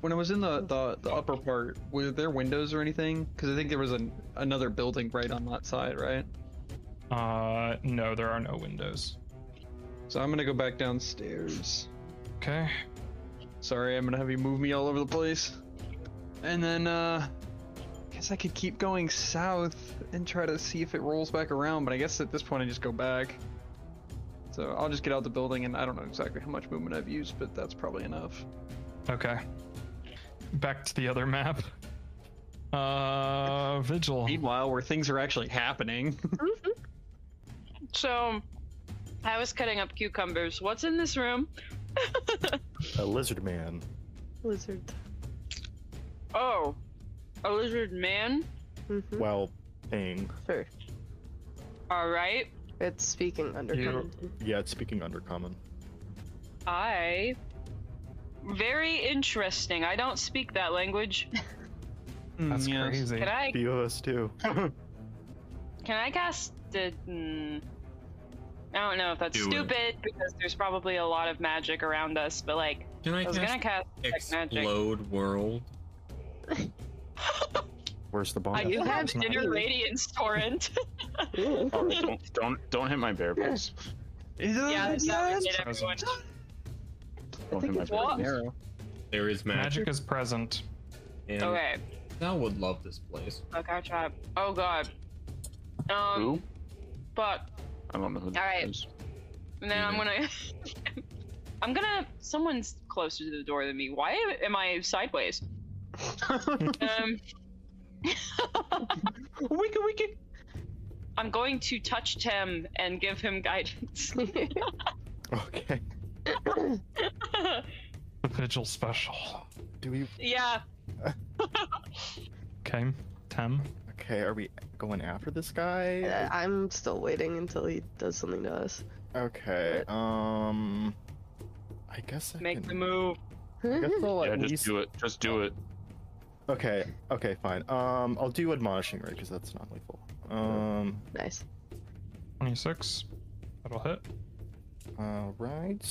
S3: when I was in the, the, the upper part? Were there windows or anything? Because I think there was an, another building right on that side, right?
S2: Uh, no, there are no windows.
S3: So I'm gonna go back downstairs.
S2: Okay.
S3: Sorry, I'm gonna have you move me all over the place. And then, uh, guess I could keep going south and try to see if it rolls back around, but I guess at this point I just go back. So I'll just get out the building, and I don't know exactly how much movement I've used, but that's probably enough.
S2: Okay. Back to the other map. Uh, vigil.
S3: Meanwhile, where things are actually happening.
S7: So, I was cutting up cucumbers. What's in this room?
S9: A lizard man.
S6: Lizard.
S7: Oh, a lizard man.
S6: Mhm.
S9: Well, thing.
S6: Sure.
S7: All right,
S6: It's speaking under
S2: You-
S6: Covington.
S9: Yeah, it's speaking undercommon.
S7: I. Very interesting. I don't speak that language.
S2: That's
S3: Mm, yes.
S2: crazy.
S7: Can I?
S9: Few of us do.
S7: Can I cast the? mm, I don't know if that's
S1: Do it.
S7: stupid because there's probably a lot of magic around us, but like
S1: Can I
S7: I was gonna
S1: cast
S7: cast detect magic.
S1: explode world?
S9: Where's the bomb?
S7: I do
S9: at?
S7: have
S2: That's not
S7: inner
S6: good.
S7: radiance torrent.
S6: Ooh.
S4: All right, don't don't don't hit my bear, please.
S3: Is it
S7: yeah,
S3: like
S7: that's how we
S3: that?
S7: did everyone.
S4: Don't hit my bear.
S7: What?
S3: Narrow.
S1: There is magic.
S2: Magic is present.
S1: and
S7: Okay,
S1: Thou would love this place.
S7: fuck our trap. Oh god. Um,
S4: Who?
S7: fuck.
S4: I don't know who that
S7: All right.
S4: is.
S7: And then I'm gonna. I'm gonna. Someone's closer to the door than me. Why am I sideways? um,
S3: Wicka wicka.
S7: I'm going to touch Tim and give him guidance.
S9: Okay.
S2: The vigil special.
S9: Do we?
S7: yeah.
S2: Okay. Tem.
S9: Okay, are we going after this guy?
S6: Uh, I'm still waiting until he does something to us.
S9: Okay. Um. I guess I
S7: Make
S9: can.
S7: the move.
S9: I guess
S7: Oh,
S9: I'll
S4: Yeah,
S9: at
S4: just
S9: least-
S4: do it. Just do it.
S9: Okay. Okay. Fine. Um. I'll do admonishing right because that's not lethal. Um.
S6: nice.
S2: 26. That'll hit.
S9: All right.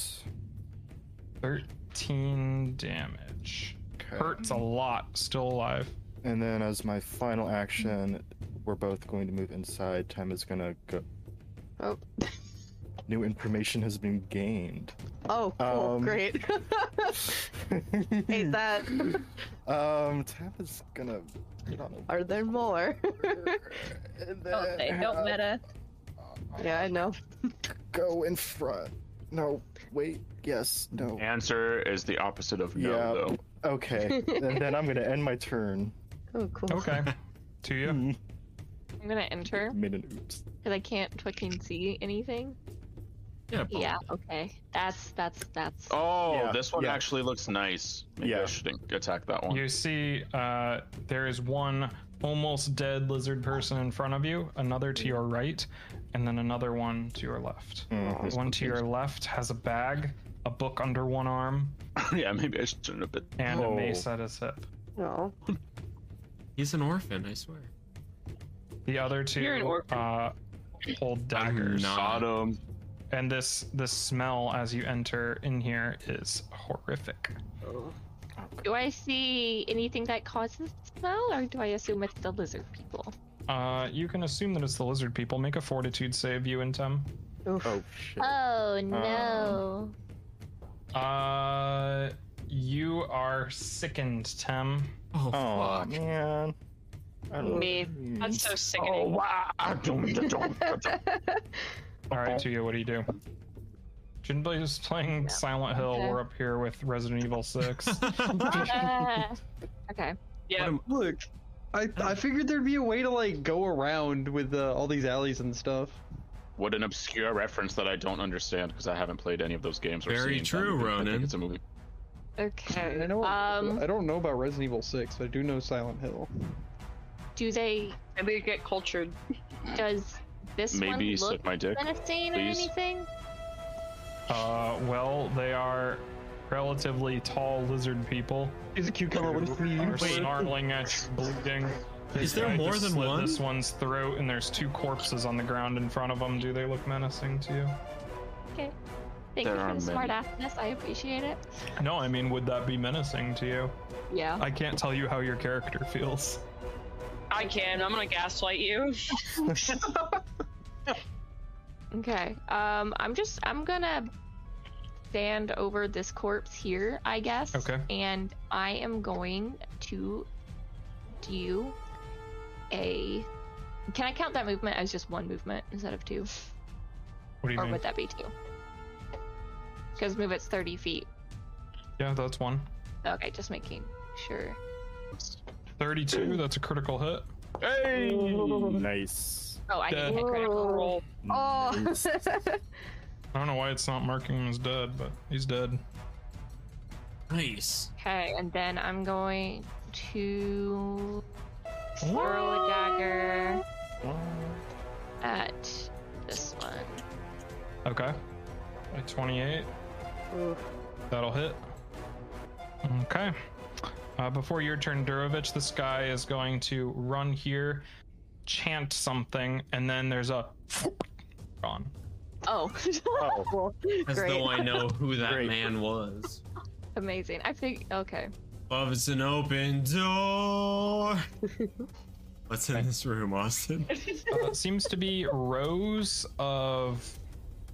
S2: 13 damage.
S9: Okay.
S2: Hurts a lot. Still alive.
S9: And then as my final action, we're both going to move inside. Time is gonna go.
S6: Oh.
S9: New information has been gained.
S6: Oh, cool.
S9: Um,
S6: Great. Hate that.
S9: Um, Tap is gonna get on a
S6: Are there more?
S9: and then
S11: Don't they? Don't
S9: have-
S11: meta.
S6: yeah, I know.
S9: Go in front. No, wait. Yes. No.
S4: Answer is the opposite of no,
S9: Yeah.
S4: though.
S9: Okay. and then I'm gonna end my turn.
S6: Oh, cool.
S2: Okay. to you.
S9: Hmm,
S10: I'm gonna enter
S9: Made an oops.
S10: because I can't fucking see anything.
S1: Yeah, but
S10: Yeah. Okay. That's that's that's.
S4: Oh,
S9: Yeah,
S4: this one
S9: yeah.
S4: actually looks nice. Maybe
S9: Yeah.
S4: I shouldn't attack that one.
S2: You see, uh, there is one almost dead lizard person in front of you, another to your right, and then another one to your left.
S9: Mhm.
S2: one to your left has a bag, a book under one arm,
S4: yeah, maybe I shouldn't have been.
S2: and
S9: Oh.
S2: a mace at his hip.
S6: No.
S1: he's an orphan, I swear.
S2: The other 2
S7: You're an orphan.
S2: uh, hold
S1: I'm
S2: daggers.
S1: not.
S4: Autumn.
S2: And this this smell as you enter in here is horrific.
S10: Do I see anything that causes the smell, or do I assume it's the lizard people?
S2: Uh, you can assume that it's the lizard people. Make a fortitude save, you and Tem.
S6: Oof.
S9: Oh shit.
S10: Oh no.
S2: Uh, you are sickened, Tem.
S1: Oh,
S9: Aw,
S1: fuck.
S9: man. I don't know.
S10: Me.
S7: That's so sickening.
S4: Oh, wow.
S2: All right, Tuya, what do you do? Jinbei is playing Silent Hill.
S10: Okay.
S2: We're up here with Resident Evil 6.
S10: Uh, okay.
S7: Yeah.
S3: Look, I I figured there'd be a way to like go around with uh, all these alleys and stuff.
S4: What an obscure reference that I don't understand because I haven't played any of those games. Or
S1: Very
S4: seen
S1: true,
S4: them. I
S1: Ronan.
S4: think it's a movie.
S3: And I
S10: Okay.
S3: know
S10: Um,
S3: I don't know about Resident Evil Six, but I do know Silent Hill.
S10: do they?
S7: Maybe you get cultured.
S10: Does this
S4: Maybe
S10: one
S4: suck
S10: look
S4: my dick.
S10: menacing or
S4: please.
S10: anything?
S2: uh, well, they are relatively tall lizard people
S3: He's a cucumber. What is he?
S2: are snarling at you, bleeding.
S5: Is there
S2: I
S5: more
S2: just
S5: than
S2: slit
S5: one?
S2: This one's throat, and there's two corpses on the ground in front of them. Do they look menacing to you?
S10: Okay. Thank
S4: There
S10: you
S4: are
S10: for the
S4: many.
S10: smart assness. I appreciate it.
S2: No, I mean, would that be menacing to you?
S10: Yeah.
S2: I can't tell you how your character feels.
S7: I can. I'm gonna gaslight you.
S10: Okay. Um, I'm just I'm gonna stand over this corpse here, I guess.
S2: Okay.
S10: And I am going to do a. Can I count that movement as just one movement instead of two,
S2: What do you
S10: or
S2: mean?
S10: would that be two? Because move it's thirty feet.
S2: Yeah, that's one.
S10: Okay, just making sure.
S2: 32, that's a critical hit.
S9: Nice.
S10: Oh, I didn't
S2: Dead.
S10: hit critical.
S7: Roll.
S6: Oh.
S9: Nice.
S2: I don't know why it's not marking him as dead, but he's dead.
S5: Nice.
S10: Okay, and then I'm going to throw a dagger at this one.
S2: Okay. A 28. That'll hit. Okay. Uh, before your turn, Durovich, this guy is going to run here, chant something, and then there's a gone.
S10: Oh,
S9: Oh,
S5: As
S10: Great.
S5: though I know who that
S9: Great.
S5: man was.
S10: amazing. I think, okay.
S5: Love's an open door. What's in this room, Austin?
S2: Uh, it seems to be rows of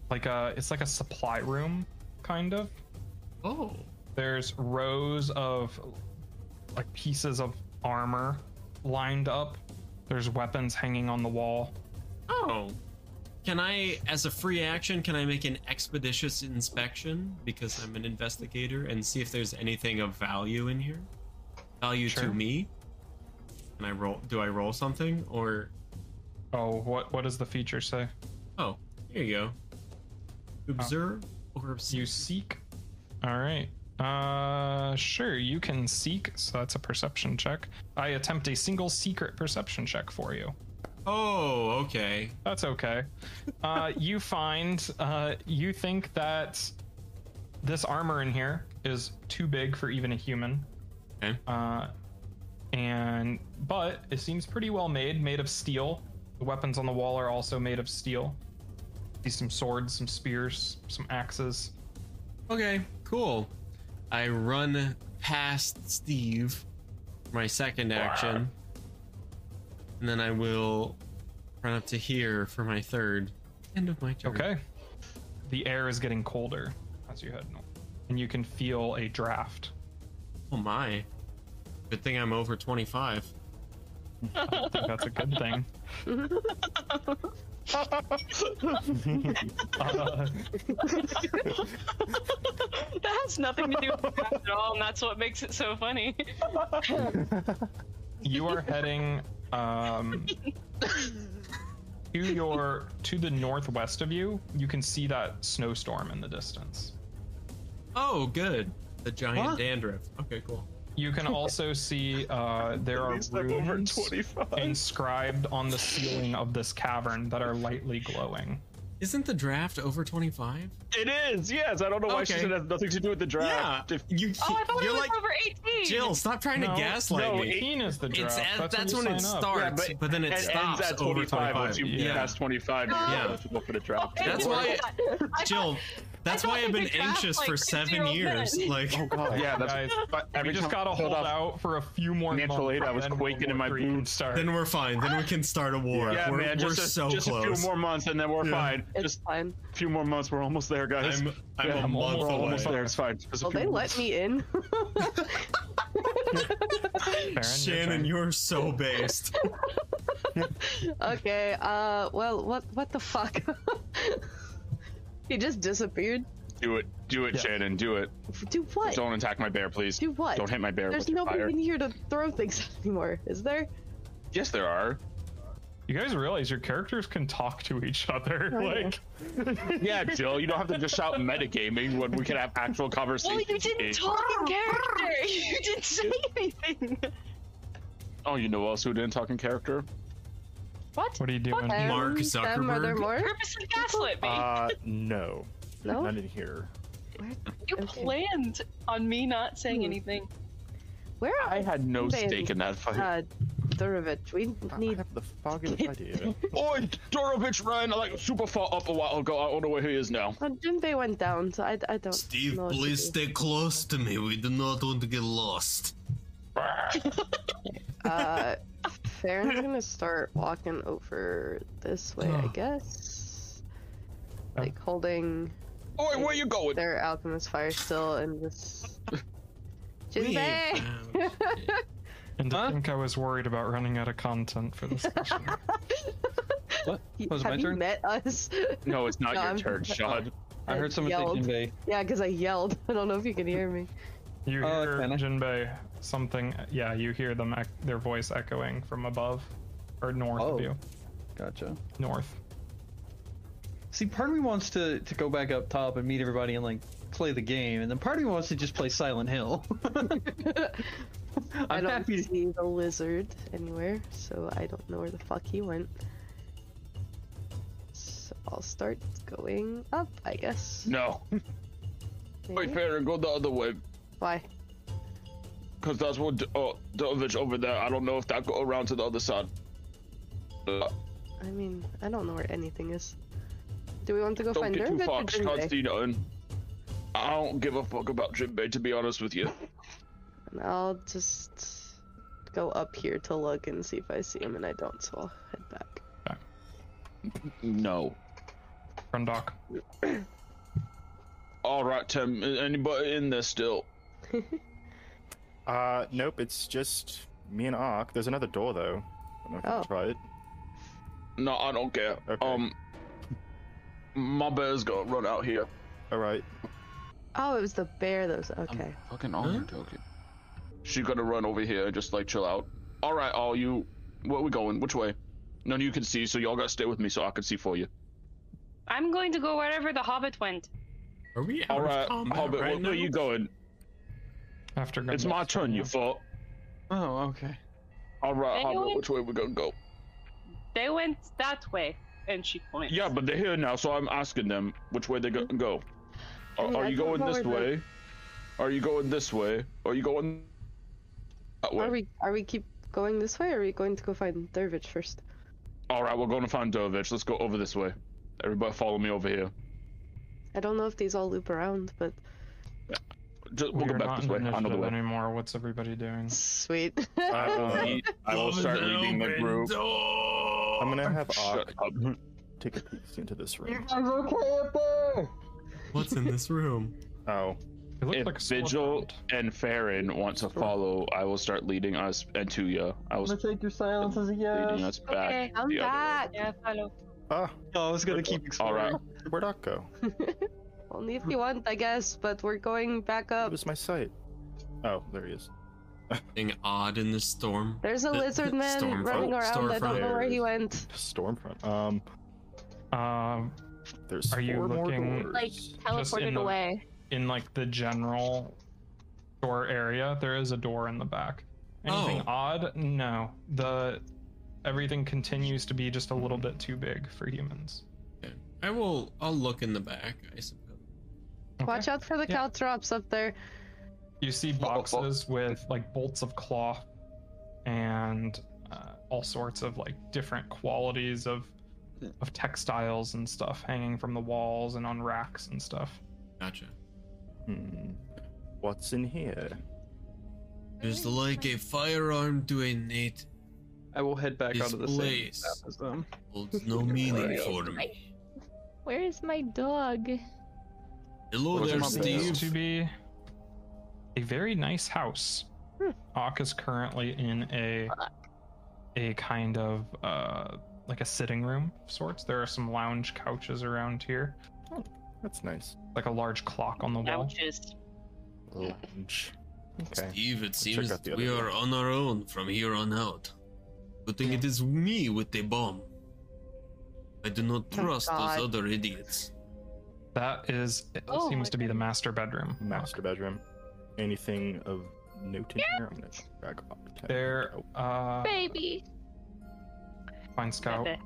S2: like a it's like a supply room kind of.
S5: Oh.
S2: There's rows of like pieces of armor lined up. There's weapons hanging on the wall.
S5: Oh. Can I, as a free action, can I make an expeditious inspection because I'm an investigator and see if there's anything of value in here? Value
S2: Sure.
S5: to me? Can I roll? Do I roll something or?
S2: Oh, what what does the feature say? Oh.
S5: Oh, here you go. Observe or observe.
S2: You seek. All right. Uh, sure. You can seek. So that's a perception check. I attempt a single secret perception check for you.
S5: Oh, okay.
S2: That's okay. Uh, you find. Uh, you think that this armor in here is too big for even a human.
S5: Okay.
S2: Uh, and but it seems pretty well made, made of steel. The weapons on the wall are also made of steel. See some swords, some spears, some axes.
S5: Okay, cool. I run past Steve for my second action. And then I will run up to here for my third. End of my turn.
S2: Okay. The air is getting colder as you head north, and you can feel a draft.
S5: Oh my. Good thing I'm over 25.
S2: I think that's a good thing. Uh,
S7: that has nothing to do with math at all, and that's what makes it so funny. Oh,
S2: you are heading um, to your to the northwest of you. You can see that snowstorm in the distance.
S5: Oh, good. The giant
S3: What?
S5: dandruff. Okay, cool.
S2: You can also see uh, there are
S9: I'm over
S2: runes
S9: 25.
S2: inscribed on the ceiling of this cavern that are lightly glowing.
S5: Isn't the draft over 25?
S3: It is. Yes. I don't know why she
S5: Okay.
S3: said it has nothing to do with the draft. If-
S5: You,
S7: Oh, I thought
S5: you're
S7: it was
S5: like,
S7: over 18.
S5: Jill, stop trying
S2: No,
S5: to gaslight
S2: no,
S5: me.
S2: 18 is the
S5: It's
S2: draft.
S5: as-
S2: that's,
S5: that's, when,
S2: you
S5: it
S2: sign up.
S5: starts,
S3: Yeah,
S5: but, then it,
S3: it
S5: stops
S3: ends at
S5: over
S3: 25 once you
S5: yeah.
S3: pass 25 you're
S5: Yeah.
S3: eligible for the draft
S5: That's
S7: Oh,
S5: why,
S7: I
S5: Jill, that's
S7: thought
S5: why I've
S7: they
S5: been
S7: could draft,
S5: anxious for
S7: like,
S5: seven
S7: zero
S5: years.
S7: men.
S5: Like,
S9: Oh god.
S3: yeah that's
S2: Guys,
S3: every
S2: we just
S3: time
S2: gotta
S3: I filled
S2: hold
S3: up
S2: out for a few more
S3: Natural
S2: months.
S3: aid, I was
S2: and then
S3: quaking
S2: World
S3: in my
S2: War III can
S3: boots.
S2: Start.
S5: then we're fine. Then we can start a war.
S9: Yeah,
S3: yeah,
S5: we're
S3: man,
S5: we're
S3: just, a,
S5: so
S3: just a
S5: close.
S3: few more months and then we're
S5: Yeah.
S3: fine.
S6: It's
S3: Just
S6: fine.
S3: a few more months, we're almost there, guys.
S5: I'm, I'm
S3: Yeah,
S5: a
S2: I'm
S5: month
S3: we're
S5: away.
S3: almost there. It's fine. Just a
S6: Will
S3: few
S6: Oh, they
S3: more
S6: let
S3: months.
S6: me in?
S2: Baron, your
S5: Shannon,
S2: turn.
S5: you're so based.
S6: okay. Uh. Well. What? What the fuck? he just disappeared.
S4: Do it. Do it,
S2: Yeah.
S4: Shannon. Do it.
S6: Do what?
S4: Don't attack my bear, please.
S6: Do what?
S4: Don't hit my bear
S6: There's
S4: with your
S6: nobody
S4: fire.
S6: in here to throw things at anymore, is there?
S4: Yes, there are.
S2: You guys realize your characters can talk to each other.
S6: Oh,
S2: Like,
S4: Yeah, Jill, you don't have to just shout metagaming when we can have actual
S7: Well,
S4: conversations.
S7: you didn't talk in character. You didn't say anything.
S4: Oh, you know who else who didn't talk in character?
S7: What?
S2: what are you doing?
S6: Them,
S5: Mark
S6: them, Are there
S5: Zuckerberg?
S6: more?
S4: Uh,
S7: Purposely gaslit me.
S9: Uh, no.
S6: No?
S9: None in here.
S6: Where,
S7: You
S6: Okay.
S7: planned on me not saying
S6: Hmm.
S7: anything.
S6: where are
S4: I had no
S6: Babe.
S4: stake in that fight.
S6: uh, Durovich? We
S9: I- I
S6: need.
S9: have the foggiest idea.
S4: Oi, Dorovich Ryan, I like super far up a while ago. I don't know where he is now.
S6: Oh, Jinbei went down, so I, I don't.
S5: Steve,
S6: know what to
S5: please
S6: do.
S5: stay close to me. We do not want to get lost.
S6: Uh, Farron's gonna start walking over this way, I guess. Like holding
S4: Oi, where you going?
S6: their alchemist fire still and just.
S5: We ain't
S6: Jinbei!
S5: found shit.
S2: And to
S3: Huh?
S2: think I was worried about running out of content for this session.
S3: What? Was it my
S6: Have you
S3: turn?
S6: met us?
S4: No, it's not
S6: No,
S4: your
S6: I'm-
S4: turn, Sean.
S3: I heard someone
S6: yelled.
S3: say Jinbei.
S6: Yeah, because I yelled. I don't know if you can hear me.
S2: You
S3: Oh,
S2: hear
S3: kinda.
S2: Jinbei something? Yeah, you hear them ec- their voice echoing from above, or north
S3: Oh.
S2: of you.
S3: Gotcha.
S2: North.
S3: See, part of me wants to, to go back up top and meet everybody and like play the game, and then part of me wants to just play Silent Hill.
S6: I
S3: I'm
S6: don't
S3: happy.
S6: see the lizard anywhere, so I don't know where the fuck he went. So I'll start going up, I guess.
S4: No. Wait,
S6: maybe.
S4: Farron, go the other way.
S6: Why?
S4: Because that's what D- oh, Dorovich over there. I don't know if that go around to the other side. Uh,
S6: I mean, I don't know where anything is. Do we want to go
S4: don't
S6: find
S4: get too
S6: Dermot
S4: far,
S6: or Jinbei?
S4: Constantine. I don't give a fuck about Jinbei, to be honest with you.
S6: And I'll just go up here to look and see if I see him, and I don't, so I'll head back.
S4: No.
S2: Grundok.
S4: All right, Tim. a- Anybody in there still?
S9: Uh, nope, it's just me and Ark. There's another door though. I don't know if
S6: Oh.
S9: you try it.
S4: No, I don't care.
S9: Okay.
S4: Um, my bear's gonna run out here.
S9: Alright.
S6: Oh, it was the bear that
S4: Um,
S6: was. Okay.
S4: Fucking on her token. She gonna run over here and just like chill out. All right, all you. Where we going? Which way? None of you can see, so y'all gotta stay with me so I can see for you.
S7: I'm going to go wherever the Hobbit went.
S5: Are we out
S4: All right,
S5: of combat
S4: Hobbit,
S5: right
S4: where, where
S5: now?
S4: you going?
S2: After Grundok.
S4: It's my turn, you fuck.
S3: Oh, okay.
S4: All right,
S7: Anyone?
S4: Hobbit, which way we gonna go?
S7: They went that way, and she points.
S4: Yeah, but they're here now, so I'm asking them which way they go. go.
S6: I
S4: Are,
S6: mean,
S4: are
S6: I
S4: you
S6: don't
S4: going
S6: know
S4: this
S6: where the-
S4: way? Are you going this way? Are you going that way?
S6: Are we? Are we keep going this way? Or are we going to go find Dervich first?
S4: All right, we're going to find Dovich. Let's go over this way. Everybody, follow me over here.
S6: I don't know if these all loop around, but
S4: Just,
S2: We're
S4: we'll go
S2: not
S4: back this
S2: in
S4: way. I know the
S2: initiative
S4: way.
S2: anymore. What's everybody doing?
S6: sweet.
S9: I will,
S4: lead- I will
S5: Close
S4: start
S5: the
S4: leading the
S5: open
S4: group.
S8: Oh.
S5: door.
S9: I'm
S5: Oh.
S9: gonna have
S4: Shut
S9: Ark Mhm.
S4: up.
S9: take a peek into this room.
S5: What's in this room?
S9: Oh.
S2: It looks
S4: If
S2: like a
S4: Vigil
S2: storefront.
S4: and Farron want to follow, I will start leading us and Tuya. I will
S3: I'm gonna
S4: start
S3: take your silence as a
S4: leading
S3: yes.
S4: us back.
S7: Okay.
S6: I'm
S4: the other way.
S6: back.
S7: Yeah, follow.
S9: Ah,
S3: No, Oh, I was gonna keep
S4: All
S3: exploring.
S4: right.
S9: where'd Ark go?
S6: Only if you want, I guess. But we're going back
S9: It
S6: up.
S9: was my sight. Oh, there he is.
S5: Something odd in this storm.
S6: There's a
S5: The-
S6: lizard
S5: the
S6: man
S5: storm-
S6: running
S5: oh,
S6: around. I don't
S5: storefront.
S6: know where he went.
S9: Stormfront. Um,
S2: Um,
S9: there's
S2: Are you
S9: four more
S2: looking-
S9: doors.
S10: Like
S2: in
S10: teleported
S2: the-
S10: away.
S2: in like the general door area, there is a door in the back. Anything
S5: Oh.
S2: odd? No. The everything continues to be just a little bit too big for humans.
S5: I will. I'll look in the back. I suppose.
S2: Okay.
S6: Watch out for the
S2: Yeah.
S6: caltrops up there.
S2: You see
S4: Whoa, whoa.
S2: boxes with like bolts of cloth and uh, all sorts of like different qualities of of textiles and stuff hanging from the walls and on racks and stuff.
S5: Gotcha.
S9: Hmm. What's in here?
S5: There's like a firearm to a native.
S3: I will head back
S5: This
S3: onto the same
S5: place.
S3: path as them.
S5: Holds no meaning for me.
S10: Where is my dog?
S5: Hello
S4: Where's
S5: there,
S4: my
S2: Seems
S4: Steve.
S2: to be a very nice house.
S9: Hmm.
S2: Ock is currently in a a kind of uh like a sitting room of sorts. There are some lounge couches around here,
S9: Oh, That's nice.
S2: like a large clock on the wall.
S7: Ouches.
S9: Lounge. Okay.
S5: Steve, it seems
S9: out the
S5: we
S9: other
S5: are on our own from here on out. Good thing it is me with the bomb. I do not
S6: Oh,
S5: trust
S6: God.
S5: those other idiots.
S2: That is it
S10: Oh,
S2: seems
S10: my
S2: to be the
S10: goodness.
S2: master bedroom. Ock.
S9: Master bedroom. Anything of note in here? I'm gonna drag off. the tab.
S2: There
S9: Oh,
S2: uh
S10: Baby.
S2: fine scout.
S7: Bebe,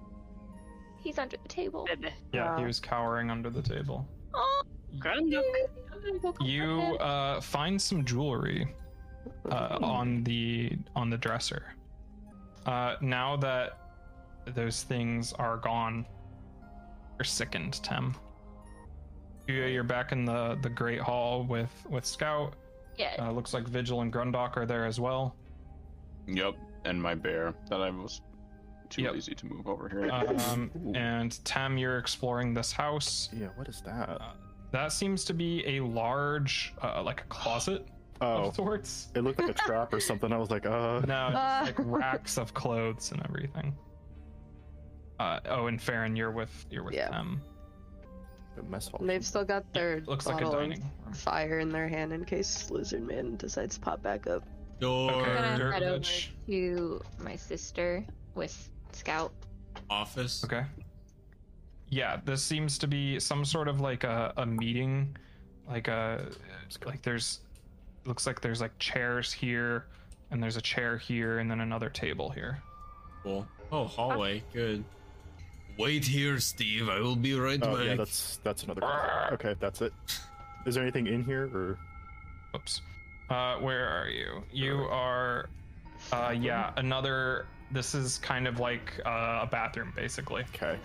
S10: He's under the table.
S7: bebe.
S2: Yeah, he
S6: Uh,
S2: was cowering under the table.
S10: Oh,
S7: Grunduk.
S2: you uh, find some jewelry uh, on the on the dresser. Uh, now that those things are gone, you're sickened, Tem. You- uh, You're back in the the great hall with with Scout.
S10: Yeah.
S2: Uh, looks like Vigil and Grundok are there as well.
S4: Yep, and my bear that I was too
S2: Yep.
S4: lazy to move over here.
S2: Um, and Tem, you're exploring this house. Uh,
S9: Yeah, what is that?
S2: That seems to be a large, uh, like a closet
S9: Oh,
S2: of sorts.
S9: it looked like a trap or something. I was like, uh.
S2: No,
S6: Uh.
S2: just like racks of clothes and everything. Uh, oh, and Farron, you're with you're with
S6: Yeah.
S2: them.
S9: Good mess hall.
S6: And they've still got their
S2: Looks like a
S6: bottle
S2: dining
S6: of
S2: room.
S6: fire in their hand in case Lizard Man decides to pop back up.
S5: Door,
S10: I'm gonna
S2: Dirt
S10: head over
S2: Witch.
S10: to my sister with Scout.
S5: office.
S2: Okay. Yeah, this seems to be some sort of like a, a meeting, like a like there's looks like there's like chairs here, and there's a chair here, and then another table here.
S5: Cool. Oh, hallway. Good. Wait here, Steve. I will be right
S9: Oh
S5: back.
S9: yeah, that's that's another. closet. Okay, that's it. Is there anything in here or?
S2: Oops. Uh, where are you? You are. Uh, yeah, another. This is kind of like uh, a bathroom, basically.
S9: Okay.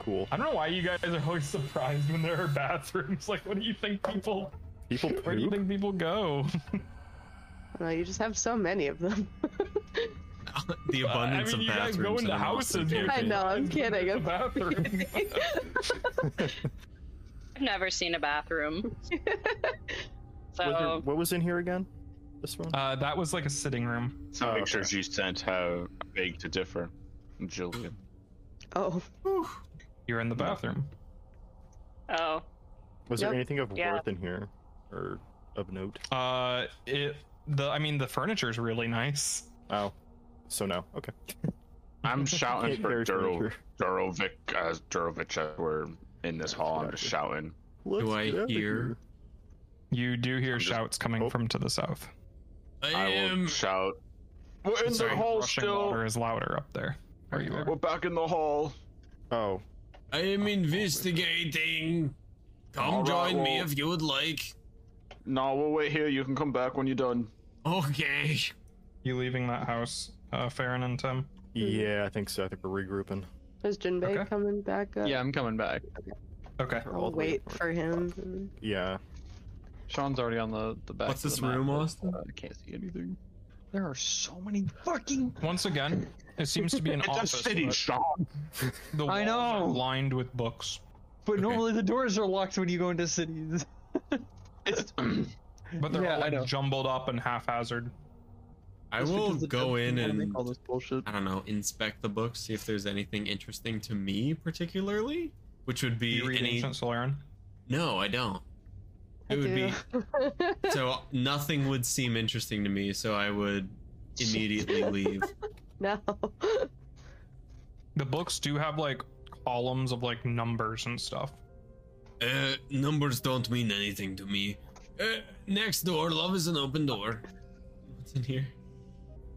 S9: cool.
S2: I don't know why you guys are always surprised when there are bathrooms. Like, what do you think people?
S9: People
S2: Where do you
S9: poop.
S2: think people go?
S6: Well, you just have so many of them.
S5: the
S2: Uh, I
S5: abundance
S2: mean, you
S5: of
S2: guys
S5: bathrooms.
S2: go into
S5: in the
S2: houses.
S5: Boston
S2: you're
S6: I know, I'm
S2: surprised when
S6: kidding,
S2: there's a bathroom.
S7: I've never seen a bathroom.
S9: Was there-
S7: so
S9: what was in here again? This one.
S2: uh, that was like a sitting room.
S4: Some
S9: Oh, okay.
S4: pictures you sent have beg to differ. Jillian.
S6: Oh,
S2: You're in the bathroom.
S7: oh.
S9: was
S6: yep.
S9: there anything of
S7: Yeah.
S9: worth in here or of note?
S2: Uh, it. The I mean, the furniture is really nice.
S9: Oh, so no. Okay.
S4: I'm shouting
S9: Can't
S4: for
S9: carry
S4: Duro,
S9: furniture.
S4: Durovic, uh, Durovic as we're in this hall. I'm just shouting.
S9: Let's
S5: I
S9: get outta
S5: hear-
S9: here.
S2: You do hear
S4: I'm just-
S2: shouts coming
S9: Oh.
S2: from to the south.
S5: I
S4: I will
S5: am.
S4: shout. We're in
S2: Sorry,
S4: the hall
S2: rushing
S4: still.
S2: Water is louder up there. Where you are.
S4: We're back in the hall.
S9: Oh,
S5: I am investigating. Come
S4: All right,
S5: join me
S4: well-
S5: if you would like.
S4: No, we'll wait here. You can come back when you're done.
S5: Okay.
S2: You leaving that house, uh, Farron and Tim?
S9: yeah. I think so. I think we're regrouping.
S6: is Jinbei
S2: Okay.
S6: coming back up?
S3: Yeah, I'm coming back.
S2: Okay.
S9: We're all
S6: I'll
S9: the way
S6: wait
S9: north.
S6: for him.
S9: Yeah.
S3: Sean's already on the, the back.
S5: What's
S3: of
S5: this
S3: the map,
S5: room,
S3: but,
S5: Austin?
S3: uh, I can't see anything. There are so many fucking.
S2: Once again, it seems to be an office.
S4: it's a city,
S2: but
S4: Sean.
S2: the
S3: I
S2: walls are
S3: know.
S2: lined with books.
S3: But
S2: Okay.
S3: normally the doors are locked when you go into cities. it's
S2: But they're
S3: Yeah,
S2: all
S3: I know.
S2: like jumbled up and haphazard.
S5: I
S3: It's
S5: will
S3: because the
S5: go
S3: judge
S5: in
S3: doesn't wanna
S5: and
S3: make all this bullshit.
S5: I don't know, inspect the books, see if there's anything interesting to me particularly, which would
S2: Do
S5: be
S2: you read
S5: any.
S2: Ancient Solarian?
S5: No, I don't. It would be so nothing would seem interesting to me, so I would immediately leave.
S6: no.
S2: The books do have like columns of like numbers and stuff.
S5: Uh, numbers don't mean anything to me. Uh, next door, love is an open door. What's in here?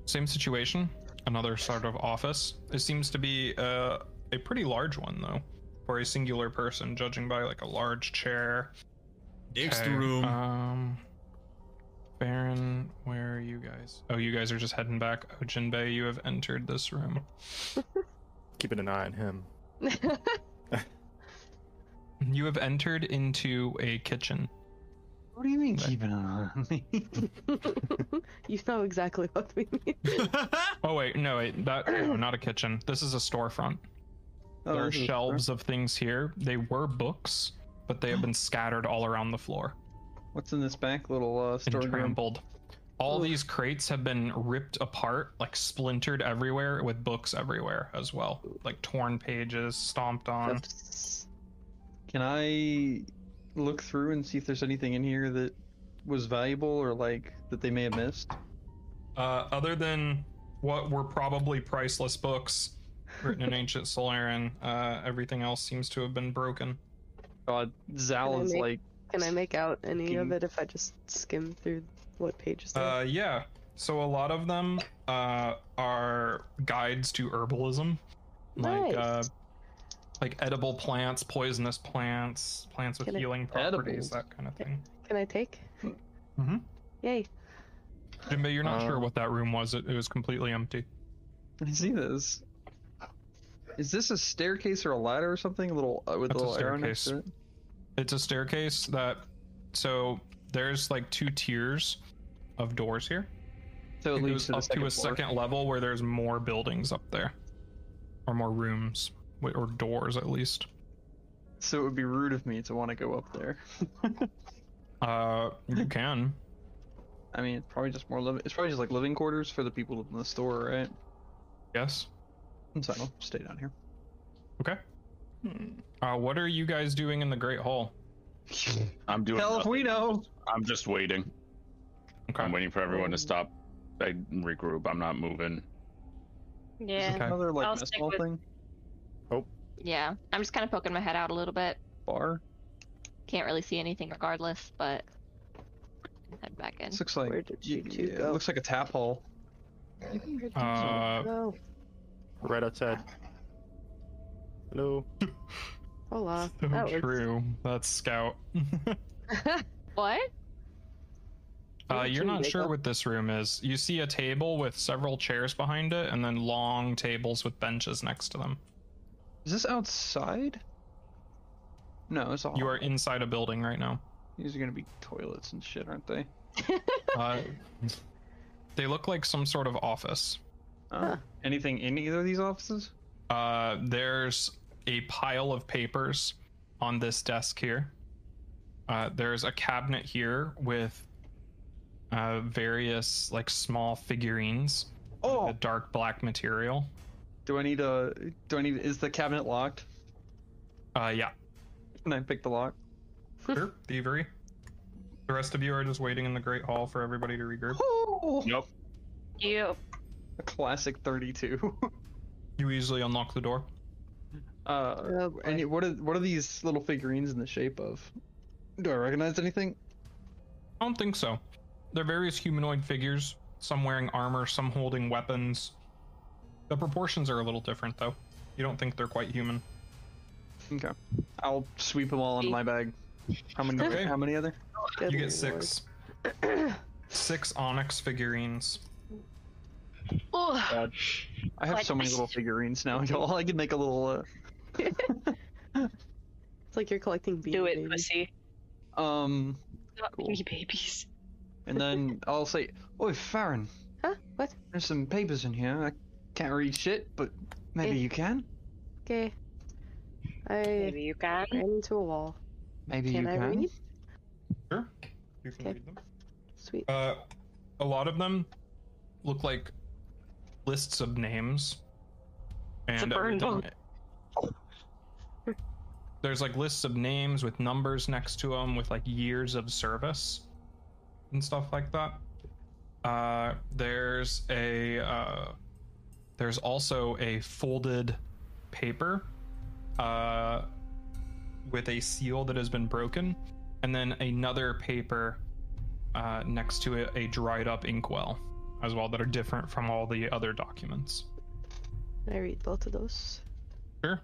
S2: Same situation, another sort of office. It seems to be uh, a pretty large one though, for a singular person, judging by like a large chair.
S5: Next
S2: Okay,
S5: room.
S2: Um, Baron, where are you guys? Oh, you guys are just heading back. Oh, Jinbei, you have entered this room.
S9: Keeping an eye on him.
S2: You have entered into a kitchen.
S3: What do you mean
S2: Right.
S3: keeping an eye on me?
S6: you know exactly what we mean.
S2: Oh wait, no wait, that no, not a kitchen. This is a storefront.
S6: Oh,
S2: there are
S3: this is-
S2: shelves of things here. They were books, but they have been scattered all around the floor
S3: What's in this back little uh,
S2: and
S3: store room?
S2: trampled. All these crates have been ripped apart, like splintered everywhere, with books everywhere as well, like torn pages, stomped on.
S3: Can I look through and see if there's anything in here that was valuable or like that they may have missed?
S2: uh, other than what were probably priceless books written in ancient Solarian, uh, everything else seems to have been broken.
S3: God, Zal
S6: Can I
S3: is
S6: make-
S3: like,
S6: Can I make out any of
S3: Fucking-
S6: it if I just skim through what pages? there?
S2: Uh, yeah, so a lot of them uh, are guides to herbalism, like uh,
S6: Nice.
S2: like edible plants, poisonous plants, plants with
S6: Can I-
S2: healing properties,
S3: Edibles.
S2: that kind of thing.
S6: Can I take?
S5: Mm-hmm.
S2: Mhm.
S6: Yay.
S2: Jimbe, you're not sure
S9: Um,
S2: what that room was. It, it was completely empty.
S3: Uh, I see this. Is this a staircase or a ladder or something? A little uh, with
S2: That's
S3: a
S2: a
S3: little arrow next to it.
S2: staircase. It's a staircase that so there's like two tiers of doors here.
S3: So it
S2: It
S3: leads
S2: goes
S3: to the
S2: up
S3: second
S2: to a
S3: floor.
S2: second level where there's more buildings up there, or more rooms, wi- or doors at least.
S3: So it would be rude of me to want to go up there.
S2: Uh, you can.
S3: I mean, it's probably just more living. It's probably just like living quarters for the people in the store, right?
S2: Yes.
S3: And So I'll stay down here.
S2: Okay. Uh, what are you guys doing in the Great Hall?
S4: I'm doing.
S3: Hell if
S4: nothing.
S3: we know.
S4: I'm just waiting. I'm
S2: Okay.
S4: waiting for everyone to stop. I regroup. I'm not moving.
S10: Yeah.
S2: Okay.
S3: Another like
S7: I'll
S3: mess
S7: stick
S3: hall
S7: with-
S3: thing,
S10: Yeah. I'm just kind of poking my head out a little bit.
S3: bar.
S10: Can't really see anything regardless, but head back in.
S3: This looks like
S6: Where did you two
S3: yeah, it
S6: go?
S3: looks like a tap hall.
S2: Uh,
S6: Oh,
S9: Right outside. Hello.
S6: hola.
S2: so
S6: that was-
S2: true. That's Scout.
S10: What?
S2: Uh, you're
S6: two
S2: not
S6: wake
S2: sure
S6: up.
S2: what this room is. You see a table with several chairs behind it, and then long tables with benches next to them.
S3: Is this outside? No, it's all.
S2: You are inside a building right now.
S3: These are gonna be toilets and shit, aren't they?
S2: Uh, they look like some sort of office.
S3: Uh, Anything in either of these offices?
S2: Uh, there's a pile of papers on this desk here. Uh, there's a cabinet here with uh, various like small figurines,
S3: Oh,
S2: a dark black material.
S3: do I need a? Do I need? Is the cabinet locked?
S2: Uh, yeah,
S3: Can I pick the lock?
S2: sure, thievery. The rest of you are just waiting in the great hall for everybody to regroup.
S3: Oh,
S4: Nope.
S7: You.
S3: a classic 32.
S2: You easily unlock the door.
S3: uh,
S6: Oh, boy.
S3: any, what are what are these little figurines in the shape of? Do I recognize anything?
S2: I don't think so. They're various humanoid figures, some wearing armor, some holding weapons. The proportions are a little different, though. You don't think they're quite human.
S3: Okay, I'll sweep them all into my bag. How many?
S2: Okay.
S3: How many other?
S6: Good
S2: you
S6: lord.
S2: get six. six onyx figurines.
S7: Oh,
S3: I have
S7: Like-
S3: so many little figurines now. Y'all, I can make a little. Uh,
S6: It's like you're collecting beans.
S7: do it, pussy.
S3: Um,
S7: Not
S3: Cool.
S7: beanie babies.
S3: and then I'll say, "Oi, Farron,
S6: Huh? What?
S3: there's some papers in here. I can't read shit, but maybe
S6: Eh.
S3: you can.
S6: Okay. I
S7: Maybe you can.
S6: ran into a wall.
S3: Maybe
S6: Can
S3: you
S6: I
S3: can."
S6: read?
S2: Sure. You can
S6: Okay.
S2: read them.
S6: Sweet.
S2: Uh, a lot of them look like lists of names.
S7: a
S2: And
S7: burn
S2: every time
S7: book.
S2: I- there's like lists of names with numbers next to them with like years of service and stuff like that. Uh, there's a uh, there's also a folded paper uh, with a seal that has been broken, and then another paper uh, next to it, a dried up inkwell as well that are different from all the other documents.
S6: Can I read both of those?
S2: Sure.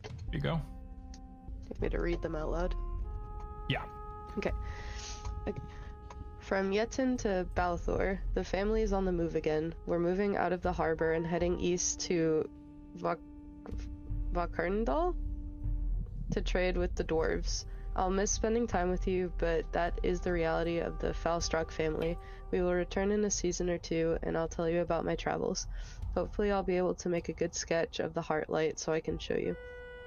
S2: Here you go.
S6: Do you want me to read them out loud?
S2: Yeah.
S6: From Yetin to Balthor, the family is on the move again. We're moving out of the harbor and heading east to Vak- Vakarndal to trade with the dwarves. I'll miss spending time with you, but that is the reality of the Falstrock family. We will return in a season or two, and I'll tell you about my travels. Hopefully, I'll be able to make a good sketch of the Heartlight so I can show you.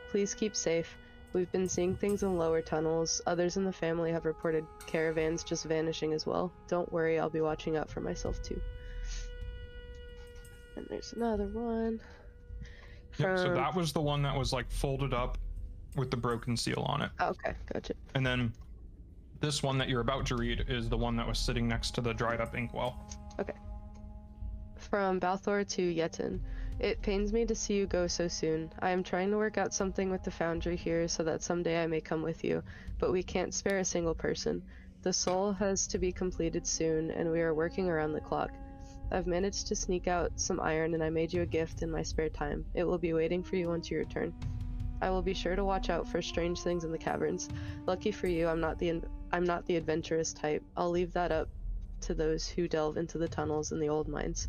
S6: Please keep safe. We've been seeing things in lower tunnels. Others in the family have reported caravans just vanishing as well. Don't worry, I'll be watching out for myself too. And there's another one.
S2: Yep, so
S6: From-
S2: that was the one that was like folded up with the broken seal on it.
S6: Oh, okay, gotcha.
S2: And then this one that you're about to read is the one that was sitting next to the dried up inkwell.
S6: From Balthor to Yetin. It pains me to see you go so soon. I am trying to work out something with the foundry here so that someday I may come with you, but we can't spare a single person. The soul has to be completed soon, and we are working around the clock. I've managed to sneak out some iron, and I made you a gift in my spare time. It will be waiting for you once you return. I will be sure to watch out for strange things in the caverns. Lucky for you, I'm not the in- I'm not the adventurous type. I'll leave that up to those who delve into the tunnels and the old mines.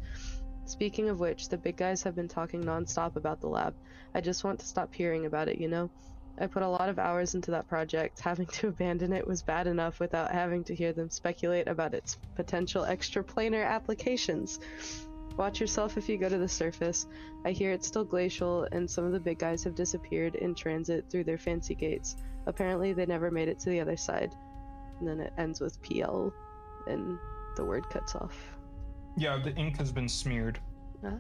S6: Speaking of which, the big guys have been talking nonstop about the lab. I just want to stop hearing about it, you know? I put a lot of hours into that project. Having to abandon it was bad enough without having to hear them speculate about its potential extraplanar applications. Watch yourself if you go to the surface. I hear it's still glacial, and some of the big guys have disappeared in transit through their fancy gates. Apparently, they never made it to the other side. And then it ends with PL, and the word cuts off.
S2: Yeah, the ink has been smeared.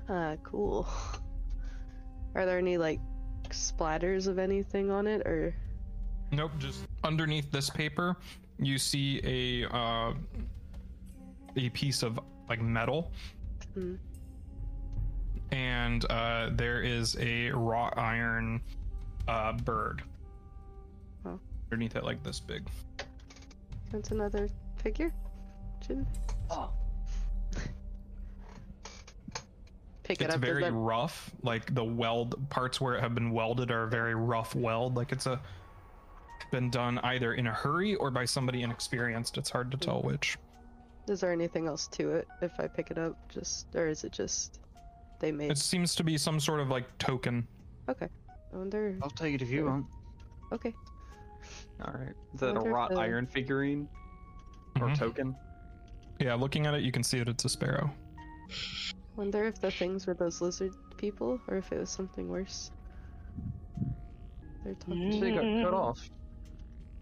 S6: Ah, cool. Are there any, like, splatters of anything on it, or.
S2: Nope, just underneath this paper, you see a uh, a piece of like metal,
S6: Mm.
S2: and uh, there is a wrought iron uh, bird
S6: Huh.
S2: underneath it, like this big.
S6: That's another figure? Jin?
S7: Oh.
S6: Pick it
S2: It's
S6: up. does
S2: very
S6: that-
S2: rough, like the weld parts where it have been welded are a very rough weld, like it's a been done either in a hurry or by somebody inexperienced. It's hard to
S6: Mm-hmm.
S2: tell which.
S6: Is there anything else to it if I pick it up? Just or is it just they made?
S2: It seems to be some sort of like token.
S6: Okay. I wonder.
S3: I'll take it if you want.
S6: Okay.
S3: All right. Is that a
S6: Wonder if
S3: wrought
S6: the-
S3: iron figurine or
S2: Mhm.
S3: token?
S2: Yeah, looking at it, you can see that it's a sparrow.
S6: Wonder if the things were those lizard people or if it was something worse. They're talking.
S3: She got cut off.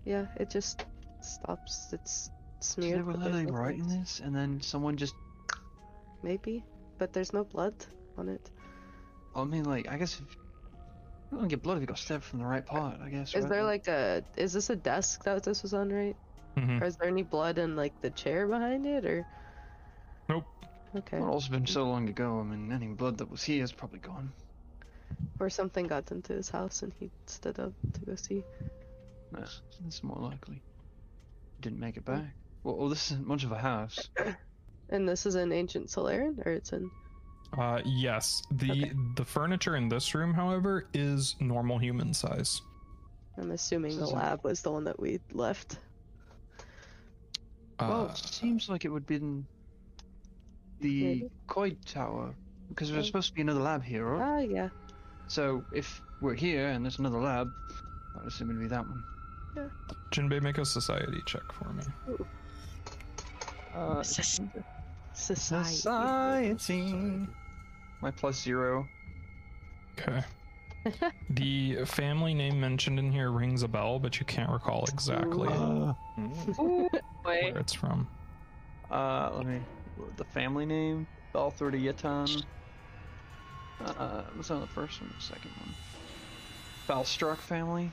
S6: Yeah, it just stops. It's
S3: She
S6: smeared.
S3: never
S6: but
S3: let
S6: there's
S3: I
S6: no
S3: write in
S6: things.
S3: this, and then someone just.
S6: Maybe, but there's no blood on it.
S3: I mean, like, I guess if. You don't get blood if you got stabbed from the right part, I guess.
S6: Is
S3: right?
S6: there like a? Is this a desk that this was on, right?
S2: Mhm.
S6: Or is there any blood in like the chair behind it, or?
S2: Nope.
S6: Okay.
S3: Well, it's also been so long ago. I mean, any blood that was here is probably gone.
S6: Or something got into his house and he stood up to go see.
S3: Nah, it's more likely. Didn't make it back. Well, well, this isn't much of a house.
S6: And this is in ancient Solarin, or it's in.
S2: Uh, yes. The
S6: Okay.
S2: the furniture in this room, however, is normal human size.
S6: I'm assuming the
S3: This is in-
S6: lab was the one that we left.
S3: well,
S2: Uh,
S3: it seems like it would be in the
S6: Maybe.
S3: Koi Tower. Because there's
S6: Okay.
S3: supposed to be another lab here, right?
S6: Ah, yeah.
S3: So if we're here and there's another lab, I'd assume it'd be that one.
S2: Jinbei, make a society check for me.
S3: Uh,
S7: Soc-
S6: Society.
S3: society. My plus zero.
S2: Okay. the family name mentioned in here rings a bell, but you can't recall exactly
S7: Boy.
S2: Mm. where it's from.
S3: Uh, let me. The family name? Balthor de Yetan. Uh, was that the first one or the second one? Balstruck family?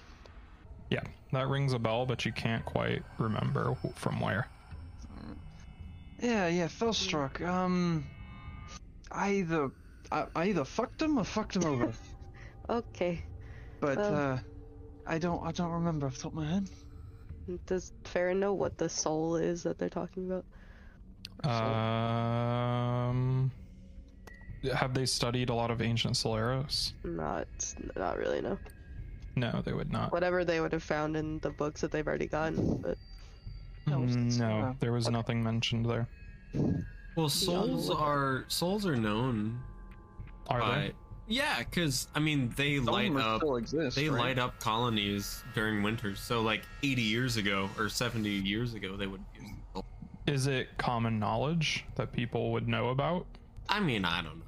S2: Yeah, that rings a bell, but you can't quite remember wh- from where.
S3: Yeah, yeah, Felstruck. Um, I either I, I either fucked him or fucked him over,
S6: Okay.
S3: but
S6: Well.
S3: uh, I don't I don't remember off the top of my head.
S6: Does Farron know what the soul is that they're talking about?
S2: Um, have they studied a lot of ancient Solaris?
S6: Not, not really. No.
S2: No, they would not.
S6: Whatever they would have found in the books that they've already gotten, but
S3: No, it's- it's, uh,
S2: Mm, No, there was nothing mentioned there.
S5: Well, souls
S6: lookout.
S5: are souls are known
S2: Are
S5: by
S2: they?
S5: yeah, because I mean they light up
S3: still exist.
S5: they
S3: right?
S5: light up colonies during winters. So like 80 years ago or 70 years ago, they would. Use them.
S2: Is it common knowledge that people would know about?
S5: I mean, I don't know.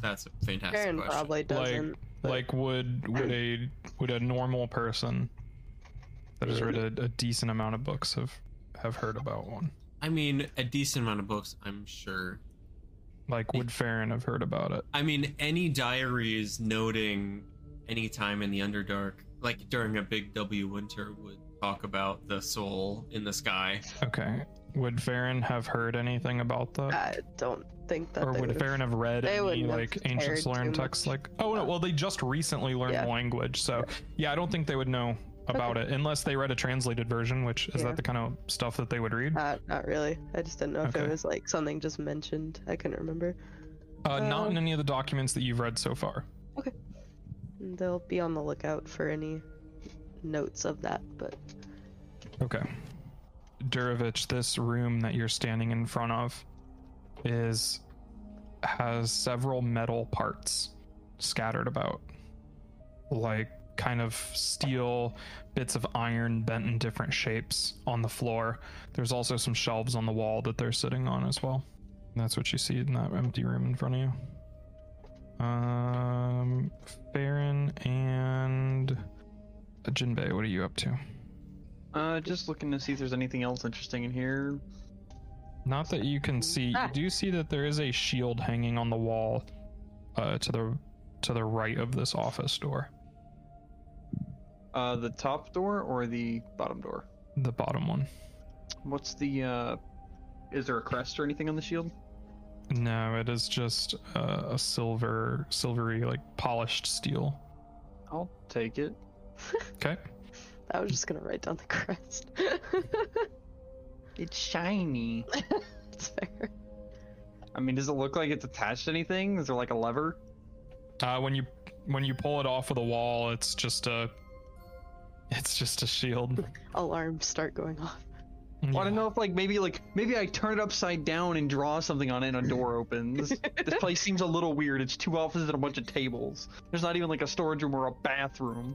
S5: That's a fantastic
S6: Farron
S5: question.
S6: probably doesn't. But-
S2: Like would would a would a normal person that has read a, a decent amount of books have have heard about one?
S5: I mean, a decent amount of books, I'm sure.
S2: Like would Farron have heard about it?
S5: I mean, any diaries noting any time in the Underdark, like during a big W winter, would talk about the soul in the sky.
S2: Okay. Would Farron have heard anything about that?
S6: I don't think that
S2: or
S6: they
S2: would
S6: would.
S2: Farron have read
S6: they
S2: any
S6: wouldn't have
S2: like
S6: cared
S2: ancient Solarian
S6: too
S2: texts?
S6: much.
S2: Like, oh no, well they just recently learned
S6: Yeah.
S2: the language, so yeah, I don't think they would know about it unless they read a translated version. Which is
S6: Yeah.
S2: that the kind of stuff that they would read? Uh,
S6: Not, not really. I just didn't know if it
S2: Okay.
S6: was like something just mentioned. I couldn't remember.
S2: Uh, not
S6: um,
S2: in any of the documents that you've read so far.
S6: They'll be on the lookout for any notes of that, but
S2: Okay. Durovich, this room that you're standing in front of is has several metal parts scattered about. Like kind of steel, bits of iron bent in different shapes on the floor. There's also some shelves on the wall that they're sitting on as well. And that's what you see in that empty room in front of you. Um Farron and Jinbei, what are you up to?
S3: Uh, just looking to see if there's anything else interesting in here.
S2: Not that you can see. You do see that there is a shield hanging on the wall, uh, to the to the right of this office door,
S3: Uh, the top door or the bottom door?
S2: the bottom one.
S3: What's the uh? Is there a crest or anything on the shield?
S2: No, it is just uh, a silver, silvery, like polished steel.
S3: I'll take it.
S2: Okay.
S6: I was just gonna write down the crest.
S3: It's shiny.
S6: That's fair.
S3: I mean, does it look like it's attached to anything? Is there like a lever?
S2: Uh, when you when you pull it off of the wall, it's just a it's just a shield.
S6: Alarms start going off.
S3: Want to know if like maybe like maybe I turn it upside down and draw something on it and a door opens. this place seems a little weird. It's two offices and a bunch of tables. There's not even like a storage room or a bathroom.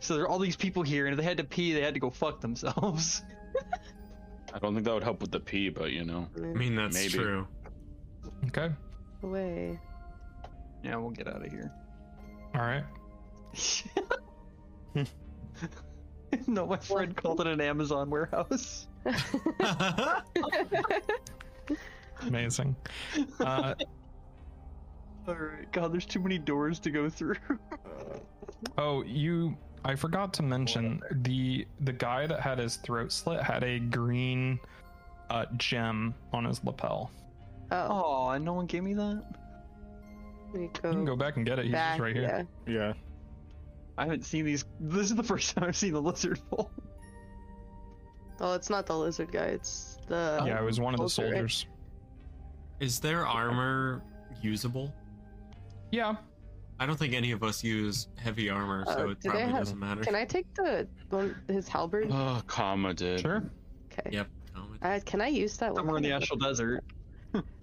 S3: so there are all these people here, and if they had to pee, they had to go fuck themselves.
S4: I don't think that would help with the pee, but you know.
S6: Move
S5: I mean, that's
S4: Maybe.
S5: true.
S2: Okay.
S6: away.
S3: yeah, we'll get out of here.
S2: All right.
S3: no, my friend called it an Amazon warehouse.
S2: Amazing. Uh,
S3: All right, God, there's too many doors to go through.
S2: Oh, you I forgot to mention the the guy that had his throat slit had a green uh gem on his lapel.
S6: Oh,
S3: Oh, and no one gave me that.
S6: we go,
S2: You can go back and get it. He's
S6: back.
S2: just right here.
S6: Yeah.
S9: Yeah.
S3: I haven't seen these. This is the first time I've seen the lizard bowl.
S6: Well, it's not the lizard guy. It's the
S2: Yeah, it was one of the
S6: Soldier, right?
S2: soldiers.
S5: Is their armor usable?
S2: Yeah.
S5: I don't think any of us use heavy armor,
S6: Uh,
S5: so it
S6: do they
S5: probably
S6: have-
S5: doesn't matter.
S6: Can I take the one- his halberd?
S4: Oh, comma did.
S2: Sure.
S6: Okay.
S5: Yep. Comet.
S6: Uh, can I use that?
S3: Somewhere in the
S6: weapon?
S3: Astral Desert.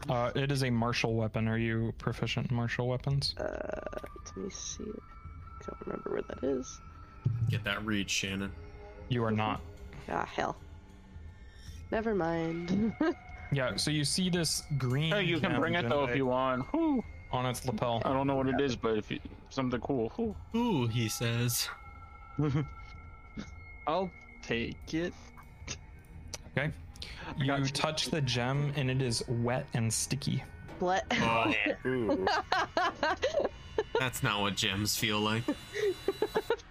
S2: Uh it is a martial weapon. Are you proficient in martial weapons?
S6: Uh, let me see. I don't remember where that is.
S5: Get that read, Shannon.
S2: You are not.
S6: Ah, hell. Never mind.
S2: Yeah, so you see this green
S4: Hey, you can
S2: gem,
S4: bring it though
S2: Jinbei,
S4: if you want. Whew.
S2: on its lapel.
S4: I don't know what it is, but if you, something cool. Whew.
S5: Ooh, he says. Oh,
S3: I'll take it.
S2: Okay.
S3: got
S2: You
S3: you.
S2: touch the gem and it is wet and sticky.
S6: What?
S5: Oh,
S9: Ooh.
S5: that's not what gems feel like.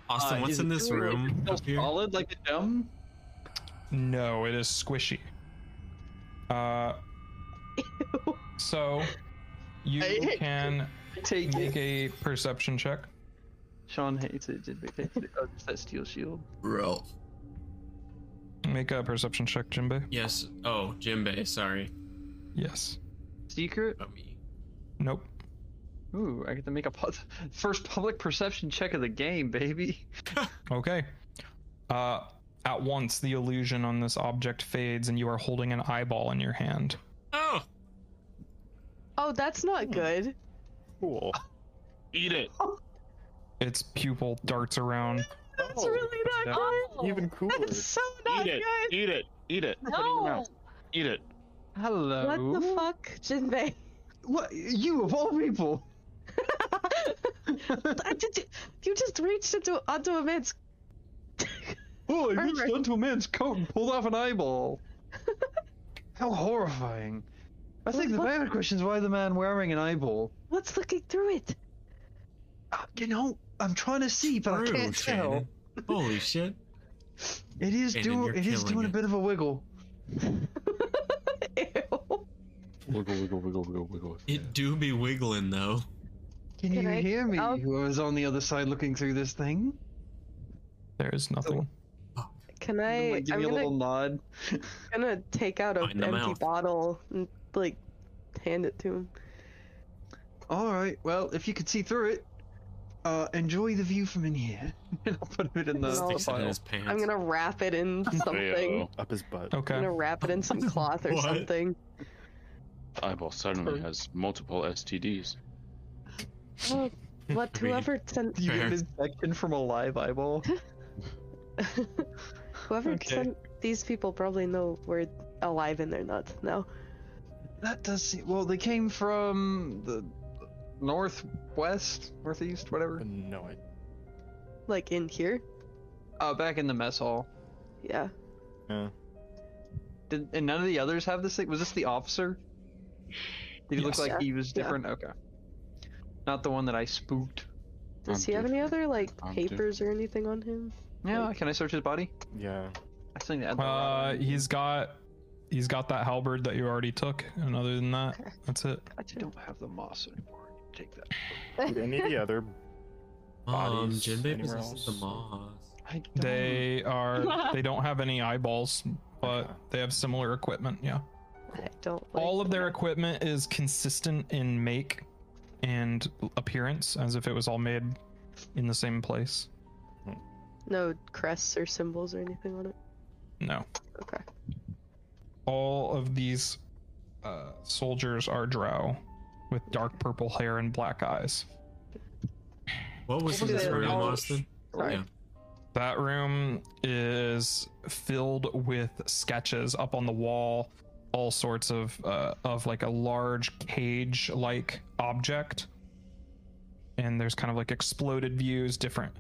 S5: Austin,
S3: Uh,
S5: what's
S3: is
S5: in
S3: it
S5: this
S3: still-
S5: room?
S3: Still
S5: up here?
S3: solid like the gem.
S2: No, it is squishy. Uh, so you
S3: I-
S2: can
S3: Take
S2: make
S3: it.
S2: a perception check.
S3: Sean hates it. Did hates it. Oh, it's that steel shield.
S5: Bro.
S2: Make a perception check, Jimbo.
S5: Yes. Oh, Jimbei. Sorry.
S2: Yes.
S3: Secret.
S5: About me.
S2: Nope.
S3: Ooh, I get to make a pu- first public perception check of the game, baby.
S2: Okay. Uh, at once, the illusion on this object fades, and you are holding an eyeball in your hand.
S5: Oh,
S6: oh, that's not good.
S9: Cool.
S4: Eat it.
S3: Oh,
S2: Its pupil darts around.
S6: That's
S9: Oh,
S6: really not
S7: Oh,
S9: Even cooler.
S6: good. That's so not
S4: Eat it.
S6: good.
S4: Eat it. Eat it. Put it in your
S7: no.
S4: mouth. Eat it.
S3: Hello.
S6: What
S4: Oh.
S6: the fuck, Jinbei?
S3: What? You of all people.
S6: I did you, you just reached into onto a man's.
S3: Oh, I
S6: Armor.
S3: reached onto a man's coat and pulled off an eyeball. How horrifying. I think the
S6: What-
S3: better question is why the man wearing an eyeball.
S6: What's looking through it?
S3: Uh, You know, I'm trying to see, but I
S5: true,
S3: can't tell.
S5: Shannon. Holy shit.
S3: It is
S5: Shannon,
S3: doing
S5: you're
S3: it is
S5: killing
S3: doing a
S5: it.
S3: bit of a wiggle.
S6: Ew.
S4: Wiggle, wiggle, wiggle, wiggle, wiggle.
S5: It do be wiggling though.
S3: Can,
S6: Can
S3: you
S6: I-
S3: hear me?
S6: I'll-
S3: Whoever's on the other side looking through this thing.
S2: There is nothing.
S6: Can I?
S3: Like, give
S6: I'm
S3: me
S6: gonna,
S3: a little nod.
S6: gonna take out
S5: Right in
S6: an
S5: the
S6: empty
S5: mouth.
S6: bottle and like hand it to him.
S3: All right. Well, if you could see through it, Uh, enjoy the view from in here. and I'll put it in the,
S6: Well,
S3: the
S1: Sticks it in
S3: file.
S1: his pants.
S6: I'm gonna wrap it in something.
S9: Up his butt.
S6: I'm
S2: Okay.
S6: gonna wrap it in some cloth or
S1: What?
S6: something.
S4: Eyeball suddenly has multiple STDs.
S6: Oh, What
S1: Read.
S6: whoever sent
S3: You get
S1: Fair.
S3: an infection from a live eyeball.
S6: whoever
S3: Okay.
S6: sent these people probably know we're alive in their nuts now.
S3: That does seem. Well, they came from the northwest, northeast, whatever.
S9: No, I
S6: Like in here.
S3: Uh, back in the mess hall.
S6: Yeah.
S3: Did and none of the others have this thing? Was this the officer? Did he
S6: Yes.
S3: look like he was
S6: Yeah.
S3: different? Okay. Not the one that I spooked.
S6: Does
S4: I'm
S6: he have any
S4: different.
S6: other like
S4: I'm
S6: papers or anything on him?
S3: Yeah. Can I search his body?
S9: yeah.
S3: I still need to add the
S2: Uh,
S3: rod.
S2: he's got he's got that halberd that you already took, and other than that, that's it.
S3: I don't have the moss anymore. Take that.
S9: Did any of the other
S1: Mom,
S9: bodies
S1: Jinbei
S9: anywhere
S1: possesses the
S9: else?
S1: moss.
S3: I don't
S2: They are they don't have any eyeballs, but they have similar equipment. Yeah.
S6: I don't. Like
S2: All of
S6: the
S2: their
S6: mess.
S2: equipment is consistent in make and appearance, as if it was all made in the same place.
S6: No crests or symbols or anything on it.
S2: No.
S6: Okay.
S2: All of these uh, soldiers are drow with dark purple hair and black eyes.
S1: What was
S6: What was
S1: this
S6: it?
S1: room,
S6: Oh,
S1: Austin?
S6: Sorry.
S1: Yeah.
S2: That room is filled with sketches up on the wall, all sorts of uh, of like a large cage-like object, and there's kind of like exploded views, different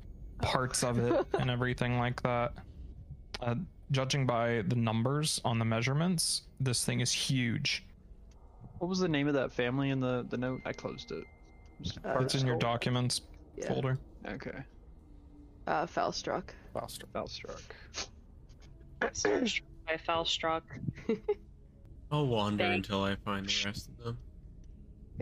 S2: parts of it, and everything like that. Uh, judging by the numbers on the measurements, this thing is huge.
S3: What was the name of that family in the the note? I closed it.
S6: Uh,
S2: It's in your documents
S6: Yeah.
S2: folder.
S3: Okay.
S6: Uh, Falstruck.
S9: Foster.
S3: Valstruck.
S7: I foul struck.
S1: I'll wander
S7: Thank-
S1: until I find the rest of them.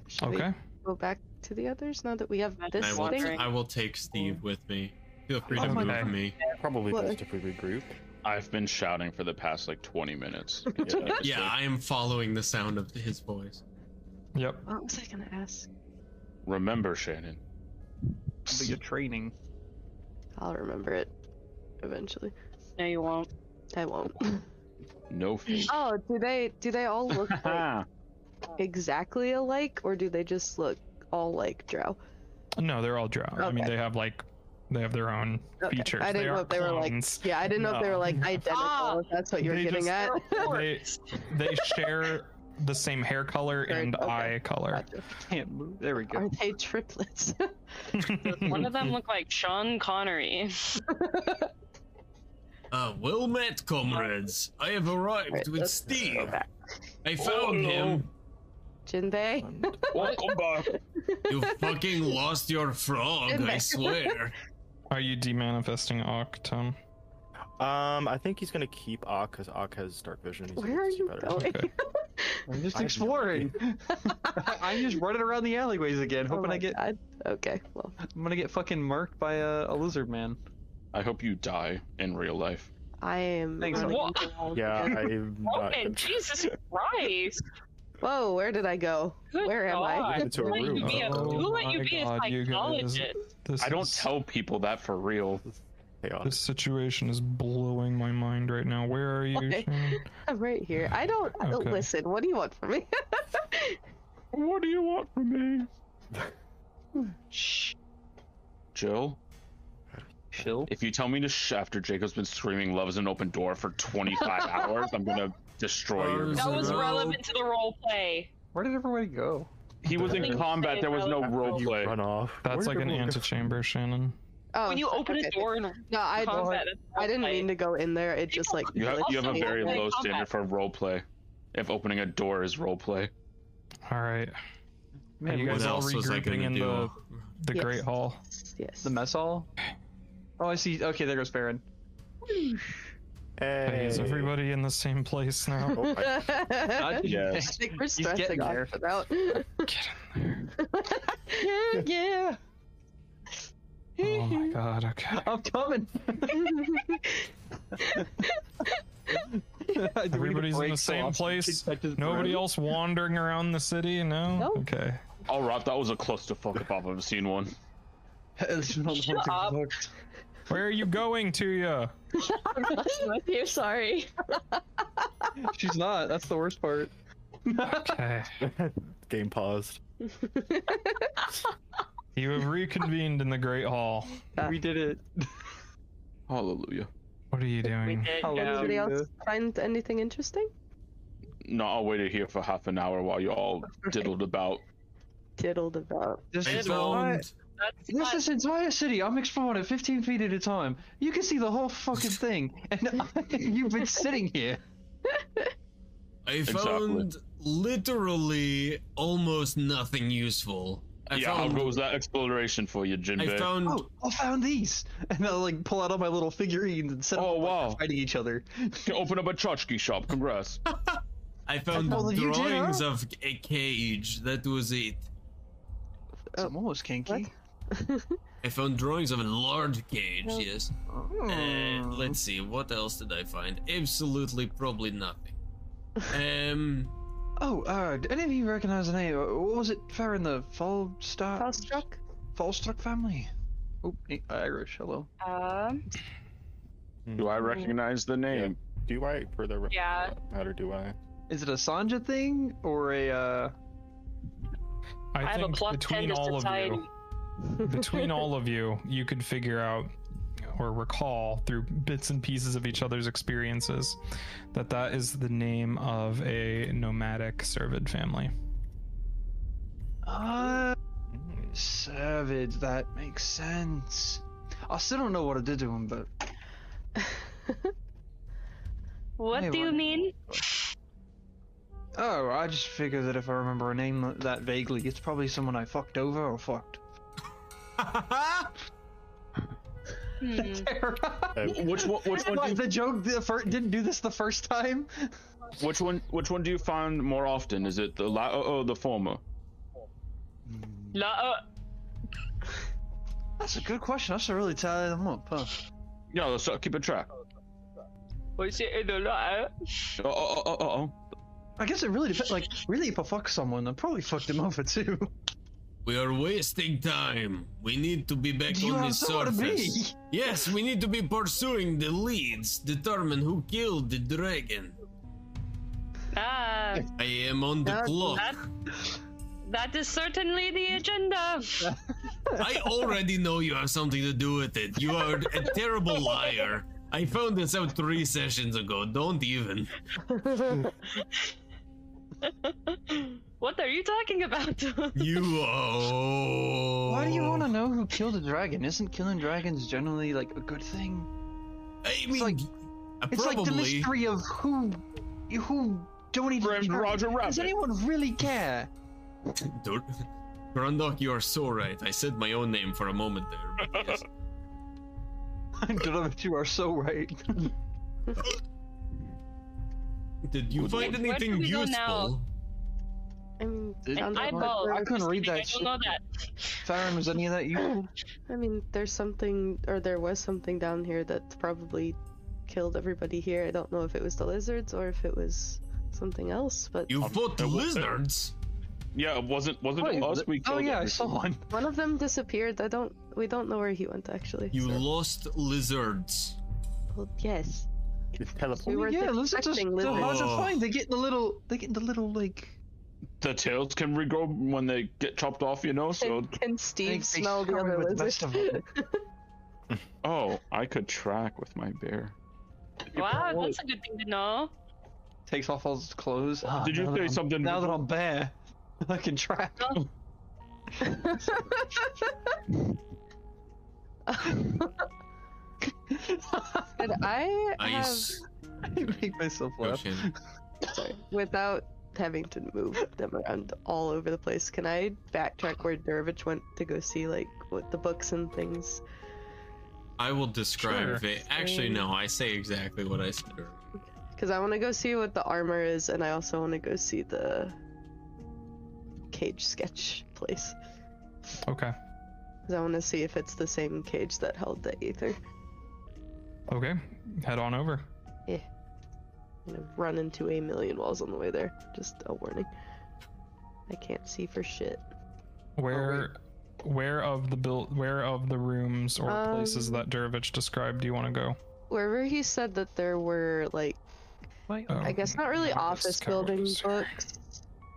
S6: Should
S2: Okay.
S6: we go back to the others now that we have
S7: I
S6: this
S1: I will.
S6: thing?
S7: wondering.
S1: I will take Steve with me. Feel free
S2: Oh
S1: to
S2: my
S1: move
S2: God.
S1: me.
S9: Probably
S6: What?
S9: best if we regroup.
S4: I've been shouting for the past like 20 minutes.
S9: Yeah.
S1: Yeah, I am following the sound of his voice.
S2: Yep.
S6: What was I gonna ask?
S4: Remember, Shannon.
S3: But your training.
S6: I'll remember it eventually.
S7: No, you won't.
S6: I won't.
S4: No fake.
S6: oh, do they do they all look like
S4: Ah,
S6: exactly alike, or do they just look all like Drow?
S2: No, they're all drow. I mean,
S6: Okay.
S2: they have like they have their own
S6: Okay.
S2: features.
S6: I didn't
S2: they
S6: know
S2: are
S6: if they were like.
S2: clones.
S6: Yeah, I didn't know if they were
S2: No.
S6: like identical.
S7: Ah,
S6: if that's what you were
S2: they
S6: getting
S2: just-
S6: at.
S2: they they share the same hair color
S6: Right,
S2: and
S6: okay.
S2: eye color.
S6: Gotcha.
S3: Can't move. There we
S6: Are
S3: go.
S6: they triplets?
S7: One of them looked like Sean Connery.
S1: Uh, well met, comrades. I have arrived
S6: Right,
S1: with
S6: let's go
S1: Steve.
S6: back.
S1: I found him.
S6: Jinbei.
S4: welcome back.
S1: You fucking lost your frog, I
S6: Goodbye.
S1: swear.
S2: Are you demanifesting Octum?
S9: Um, I think he's gonna keep Ock because Ock has dark vision. He's
S6: Where
S9: able to
S6: are
S9: see
S6: you
S9: better.
S6: going?
S2: Okay.
S3: I'm just
S9: I have no
S3: exploring. I'm just running around the alleyways again,
S6: Oh
S3: hoping
S6: my
S3: I get
S6: God. Okay. Well,
S3: I'm gonna get fucking marked by a, a lizard man.
S4: I hope you die in real life.
S6: I am.
S3: Thanks,
S6: running
S7: Wha-
S6: around
S9: Yeah,
S6: again.
S9: I'm not.
S7: Woman, Jesus Christ!
S6: Whoa, where did I go?
S7: Good
S6: Where am I?
S7: God.
S9: Into a
S7: Who let you
S9: room.
S7: be a,
S2: Oh
S7: who let you
S2: my
S7: be a
S2: God, you guys.
S7: psychologist?
S2: This
S4: I don't
S2: is-
S4: tell people that for real.
S9: chaotic.
S2: This situation is blowing my mind right now. Where are you?
S6: Okay.
S2: Shannon?
S6: I'm right here. I don't I don't
S2: Okay.
S6: listen. What do you want from me?
S4: What do you want from me? Shh. Jill,
S3: Chill.
S4: if you tell me to shh after Jacob's been screaming love is an open door for 25 hours, I'm gonna destroy your.
S1: Love's
S7: That
S1: a
S7: was
S1: rope.
S7: relevant to the role play.
S3: Where did everybody go?
S4: He was
S9: Really?
S4: in combat, there was no role
S9: You
S4: play.
S9: run off.
S2: That's
S9: Where
S2: like
S9: did
S2: an
S9: everyone go?
S2: antechamber, Shannon.
S6: Oh,
S7: when you
S6: so-
S7: open
S6: okay.
S7: a door in
S6: No, I
S7: combat,
S6: I didn't mean to go in there. It just like
S4: You have, you have a
S6: glitched me.
S4: very
S7: Combat.
S4: low standard for role play. If opening a door is role play,
S2: All right. Are
S3: Man,
S2: you
S1: What
S2: guys all
S1: else was I
S2: regrouping
S1: gonna
S2: in the
S1: do?
S2: the
S6: Yes.
S2: Great Hall?
S6: Yes.
S3: the mess hall. Oh, I see. Okay, there goes Baron.
S9: Hey.
S2: Hey, is everybody in the same place now?
S9: Oh, I-
S6: I
S4: Yes.
S6: think we're stressing
S3: getting there.
S6: off about.
S2: Get in there.
S3: yeah,
S2: Oh my god. Okay.
S3: I'm coming.
S2: Everybody's in the same place. Nobody else wandering around the city. No.
S6: No.
S2: Okay.
S4: all right, that was a clusterfuck if I've ever seen one.
S3: It's not the
S7: Shut
S3: one thing
S7: up.
S3: looked.
S2: Where are you going, Tuya?
S10: I'm messing with you, sorry.
S3: She's not. That's the worst part.
S2: Okay.
S9: Game paused.
S2: You have reconvened in the Great Hall.
S3: We did it.
S4: Hallelujah.
S2: What are you
S7: We
S2: doing?
S7: did.
S3: Hello.
S7: go.
S3: Dude,
S6: Anybody
S3: yeah.
S6: else find anything interesting?
S4: No, I waited here for half an hour while you all diddled about.
S6: Diddled about.
S3: This
S8: I
S3: is
S8: zoned.
S7: That's
S3: This
S7: not-
S3: is entire city. I'm exploring at 15 feet at a time. You can see the whole fucking thing, and you've been sitting here.
S8: I
S4: Exactly.
S8: found literally almost nothing useful. I
S4: yeah, how
S8: found,
S4: goes that exploration for you,
S8: I
S4: Jinbei?
S8: found
S3: Oh, I found these, and I'll like pull out all my little figurines and set them
S4: Oh,
S3: up like,
S4: wow.
S3: they're fighting each other. Oh.
S4: Can open up a tchotchke shop. Congrats.
S8: I found
S3: Well, you did, huh?
S8: drawings of a cage. That was it.
S3: It's almost kinky.
S8: I found drawings of a large cage.
S6: Oh.
S8: Yes. Uh,
S3: Oh.
S8: let's see. What else did I find? Absolutely, probably nothing. Um.
S3: Oh, uh, do any of you recognize the name? Uh, What was it? Fair in the Falstar?
S6: Falstruck?
S3: Falstruck family. Oh, eh, Irish. Hello.
S9: Uh,
S10: Uh,
S7: Um,
S4: Do I recognize the name?
S9: Do I further re-
S7: Yeah.
S9: matter? Do I?
S3: Is it a Sanja thing or a? uh...
S7: I,
S2: I
S7: have a
S2: think
S7: plus ten
S2: between
S7: to
S2: all of
S7: society.
S2: you, between all of you, you could figure out or recall through bits and pieces of each other's experiences that that is the name of a nomadic servid family.
S3: Uh, Servid. That makes sense. I still don't know what I did to him, but
S7: What
S3: Hey,
S7: do you
S3: what-
S7: mean?
S3: oh, I just figure that if I remember a name li- that vaguely, it's probably someone I fucked over or fucked.
S7: Hmm.
S4: Wh- Which one? Which one? Do
S3: What, the joke the fir- didn't do this the first time?
S4: you, which one? Which one do you find more often? Is it the la- oh, the former?
S7: La- uh,
S3: That's a good question. I should really tally them up, huh?
S4: Yeah, let's start keeping track.
S7: what's it in the la- uh?
S4: Oh, oh, oh, oh, oh.
S3: I guess it really depends. Like, really, if I fuck someone, I probably fucked him over too.
S8: We are wasting time. We need to be back
S3: You
S8: on
S3: have
S8: the
S3: somewhere to be.
S8: surface. Yes, we need to be pursuing the leads, determine who killed the dragon.
S7: Ah,
S8: I am on the
S6: That-
S8: clock.
S7: that, that is certainly the agenda.
S8: I already know you have something to do with it. You are a terrible liar. I found this out three sessions ago. Don't even.
S7: what are you talking about?
S8: You oh.
S3: Why do you want to know who killed a dragon? Isn't killing dragons generally like a good thing?
S8: I mean,
S3: like-
S8: uh,
S3: It's
S8: probably.
S3: like the mystery of who, who don't even.
S4: Grand
S3: care.
S4: Roger
S3: Does
S4: Rabbit.
S3: anyone really care?
S8: Dur- Grandok, you are so right. I said my own name for a moment there. But yes.
S3: Donovan, you are so right.
S8: Did you find
S7: Where do
S8: anything
S7: we go now?
S8: useful?
S6: I mean,
S3: Did-
S6: sounds like
S7: eyeball.
S6: we're-
S3: I couldn't read
S7: I
S3: that
S7: don't
S3: shit.
S7: know that.
S3: Farron, was any of that you?
S6: I mean, there's something, or there was something down here that probably killed everybody here. I don't know if it was the lizards or if it was something else, but
S8: You fought
S4: there was-
S8: lizards.
S4: uh, Yeah, it wasn't wasn't it us we
S3: oh
S4: killed?
S3: yeah, I
S4: everything?
S3: saw one.
S6: one of them disappeared. I don't, we don't know where he went actually.
S8: You
S6: so-
S8: lost lizards.
S6: Well, yes.
S9: It's
S6: We
S9: teleport.
S6: were
S3: yeah, listen to
S6: expecting
S3: the hard
S6: lizards.
S3: to
S8: Oh.
S3: find. They get the little, they get the little like.
S4: The tails can regrow when they get chopped off, you know. So
S6: Can, can
S3: they-
S6: Steve
S3: they
S6: smell the
S3: scurry
S6: other
S3: with
S6: lizard?
S3: the best of them.
S4: oh, I could track with my bear.
S7: Wow, that's a good thing to know.
S3: Takes off all his clothes. Ah,
S4: Did you
S3: now that
S4: say
S3: I'm-
S4: something-
S3: Now that I'm bare, I can track.
S6: Did I have,
S8: Ice.
S3: I make myself laugh.
S8: Ocean.
S6: sorry, without having to move them around all over the place, can I backtrack where Dervich went to go see, like, what the books and things?
S8: I will describe
S2: Sure.
S8: it. Actually, no, I say exactly what I said earlier.
S6: Because I want to go see what the armor is, and I also want to go see the cage sketch place.
S2: Okay.
S6: Because I want to see if it's the same cage that held the ether.
S2: Okay. Head on over.
S6: I'm gonna run into a million walls on the way there. Just a warning. I can't see for shit.
S2: Where where of the build, where of the rooms or places
S6: Um,
S2: that Durovich described do you want to go?
S6: Wherever he said that there were like
S3: My,
S2: Oh.
S6: I guess not really
S2: that's
S6: office
S2: kinda what
S6: building
S2: those are.
S6: books.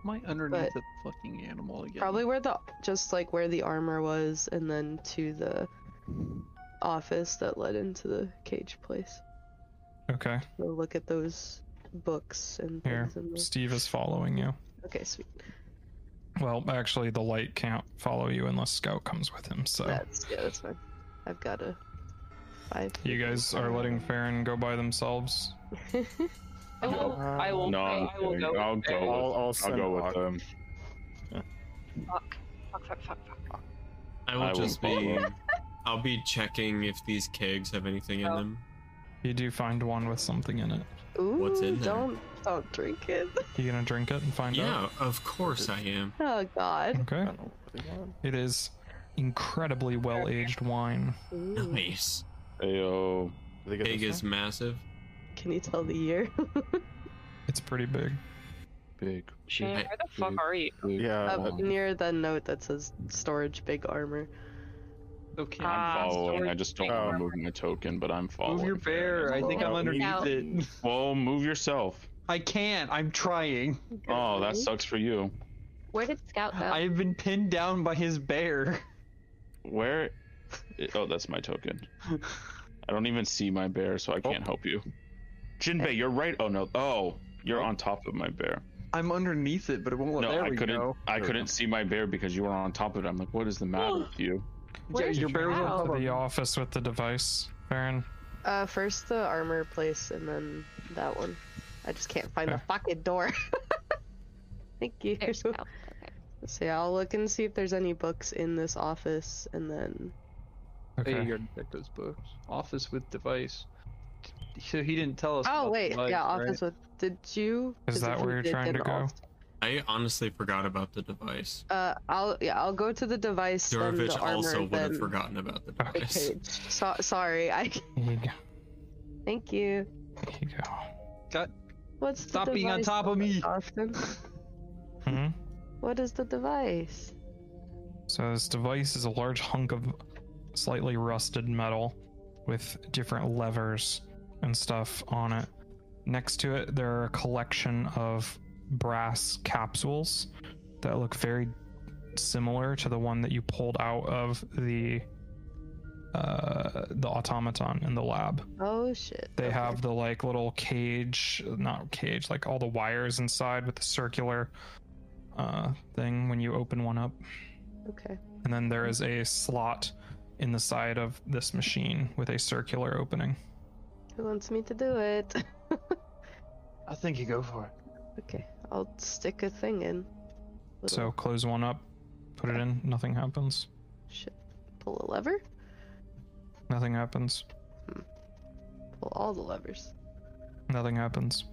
S3: my underneath
S6: But-
S3: the fucking animal again.
S6: Probably where the just like where the armor was and then to the office that led into the cage place.
S2: Okay,
S6: Go look at those books and
S2: Here.
S6: things in there.
S2: Steve is following you.
S6: Okay, sweet.
S2: Well, actually, the light can't follow you unless Scout comes with him. So
S6: That's yeah, that's fine. I've got a five.
S2: you guys are letting Farron go by themselves.
S7: I will. I will.
S4: No,
S7: I,
S4: I'm
S7: I will
S4: kidding.
S7: go.
S4: I'll
S7: with
S4: go.
S7: it.
S9: I'll, I'll,
S4: I'll
S9: send
S4: go
S9: Ock.
S4: with them.
S7: Fuck. Fuck. Fuck. Fuck. fuck.
S1: I will
S4: I will
S1: just be.
S4: follow.
S1: I'll be checking if these kegs have anything in
S7: Oh.
S1: them.
S2: You do find one with something in it.
S6: Ooh,
S1: What's in there?
S6: don't don't drink it.
S2: You gonna drink it and find out?
S1: Yeah, of course I am.
S6: Oh God.
S9: I
S2: Okay.
S9: don't know what they want.
S2: It is incredibly well aged wine.
S6: Ooh.
S1: Nice.
S4: Ayo.
S9: Do they get
S1: Keg
S9: this
S1: is massive.
S6: Can you tell the year?
S2: It's pretty big.
S4: Big.
S7: Shane, where the fuck are you?
S9: one?
S4: big.
S9: Yeah.
S6: Up near the note that says storage big armor.
S3: Okay.
S7: Ah,
S4: I'm following. I
S7: storage
S4: just don't
S9: thing.
S4: want to
S9: Oh.
S4: move my token, but I'm following.
S3: Move your bear. I think I'm
S9: Well,
S3: underneath
S10: out.
S3: it.
S4: Well, move yourself.
S3: I can't. I'm trying.
S4: Oh, that sucks for you.
S10: Where did Scout go?
S3: I've been pinned down by his bear.
S4: Where? Oh, that's my token. I don't even see my bear, so I
S9: Oh.
S4: can't help you. Jinbei, you're right. Oh no. Oh, you're on top of my bear.
S3: I'm underneath it, but it won't let
S4: No,
S3: there
S4: I
S3: we
S4: couldn't.
S3: go.
S4: I
S9: There we
S4: couldn't
S9: go.
S4: see my bear because you were on top of it. I'm like, what is the matter with you?
S3: Yeah,
S10: Where's
S3: your bear was
S10: Scout?
S3: on
S2: To
S3: top
S2: the
S3: of
S2: office with the device, Farron.
S6: Uh, first the armor place and then that one. I just can't find the
S2: Okay.
S6: fucking door. Thank you.
S10: There's Scout.
S6: So yeah, I'll look and see if there's any books in this office, and then
S2: Okay.
S3: Hey, you gotta check those books. Office with device. So he didn't tell us.
S6: oh
S3: about
S6: wait,
S3: device,
S6: yeah,
S3: right?
S6: office with. Did you?
S2: Is
S6: 'cause
S2: that
S6: if
S2: where
S6: you
S2: you're
S6: did,
S2: trying to
S6: then
S2: go?
S6: I'll-
S1: I honestly forgot about the device.
S6: Uh, I'll yeah, I'll go to the device then
S1: Durovich
S6: the armor
S1: also would
S6: then
S1: have forgotten about the
S6: the
S1: device.
S6: cage. So- sorry, I
S2: Here you go.
S6: thank you.
S2: Here you go.
S6: What's the
S3: Stop being on
S6: device,
S3: top of me.
S6: Austin?
S2: hmm
S6: What is the device?
S2: So this device is a large hunk of slightly rusted metal with different levers and stuff on it. Next to it, there are a collection of brass capsules that look very similar to the one that you pulled out of the uh, the automaton in the lab.
S6: Oh shit.
S2: They
S6: okay.
S2: have the like little cage, not cage, like all the wires inside with the circular uh, thing when you open one up.
S6: Okay.
S2: And then there is a slot in the side of this machine with a circular opening.
S6: Who wants me to do it?
S3: I think you go for it.
S6: okay, I'll stick a thing in. Little
S2: So close one up, put it in, nothing happens.
S6: shit. Pull a lever.
S2: Nothing happens.
S6: Pull all the levers.
S2: Nothing happens.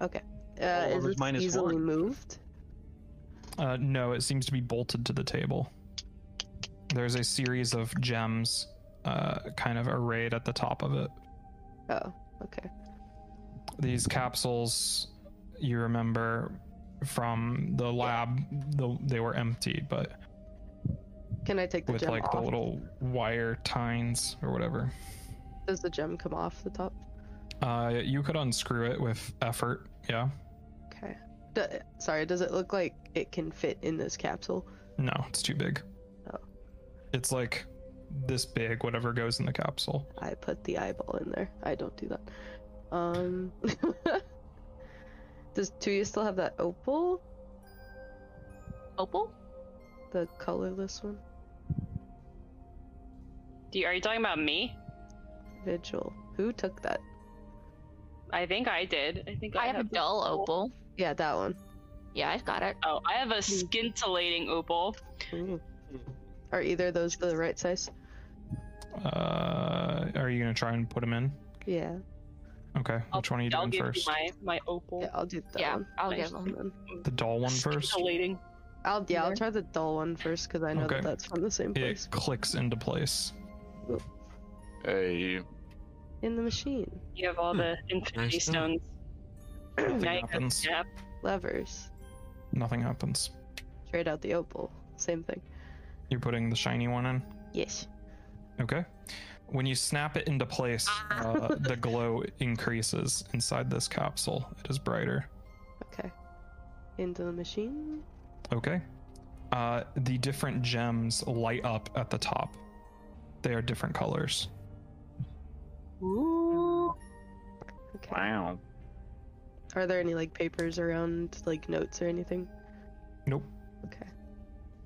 S6: Uh, is
S3: levers
S6: it
S3: minus
S6: easily
S3: one.
S6: moved?
S2: Uh, no, it seems to be bolted to the table. There's a series of gems uh, kind of arrayed at the top of it.
S6: Oh, okay.
S2: these capsules you remember from the lab the, they were empty but
S6: Can I take the
S2: with
S6: gem
S2: like
S6: off?
S2: the little wire tines or whatever
S6: Does the gem come off the top?
S2: uh you could unscrew it with effort yeah
S6: Okay. D- sorry, does it look like it can fit in this capsule?
S2: no it's too big
S6: Oh.
S2: it's like this big whatever goes in the capsule
S6: I put the eyeball in there. I don't do that. Um. does Tuya still have that opal?
S10: Opal?
S6: The colorless one?
S7: Do you, are you talking about me?
S6: Vigil. Who took that?
S7: I think I did. I think I,
S10: I have a
S7: the-
S10: dull opal.
S6: Yeah, that one.
S10: Yeah, I've got it.
S7: Oh, I have a scintillating opal.
S6: Ooh. Are either of those the right size?
S2: uh are you gonna try and put them in
S6: Yeah.
S2: okay
S7: I'll-
S2: which one are you
S7: I'll
S2: doing
S7: give
S2: first
S7: you my my opal.
S6: Yeah, I'll do that
S10: yeah,
S6: one.
S10: I'll
S7: Nice.
S10: give him.
S6: Then.
S2: the doll one first
S7: Scintillating.
S6: I'll yeah, I'll
S10: Either.
S6: try the dull one first because I know
S2: Okay.
S6: that that's from the same
S2: it
S6: place
S2: clicks into place
S4: Hey,
S6: in the machine.
S7: You have all the infinity
S1: Nice
S7: stones. now you have,
S2: happens.
S7: yeah,
S6: Levers.
S2: nothing happens
S6: Trade out the opal. Same thing.
S2: You're putting the shiny one in.
S6: Yes.
S2: Okay. When you snap it into place, uh, the glow increases inside this capsule. It is brighter.
S6: Okay. Into the machine.
S2: Okay. Uh, the different gems light up at the top. They are different colors.
S7: Ooh.
S6: Okay.
S4: Wow.
S6: Are there any like papers around, like notes or anything?
S2: Nope.
S6: Okay.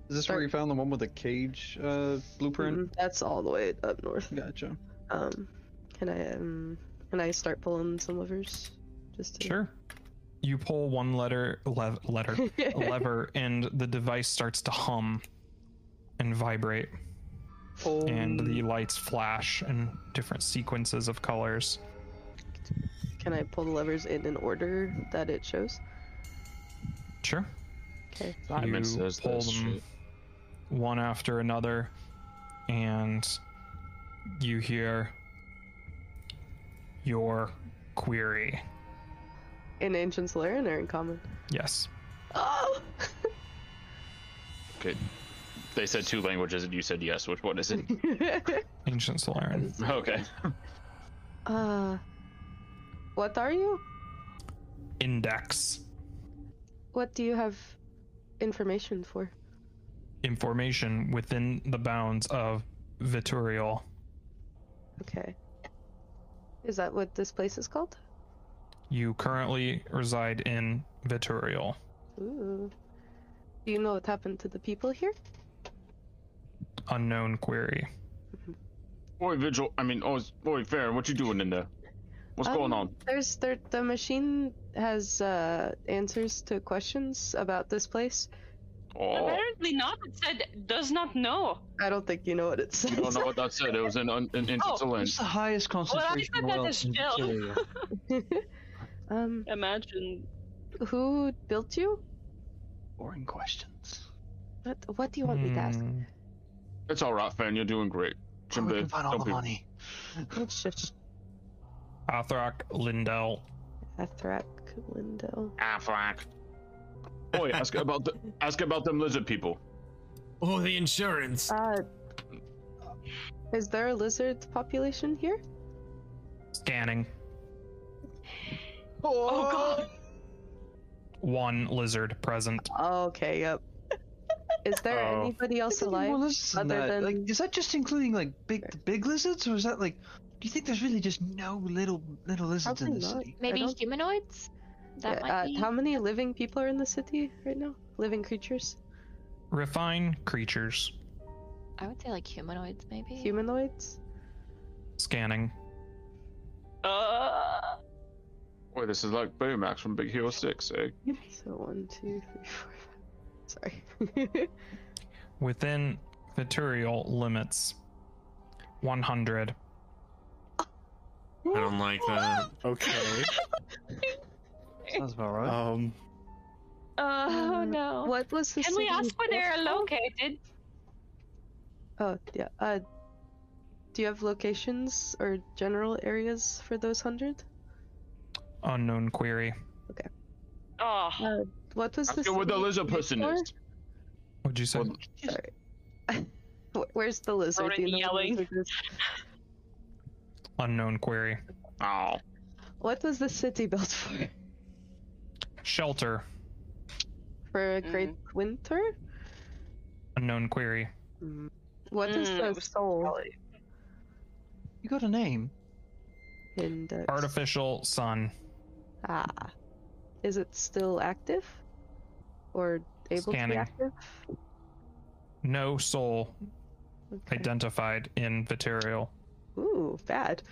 S3: Is this where you found the one with the cage uh, blueprint?
S6: Mm, That's all the way up north.
S3: Gotcha.
S6: Um, can I um, can I start pulling some levers? Just to...
S2: Sure. You pull one letter lev- letter lever, and the device starts to hum and vibrate,
S3: Oh,
S2: and the lights flash in different sequences of colors.
S6: Can I pull the levers in an order that it shows?
S2: Sure.
S6: Okay.
S4: Simon
S2: you
S4: says
S2: pull
S4: this
S2: them
S4: shit.
S2: one after another, and you hear your query.
S6: In ancient Solarian or in common?
S2: Yes.
S6: Oh.
S4: Okay. They said two languages and you said yes. Which one is it?
S2: Ancient Solarin.
S4: Okay.
S6: uh, what are you?
S2: Index.
S6: What do you have information for?
S2: Information within the bounds of Viturial.
S6: Okay. Is that what this place is called?
S2: You currently reside in Viturial.
S6: Ooh. Do you know what happened to the people here?
S2: Unknown query.
S4: Oi, Vigil. I mean, oi, oi, Fair. What you doing in there? What's going
S6: Um,
S4: on?
S6: There's there, the machine has uh, answers to questions about this place.
S4: Oh,
S7: Apparently not. It said does not know.
S6: I don't think you know what it says.
S4: you don't know what that said. It was an un-
S3: Oh,
S4: an insolent.
S3: It's the highest concentration
S7: said that
S3: well
S7: is
S3: in
S7: Jill.
S3: Victoria.
S6: um,
S7: Imagine.
S6: who built you?
S3: Boring questions.
S6: What, what do you want me to ask?
S2: Hmm.
S4: It's all right, Fan. You're doing great.
S3: we
S4: Jimbe,
S3: can find all
S4: don't
S3: the
S4: be-
S3: money. Hmm.
S6: Shush.
S2: Athrak Lindell.
S6: Athrak Lindell.
S4: Affleck. Oi, ask about the ask about them lizard people.
S5: Oh, the insurance.
S6: Uh, is there a lizard population here?
S2: Scanning.
S7: Oh god.
S2: One lizard present.
S6: Oh, Okay, yep. Is there
S9: Oh.
S6: anybody else alive?
S3: Well, listen,
S6: other
S3: that-
S6: than-
S3: like, is that just including like big big lizards, or is that like? Do you think there's really just no little little lizards in
S6: Probably
S3: the
S6: not.
S3: city?
S10: Maybe
S6: I don't-
S10: humanoids? That
S6: Yeah,
S10: might
S6: uh,
S10: be.
S6: How many living people are in the city right now? Living creatures?
S2: Refine creatures.
S10: I would say like humanoids, maybe.
S6: Humanoids?
S2: Scanning.
S7: Uh,
S4: Oi, this is like Baymax from Big Hero Six, eh?
S6: So one, two, three, four, five. Sorry.
S2: Within Viturial limits. 100.
S5: I don't like that.
S9: Okay.
S3: Sounds about right.
S9: Um.
S10: Oh
S6: Uh,
S10: no.
S6: what was the
S7: can we
S6: city
S7: ask where
S6: built
S7: they're
S6: for?
S7: located?
S6: Oh yeah. Uh, do you have locations or general areas for those hundred?
S2: Unknown query.
S7: Oh,
S6: Uh, What was
S4: Ask
S6: the
S4: her where the
S6: city
S4: lizard
S6: built
S4: person
S6: for?
S4: is.
S2: Would you say?
S4: Well,
S6: Wh- Where's the lizard?
S7: Already
S6: Do you know where the
S7: yelling.
S6: lizard is?
S2: Unknown query.
S4: Oh,
S6: What was the city built for?
S2: Shelter.
S6: For
S7: Mm.
S6: a great winter?
S2: Unknown query.
S6: What is
S7: Mm, it
S6: the
S7: was
S6: soul
S3: You got a name?
S6: index?
S2: Artificial sun.
S6: Ah. Is it still active? Or able to be
S2: Scanning.
S6: active?
S2: No soul
S6: Okay.
S2: identified in Viturial.
S6: Ooh, bad.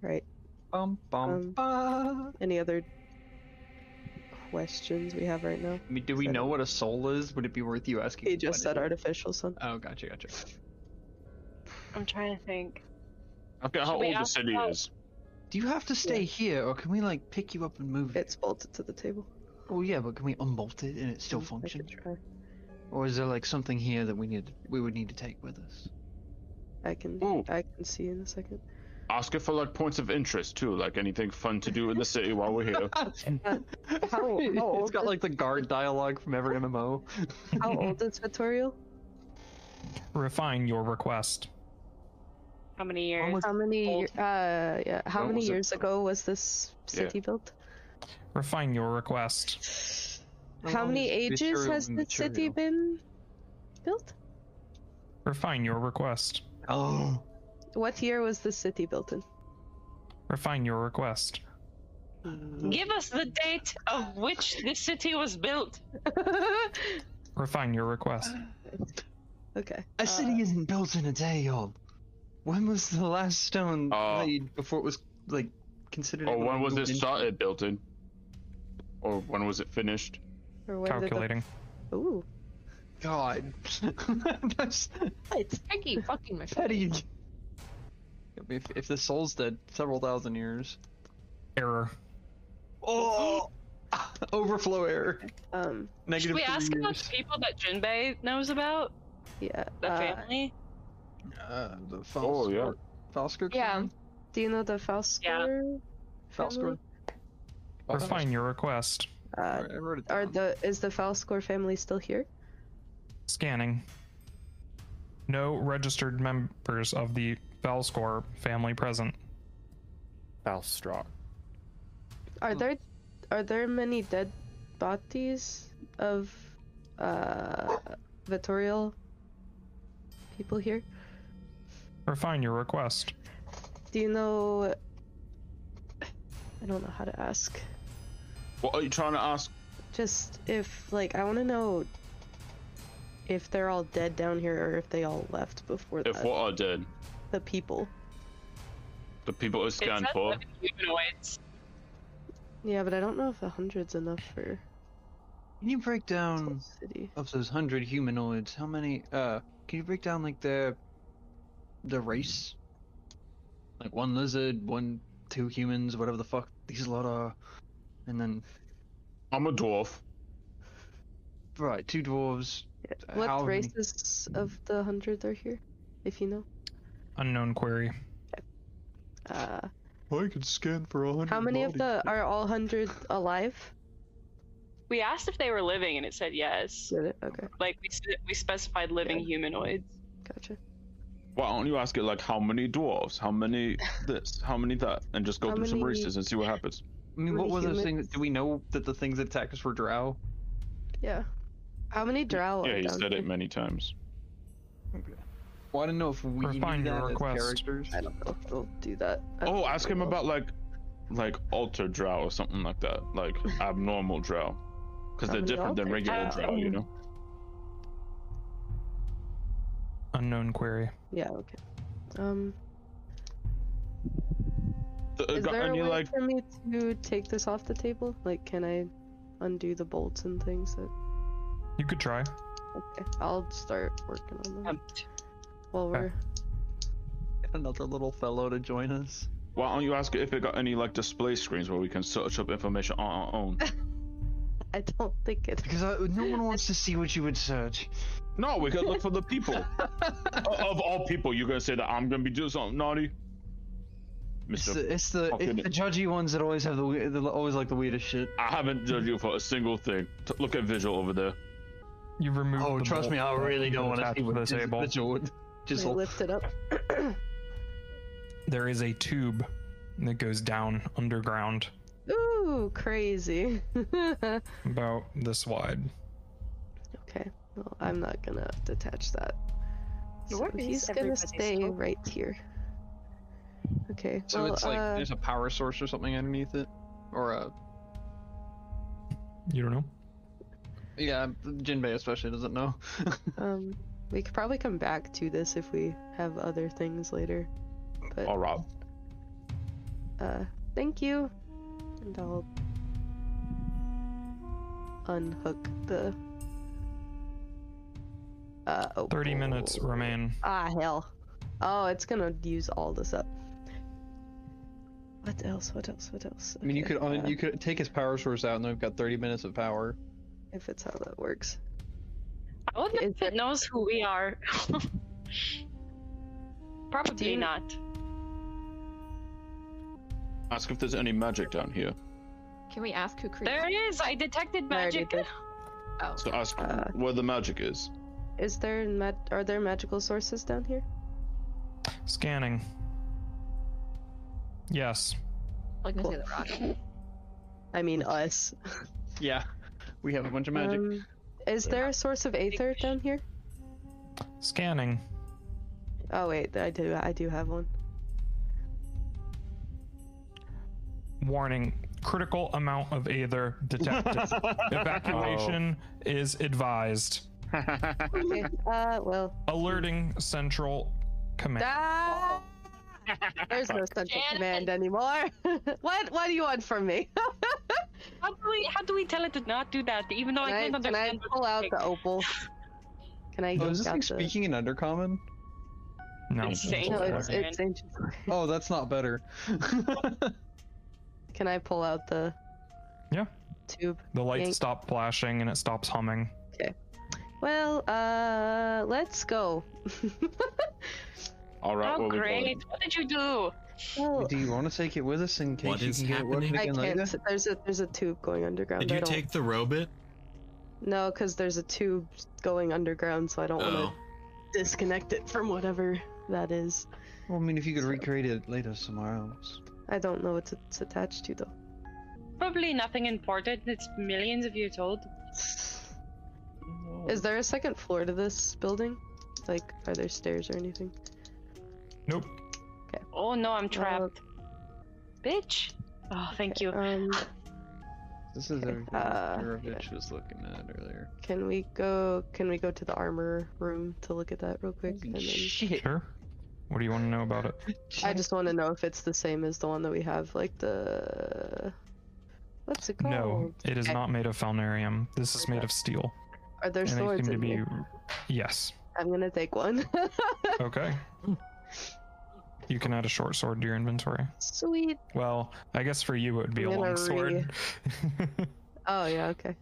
S6: Right.
S3: Bum bum
S6: Um,
S3: ba.
S6: Any other questions we have right now?
S3: I mean, do we
S6: said-
S3: know what a soul is? Would it be worth you asking?
S6: He
S3: what
S6: just
S3: it
S6: said
S3: is?
S6: artificial sun.
S3: Oh, gotcha, gotcha.
S7: I'm trying to think.
S4: okay. How
S7: Should we
S4: old the
S7: ask
S4: city
S7: about-
S4: is?
S3: Do you have to stay here, or can we like pick you up and move?
S6: It's bolted to the table.
S3: Well, Oh, yeah, but can we unbolt it and it still
S6: I could
S3: functions?
S6: try.
S3: Or is there like something here that we need we would need to take with us?
S6: I can
S4: Ooh.
S6: I can see in a second.
S4: Ask her for like points of interest too, like anything fun to do in the city while we're here.
S6: Uh, how old
S3: it's got
S6: is-
S3: like the guard dialogue from every MMO.
S6: How old is Vittorial?
S2: refine your request.
S7: How many years?
S6: How many?
S7: old?
S6: Uh, yeah. How
S4: When
S6: many
S4: was it?
S6: years ago was this
S4: Yeah.
S6: city built?
S2: Refine your request.
S6: How
S3: long
S6: many
S3: is
S6: ages
S3: this material
S6: has
S3: been
S6: the city
S3: material?
S6: been built?
S2: Refine your request.
S3: Oh,
S6: What year was the city built in?
S2: Refine your request.
S7: Give us the date of which this city was built.
S2: Refine your request.
S6: okay.
S3: a city isn't built in a day, y'all. When was the last stone
S4: Uh,
S3: laid before it was like considered?
S4: Or
S3: it
S4: when was
S3: moved
S4: this
S3: in?
S4: shot it built in? Or when was it finished?
S6: Or when did the-
S2: Calculating.
S6: Ooh.
S3: God, that's
S10: It's Peggy fucking machine.
S3: petty. If, if the soul's dead several thousand years,
S2: Error.
S3: oh, overflow error.
S6: Um.
S3: Negative
S7: Should we
S3: three
S7: ask about
S3: years.
S7: the people that Jinbei knows about?
S6: Yeah.
S7: The
S6: uh,
S7: family?
S3: Uh, the
S4: Oh, yeah.
S3: Falskor. Falskor.
S10: Yeah.
S3: clan?
S6: do you know the Falskor?
S3: Falskor.
S6: family?
S2: Refine your request.
S6: Uh,
S3: Alright, I wrote it
S6: are
S3: down.
S6: the is the Falskor family still here?
S2: Scanning. No registered members of the Valscore family present.
S9: Balstrog.
S6: Are there are there many dead bodies of uh Vittorial people here?
S2: Refine your request.
S6: Do you know I don't know how to ask.
S4: What are you trying to ask?
S6: Just if like I wanna know if they're all dead down here or if they all left before
S4: If
S6: that.
S4: what I did,
S6: The people.
S4: the people it's
S7: It
S4: scanned
S7: says
S4: for.
S7: living humanoids.
S6: Yeah, but I don't know if a hundred's enough for
S3: Can you break
S6: this
S3: down
S6: whole city.
S3: of those hundred humanoids? How many? Uh, can you break down like the the race? Like one lizard, one two humans, whatever the fuck these lot are, and then
S4: I'm a dwarf.
S3: right, two dwarves.
S6: What
S3: Uh, how many-
S6: races of the hundred are here? If you know.
S2: Unknown query.
S6: Uh
S9: I could scan for a hundred.
S6: How many of the are all hundred alive?
S7: We asked if they were living, and it said yes.
S6: Did it? Okay,
S7: Like we s- we specified living humanoids.
S6: gotcha.
S4: Why don't you ask it like how many dwarves, how many this, how many that, and just go
S6: How
S4: through some
S6: many-
S4: races and see what happens.
S3: I mean,
S6: Were
S3: what
S6: they
S3: were those
S6: humans?
S3: things? Do we know that the things that attacked us were drow?
S6: Yeah. How many drow?
S4: yeah,
S6: are
S4: he
S6: down
S4: said it
S6: here?
S4: many times.
S3: Well, I don't know if we
S2: Refine
S3: knew
S2: your
S3: that as
S2: request.
S3: characters.
S6: I don't know if they'll do that. I don't
S4: Oh,
S6: think
S4: ask
S6: they
S4: him
S6: will.
S4: about like, like alter drow or something like that, like abnormal drow, because
S6: How
S4: they're
S6: many
S4: different than
S6: alter
S4: regular
S3: Uh,
S7: drow?
S4: drow, you
S3: um,
S4: know.
S2: Unknown query.
S6: Yeah. Okay. Um.
S4: Th-
S3: uh,
S6: Is
S4: got
S6: there a
S4: any
S6: way
S4: like
S6: for me to take this off the table? Like, can I undo the bolts and things? That
S2: You could try.
S6: okay. I'll start working on that
S3: Um,
S7: Attempt.
S6: while we're.
S2: okay.
S3: Another little fellow to join us.
S4: Why don't you ask it if it got any like display screens where we can search up information on our own?
S6: I don't think it.
S3: Because I, no one wants to see what you would search.
S4: no, we could look for the people. O- of all people, you're gonna say that I'm gonna be doing something naughty,
S3: It's
S4: Mister.
S3: the it's the,
S4: fucking-
S3: it's the judgy ones that always have the we- that always like the weirdest shit.
S4: I haven't judged you for a single thing. T- look at visual over there.
S2: You remove.
S3: Oh,
S2: the
S3: trust
S2: bolt
S3: me, I
S2: that
S3: really
S2: you
S3: don't want to
S2: attach
S3: see what
S2: this
S3: this
S2: able.
S3: individual would just
S6: Just
S3: l-
S6: lift it up.
S2: There is a tube that goes down underground,
S6: Ooh, crazy. okay.
S2: about this wide.
S6: Well, I'm not gonna detach that.
S10: Your
S6: So
S10: is
S6: he's gonna
S10: everybody's
S6: stay
S10: soul.
S6: right here. Okay.
S3: So
S6: well,
S3: it's like
S6: uh,
S3: there's a power source or something underneath it, or a
S2: You don't know.
S3: yeah. Jinbei especially doesn't know.
S6: Um, we could probably come back to this if we have other things later. But
S4: All right.
S6: uh, thank you, and I'll unhook the. Uh, oh.
S2: Thirty minutes remain.
S6: Ah hell! Oh, it's gonna use all this up. What else? What else? What else?
S3: I mean, you
S6: Okay,
S3: could un-
S6: uh,
S3: you could take his power source out, and then we've got 30 minutes of power.
S6: if it's how that works.
S7: I wonder
S6: Is
S7: if it knows who we are. Probably
S6: you-
S7: not.
S4: Ask if there's any magic down here.
S10: Can we ask who created
S7: There it is. I detected
S6: I already
S7: magic.
S6: did.
S4: So ask where the magic is.
S6: Is there mag- are there magical sources down here?
S2: Scanning. Yes.
S10: I'm gonna say the rock.
S6: I mean us.
S3: Yeah, we have a bunch of magic.
S6: Um, is there a source of aether down here?
S2: Scanning.
S6: Oh wait, I do I do have one.
S2: Warning. Critical amount of aether detected. Evacuation is advised.
S6: Okay. Uh well.
S2: Alerting central command.
S6: Ah! There's no central
S10: Janet.
S6: command anymore. what what do you want from me?
S7: How do we how do we tell it to not do that? Even though
S6: Can
S7: I
S6: I,
S7: can't
S6: can I
S7: understand. what
S6: pull
S7: it's
S6: out
S7: like.
S6: the opal? Can I
S3: Oh,
S6: yank
S3: is this
S6: out
S3: thing
S6: the?
S3: speaking in undercommon?
S2: No.
S7: It's saying-
S6: No, it's,
S7: Sorry.
S6: it's ancient.
S3: Oh, that's not better.
S6: Can I pull out the?
S2: Yeah.
S6: Tube.
S2: The
S6: Yank.
S2: lights stop flashing and it stops humming.
S6: Well, uh, let's go.
S9: All right.
S7: Oh
S9: well, we
S7: great! What did you do?
S6: well,
S3: Do you want to take it with us in case
S1: What
S3: you
S1: is
S3: can get it working
S1: happening?
S6: I
S3: again
S6: can't.
S3: later?
S6: There's a there's a tube going underground.
S1: Did
S6: I
S1: you
S6: don't,
S1: take the robot?
S6: No, because there's a tube going underground, so I don't want
S1: Oh,
S6: to disconnect it from whatever that is.
S3: Well, I mean, if you could recreate it later somewhere else.
S6: I don't know what it's attached to though.
S7: Probably nothing important. It's millions of years old.
S6: Is there a second floor to this building? Like, are there stairs or anything?
S2: Nope.
S7: Oh no, I'm trapped. Bitch. Oh, thank you.
S6: Um,
S3: This is everything
S6: uh,
S3: Mirovich was looking at earlier.
S6: can we go? Can we go to the armor room to look at that real quick? And then
S3: Shit.
S2: Sure. What do you want to know about it?
S6: I just want to know if it's the same as the one that we have, like the. What's it called?
S2: No, it is
S6: Oh, Okay.
S2: not made of falnarium. This is made of steel.
S6: Are there
S2: and they
S6: swords
S2: seem to
S6: in
S2: be.
S6: here?
S2: Yes.
S6: I'm gonna take one.
S2: Okay. You can add a short sword to your inventory.
S6: Sweet.
S2: Well, I guess for you it would be
S6: I'm
S2: a
S6: gonna
S2: long sword.
S6: Oh yeah, okay.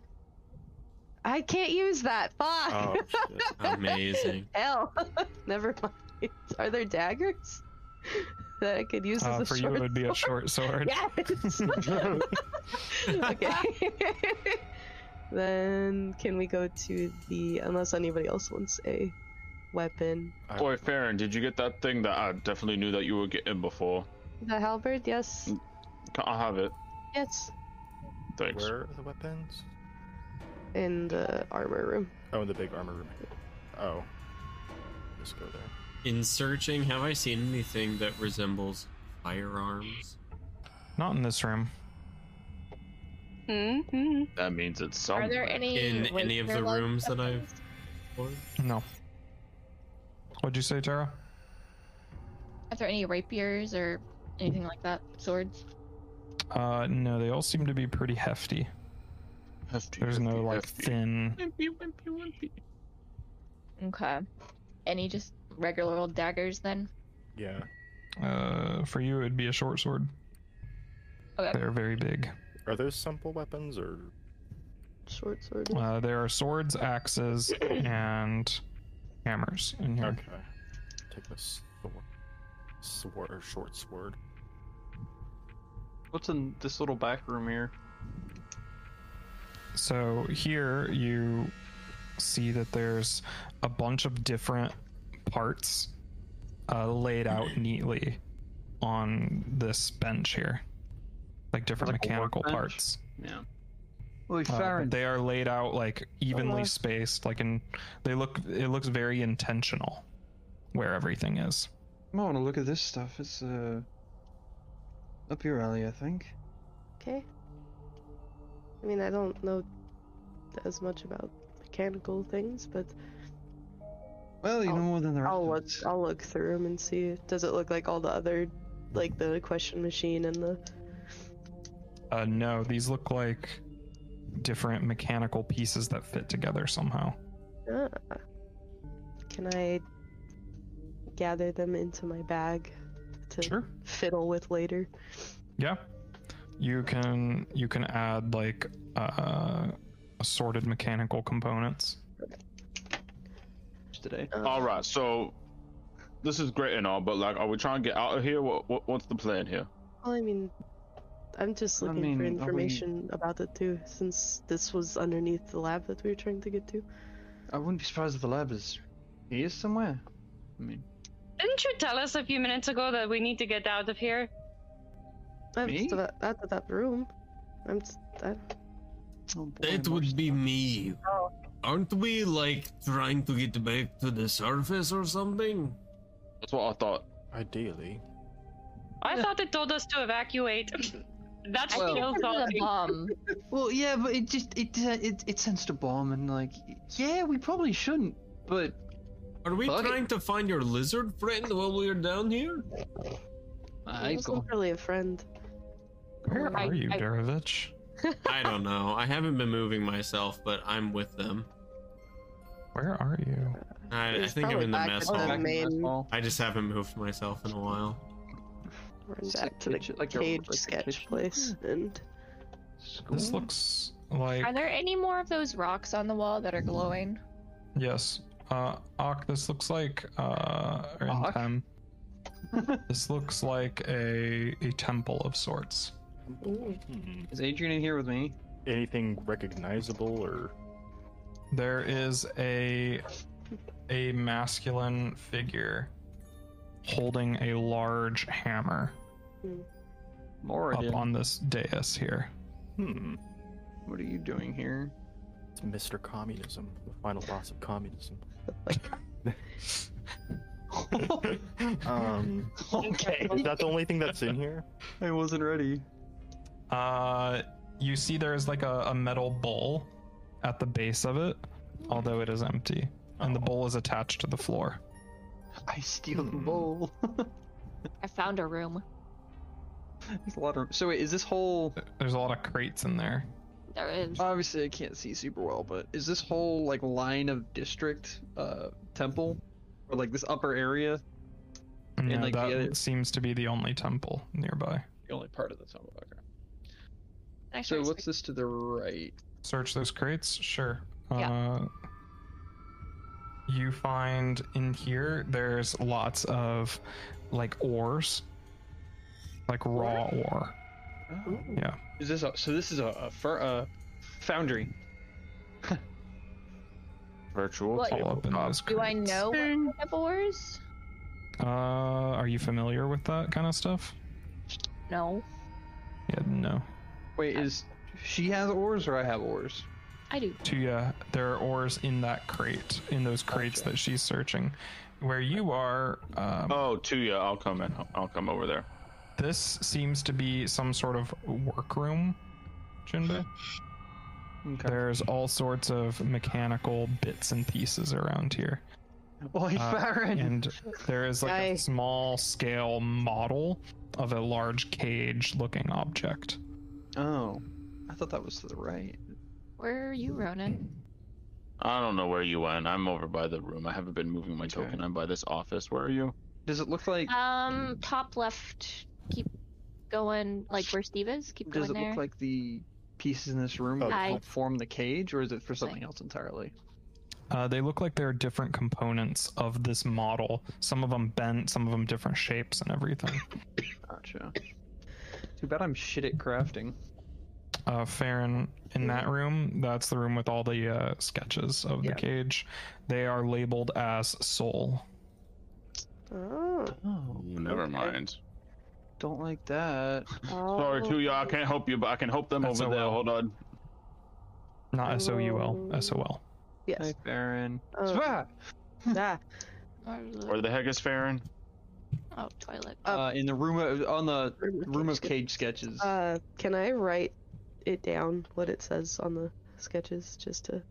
S6: I can't use that. Fuck.
S9: Oh, shit.
S1: amazing.
S6: Hell. Never mind. Are there daggers that I could use
S2: uh,
S6: as a
S2: for you
S6: short
S2: it would be a
S6: sword?
S2: short sword.
S6: Yes. okay. then can we go to the? Unless anybody else wants a weapon.
S4: Boy, Farron, did you get that thing that I definitely knew that you were getting before?
S6: The halberd, yes.
S4: I'll have it.
S6: Yes.
S4: Thanks.
S9: Where are the weapons?
S6: In the armor room.
S9: Oh, in the big armor room. Oh. Just go there.
S1: In searching, have I seen anything that resembles firearms?
S2: Not in this room.
S7: hmm
S4: That means it's somewhere.
S10: Are there any
S1: In any of the
S10: waistband
S1: rooms that I've-
S10: weapons?
S1: Or
S2: No. What'd you say, Tara?
S10: Are there any rapiers or anything like that? Swords?
S2: Uh, no, they all seem to be pretty hefty.
S4: Hefty,
S2: There's no
S4: hefty,
S2: like
S4: hefty.
S3: Hmm.
S2: thin.
S4: Wimpy, wimpy, wimpy.
S10: Okay. Any just regular old daggers then?
S9: Yeah.
S2: Uh, for you it would be a short sword.
S10: Okay.
S2: They're very big.
S9: Are those simple weapons or?
S6: Short sword.
S2: Uh, there are swords, axes, and hammers in here.
S9: Okay. Take this sword, sword or short sword.
S3: What's in this little back room here?
S2: So here you see that there's a bunch of different parts uh, laid out
S3: Mm-hmm.
S2: neatly on this bench here, like different
S3: Like a
S2: mechanical
S3: workbench?
S2: parts.
S4: Yeah.
S3: Well,
S2: Uh, but
S3: Farron,
S2: they are laid out like evenly spaced, like in they look. It looks very intentional where everything is.
S3: I want to look at this stuff. It's uh up your alley, I think.
S6: Okay. I mean, I don't know as much about mechanical things, but
S3: Well, you
S6: I'll-
S3: know more than the rest
S6: I'll
S3: of
S6: look.
S3: us.
S6: I'll look through them and see. Does it look like all the other, like the question machine and the?
S2: Uh, no, these look like different mechanical pieces that fit together somehow.
S6: Ah. Can I gather them into my bag to
S2: Sure.
S6: fiddle with later?
S2: Yeah. You can you can add like uh, assorted mechanical components.
S3: today.
S4: All right, so this is great and all, but like, are we trying to get out of here? What, what what's the plan here?
S6: Well, I mean, I'm just
S3: I
S6: looking for
S3: mean, are we-
S6: information about it too, since this was underneath the lab that we were trying to get to.
S3: I wouldn't be surprised if the lab is here somewhere. I mean,
S7: Didn't you tell us a few minutes ago that we need to get out of here?
S6: I'm
S3: Me?
S6: just about out of that room. I'm just, I,
S3: oh boy,
S5: That
S3: more
S5: would be
S3: stuff.
S5: me.
S4: Oh.
S5: Aren't we like trying to get back to the surface or something?
S4: That's what I thought.
S9: Ideally.
S7: I thought they told us to evacuate. That's
S10: I think
S7: still
S10: it's 'cause of the
S7: salty.
S10: bomb.
S3: Well, yeah, but it just it uh, it it sensed a bomb and like, yeah, we probably shouldn't. But
S5: Are we
S3: Fuck it.
S5: trying to find your lizard friend while we are down here?
S3: I
S6: was
S3: go.
S6: not really a friend.
S2: Where
S10: I-
S2: are you,
S10: I-
S2: Derevich?
S5: I don't know. I haven't been moving myself, but I'm with them.
S2: Where are you?
S5: I, I
S6: He's
S5: think I'm
S6: probably
S5: in the
S6: back
S5: mess
S6: at
S5: hall.
S6: the
S3: back in
S6: main-
S3: mess hall.
S5: I just haven't moved myself in a while.
S6: Run
S3: It's
S6: back
S3: like
S6: to the
S3: kitchen- like a-
S6: cage
S3: like a
S6: sketch
S3: kitchen.
S6: place and Oh.
S2: This looks like
S10: Are there any more of those rocks on the wall that are glowing?
S2: yes. Uh, Ock, this looks like uh, or in
S3: Ock?
S2: Tem, this looks like a a temple of sorts.
S3: Is Adrian in here with me?
S9: Anything recognizable or
S2: There is a a masculine figure holding a large hammer up
S3: Moradin,
S2: on this dais here.
S9: hmm.
S3: what are you doing here?
S9: It's Mr. Communism, the final boss of communism. Um
S3: okay,
S9: is that the only thing that's in here?
S3: I wasn't ready.
S2: Uh, you see, there is like a, a metal bowl at the base of it, although it is empty, and the bowl is attached to the floor.
S3: I steal the
S9: Hmm.
S3: bowl.
S10: I found a room.
S3: There's a lot of. So wait, is this whole?
S2: There's a lot of crates in there.
S10: There is.
S3: Obviously, I can't see super well, but is this whole like line of district, uh, temple, or like this upper area
S2: And
S3: like, the
S2: that
S3: other-
S2: seems to be the only temple nearby.
S3: the only part of the temple? Okay.
S10: Actually,
S3: So what's this to the right?
S2: Search those crates? Sure.
S10: Yeah.
S2: Uh, you find in here there's lots of like ores, like raw ore.
S3: Oh.
S2: Yeah.
S3: Is this a, so? This is a, a, fir- a foundry.
S4: Virtual
S10: What?
S4: table.
S2: All up in those
S10: do
S2: crates.
S10: I know what kind of ores?
S2: Uh, are you familiar with that kind of stuff?
S10: No,
S2: Yeah, no.
S3: Wait, is she has oars or I have oars?
S10: I do.
S2: To yeah, there are ores in that crate, in those crates that she's searching. Where you are, um,
S4: Oh, Tuya, I'll come in. I'll come over there.
S2: this seems to be some sort of workroom, Jinbei.
S3: Okay.
S2: There's all sorts of mechanical bits and pieces around here.
S3: Why,
S2: uh,
S3: Farron?
S2: And there is like
S6: I-
S2: a small scale model of a large cage looking object.
S3: Oh, I thought that was to the right.
S10: Where are you, Ronan?
S4: I don't know where you went. I'm over by the room. I haven't been moving my
S3: Okay.
S4: token. I'm by this office. Where are you?
S3: Does it look like?
S10: Um, top left. Keep going, like where Steve is. Keep
S3: does it
S10: going there.
S3: look like the pieces in this room
S9: Oh,
S3: would
S10: I-
S3: help form the cage, or is it for something else entirely?
S2: Uh, they look like they're different components of this model. Some of them bent, some of them different shapes and everything.
S3: Gotcha. Too bad I'm shit at crafting.
S2: Uh, Farron, in that room, that's the room with all the uh, sketches of the
S3: Yeah.
S2: cage. They are labeled as soul.
S6: oh,
S3: Oh,
S4: Never mind.
S3: don't like that.
S4: Sorry,
S6: oh.
S4: Tuya, I can't help you, but I can help them
S2: That's
S4: over
S2: all
S4: there.
S2: well.
S4: Hold on.
S2: Not S O U L, S O L.
S3: Hey,
S6: Yes.
S3: Baron.
S6: Oh, ah,
S4: Where the heck is Farron?
S10: Oh, toilet.
S3: Uh, in the room of, on the
S6: room of
S3: room of
S6: sketches.
S3: cage sketches.
S6: Uh, can I write it down what it says on the sketches just to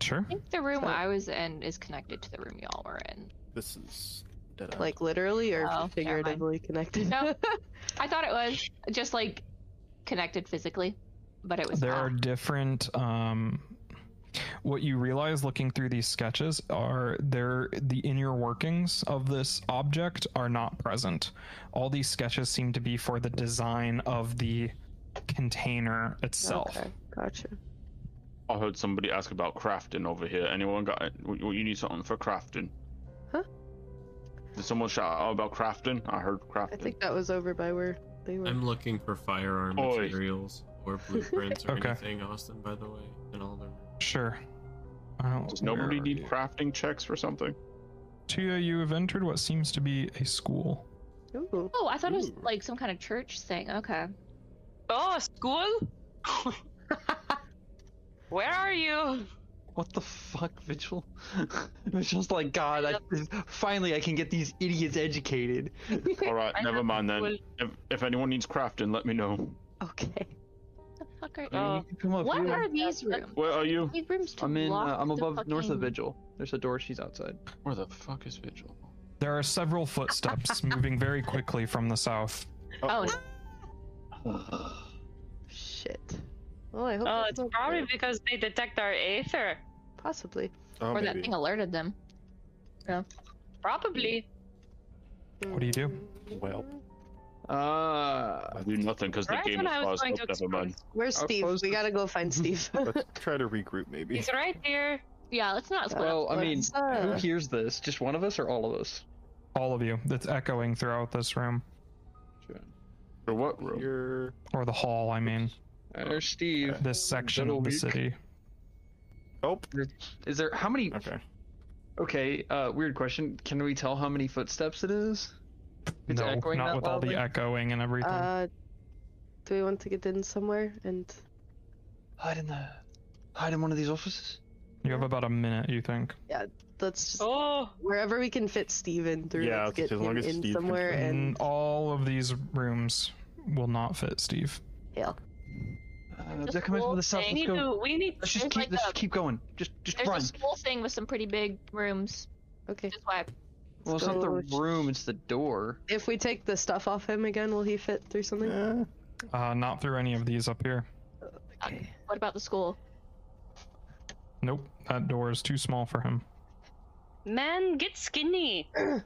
S2: Sure.
S10: I think the room
S6: so-
S10: I was in is connected to the room y'all were in.
S9: This is dead eye.
S6: like literally or
S10: Oh, never mind.
S6: figuratively connected?
S10: No. I thought it was just like connected physically, but it was
S2: there
S10: not.
S2: are different um what you realize looking through these sketches are there the inner workings of this object are not present all these sketches seem to be for the design of the container itself
S6: Okay, gotcha.
S4: I heard somebody ask about crafting over here. Anyone got it? You you need something for crafting?
S6: Huh?
S4: Did someone shout out about crafting? I heard crafting.
S6: I think that was over by where they were.
S5: I'm looking for firearm
S4: Oi.
S5: materials or blueprints or
S2: Okay.
S5: anything, Austin, by the way, in all the
S2: sure I don't-
S4: Does nobody
S2: where are
S4: need
S2: you?
S4: crafting checks for something?
S2: Tia, you have entered what seems to be a school.
S6: Ooh.
S10: Oh, I thought it was
S9: Ooh.
S10: like some kind of church thing. Okay.
S7: Oh, school? Where are you?
S3: What the fuck, Vigil? Vigil's like, God, I, finally I can get these idiots educated.
S4: All right,
S7: I
S4: never
S7: have
S4: mind
S7: school.
S4: then. If, if anyone needs crafting, let me know.
S3: Okay.
S10: Fuck are-
S7: Oh.
S3: Come up
S10: What
S3: here.
S10: are these rooms?
S4: Where are you?
S10: These rooms to
S3: I'm in. Uh,
S10: lock
S3: I'm
S10: the
S3: above north of
S10: fucking-
S3: Vigil. There's a door. She's outside.
S4: Where the fuck is Vigil?
S2: There are several footsteps moving very quickly from the south.
S10: Oh, no.
S6: Shit. Well, I hope.
S7: Oh,
S6: that's
S7: it's
S6: not
S7: probably
S6: there.
S7: because they detect our aether.
S6: possibly.
S9: Oh,
S10: or that
S9: maybe.
S10: thing alerted them.
S7: Probably.
S2: What do you do?
S9: Well,
S3: Uh,
S4: I do nothing because the
S7: Right
S4: game
S7: when
S4: is
S7: I was
S4: paused.
S7: going
S4: Up,
S7: to
S4: never
S7: explore.
S4: mind.
S6: Where's
S3: I'll
S6: Steve?
S3: close
S6: We
S3: this.
S6: gotta go find Steve.
S9: let's try to regroup maybe.
S7: He's right here.
S10: Yeah, let's not split
S3: well,
S10: up.
S3: I mean,
S6: Let's, uh,
S3: who hears this? Just one of us or all of us?
S2: All of you. That's echoing throughout this room.
S4: For what room?
S9: Here.
S2: Or the hall, I mean.
S3: There's Steve.
S2: This section of the
S3: Little
S2: city.
S9: Oh,
S3: Is there how many?
S9: okay.
S3: Okay. Uh, weird question. Can we tell how many footsteps it is? It's
S2: no,
S3: echoing
S2: not
S3: that
S2: with all the
S3: loudly?
S2: echoing and everything.
S6: Uh, do we want to get in somewhere and
S3: Hide in the. Hide in one of these offices.
S2: you have about a minute, you think.
S6: let's just
S7: Oh,
S6: wherever we can fit Steve in through.
S9: Yeah,
S6: let's get
S9: as long
S6: him
S9: as
S6: in
S9: Steve can
S6: somewhere
S9: fit.
S6: and
S2: Mm, all of these rooms will not fit Steve.
S3: Uh,
S10: Just
S3: they're coming
S10: roll
S3: from the south.
S10: thing.
S7: we
S3: Let's
S7: need
S3: go.
S7: to. We need.
S3: Let's
S10: there's
S3: just
S10: like
S3: keep. Let's
S10: a-
S3: just keep going. Just, just
S10: There's
S3: run.
S10: a school thing with some pretty big rooms.
S6: okay.
S10: This is why I
S3: Well, it's not the
S6: Let's go.
S3: room. It's the door.
S6: If we take the stuff off him again, will he fit through something?
S9: Eh,
S2: Uh, not through any of these up here.
S6: Okay.
S10: What about the school?
S2: Nope, that door is too small for him.
S7: Man, get skinny.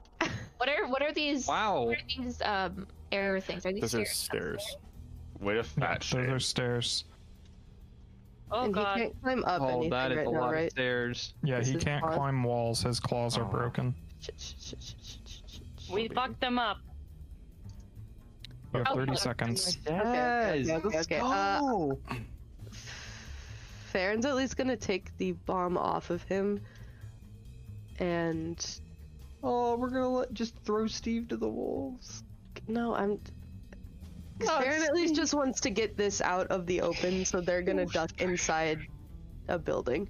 S10: What are what are these?
S3: Wow.
S10: What are these um error things? Are these
S9: Those are
S10: stairs?
S9: stairs.
S4: Wait a
S2: Yeah,
S4: fat
S2: those
S4: shame.
S2: are stairs.
S7: Oh
S6: and
S7: god.
S6: he can't climb up
S3: Oh,
S6: anything
S3: that is
S6: right
S3: a
S6: now,
S3: lot
S6: right?
S3: of stairs.
S2: Yeah,
S6: This
S2: he
S6: is
S2: can't
S6: odd.
S2: climb walls. His claws are
S9: Oh.
S2: broken.
S6: Shit, shit, shit, shit, shit, shit, shit, shit.
S7: We fucked them up.
S2: You have
S10: Oh,
S2: 30
S10: look,
S2: seconds.
S6: okay,
S3: Yes,
S6: okay,
S3: let's
S6: okay, uh,
S3: go.
S6: Farron's at least gonna take the bomb off of him, and
S3: Oh, we're gonna let, just throw Steve to the wolves.
S6: no, I'm. 'Cause Farron at least just wants to get this out of the open, so they're gonna duck inside a building.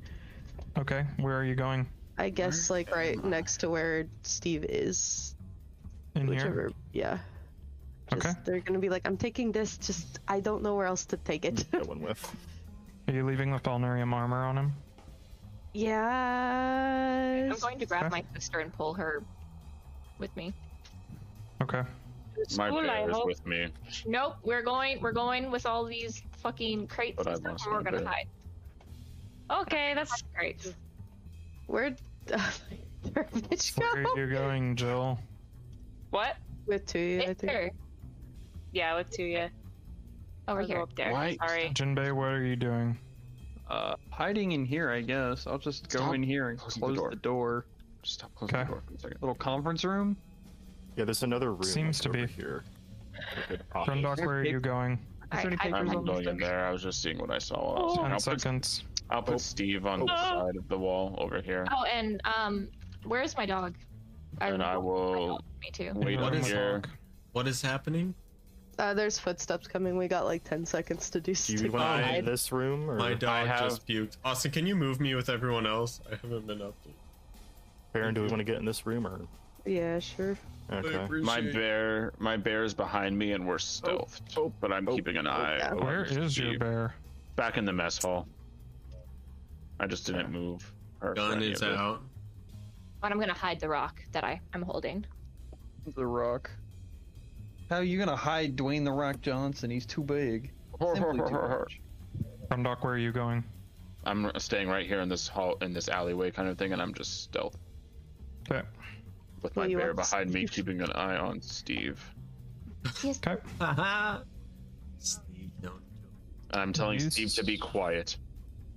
S2: Okay, where are you going?
S6: I guess like right next to where Steve is,
S2: In here?
S6: whichever. Yeah. Just,
S2: Okay.
S6: They're gonna be like, I'm taking this. Just I don't know where else to take it.
S9: That one with.
S2: Are you leaving the Falnarium armor on him?
S6: yes.
S10: I'm going to grab
S2: Okay.
S10: my sister and pull her with me.
S2: Okay.
S4: My
S7: School, I
S4: bear is
S7: hope.
S4: with me.
S10: Nope, we're going we're going with all these fucking crates
S4: But I
S10: and stuff,
S4: lost
S10: and we're
S4: my
S10: gonna
S4: bear.
S10: hide.
S7: Okay, that's.
S10: That's great.
S6: Where where did bitch
S2: Where
S6: go?
S2: are you going, Jill?
S7: What?
S6: With two, I
S10: It's
S6: think.
S10: her.
S7: Yeah, with two, yeah.
S10: Over
S7: I'll go
S10: here.
S7: up there.
S4: Why-
S7: Sorry.
S2: Jinbei, what are you doing?
S3: Uh, hiding in here, I guess. I'll just go
S4: Stop
S3: in here and
S4: closing the
S3: close
S4: door.
S3: the door.
S4: Stop closing
S2: Okay.
S4: the door for a second.
S3: Little conference room.
S9: Yeah, there's another room.
S2: Seems
S9: like,
S2: to be.
S9: over here. Like an
S5: Oh.
S9: office.
S2: Grundok, where are you going?
S10: Alright,
S3: any
S10: I-
S3: papers
S10: I-
S4: I'm
S3: on the
S4: going in there. I was just seeing what I saw. while I was-
S7: Oh.
S4: I'll
S2: 10
S4: put-
S2: seconds.
S4: I'll put Steve on the
S7: Oh.
S4: side of the wall over here,
S10: Oh, and um, where's my dog?
S4: and I will
S10: dog with Me too.
S2: In
S4: wait
S2: the
S4: up
S2: room with
S4: here.
S2: Hawk.
S5: What is happening?
S6: Uh, there's footsteps coming. We got like ten seconds to do.
S9: Do you
S6: Steve.
S9: want to
S5: I-
S9: hide this room or
S5: My dog
S4: have-
S5: just puked. Austin, can you move me with everyone else? I haven't been up.
S9: Baron, do we want to get in this room or?
S6: Yeah, sure.
S9: Okay.
S4: My bear, my bear is behind me, and we're stealthed. but I'm keeping an eye.
S6: yeah.
S4: over
S2: Where is your
S4: Steve.
S2: bear?
S4: Back in the mess hall. I just didn't move. Her for
S5: Gun
S4: any
S5: is
S4: of it.
S5: out.
S10: But I'm gonna hide the rock that I am holding.
S3: The Rock. How are you gonna hide Dwayne the Rock Johnson? He's too big. Simply too much.
S2: Grundok, where are you going?
S4: I'm staying right here in this hall, in this alleyway kind of thing, and I'm just stealth
S2: Okay.
S4: with
S6: Well,
S4: my
S6: you
S4: bear
S6: want
S4: behind me, keeping an eye on Steve.
S2: Okay.
S5: Haha. Steve, no. joke.
S4: And I'm telling
S2: Nice.
S4: Steve to be quiet.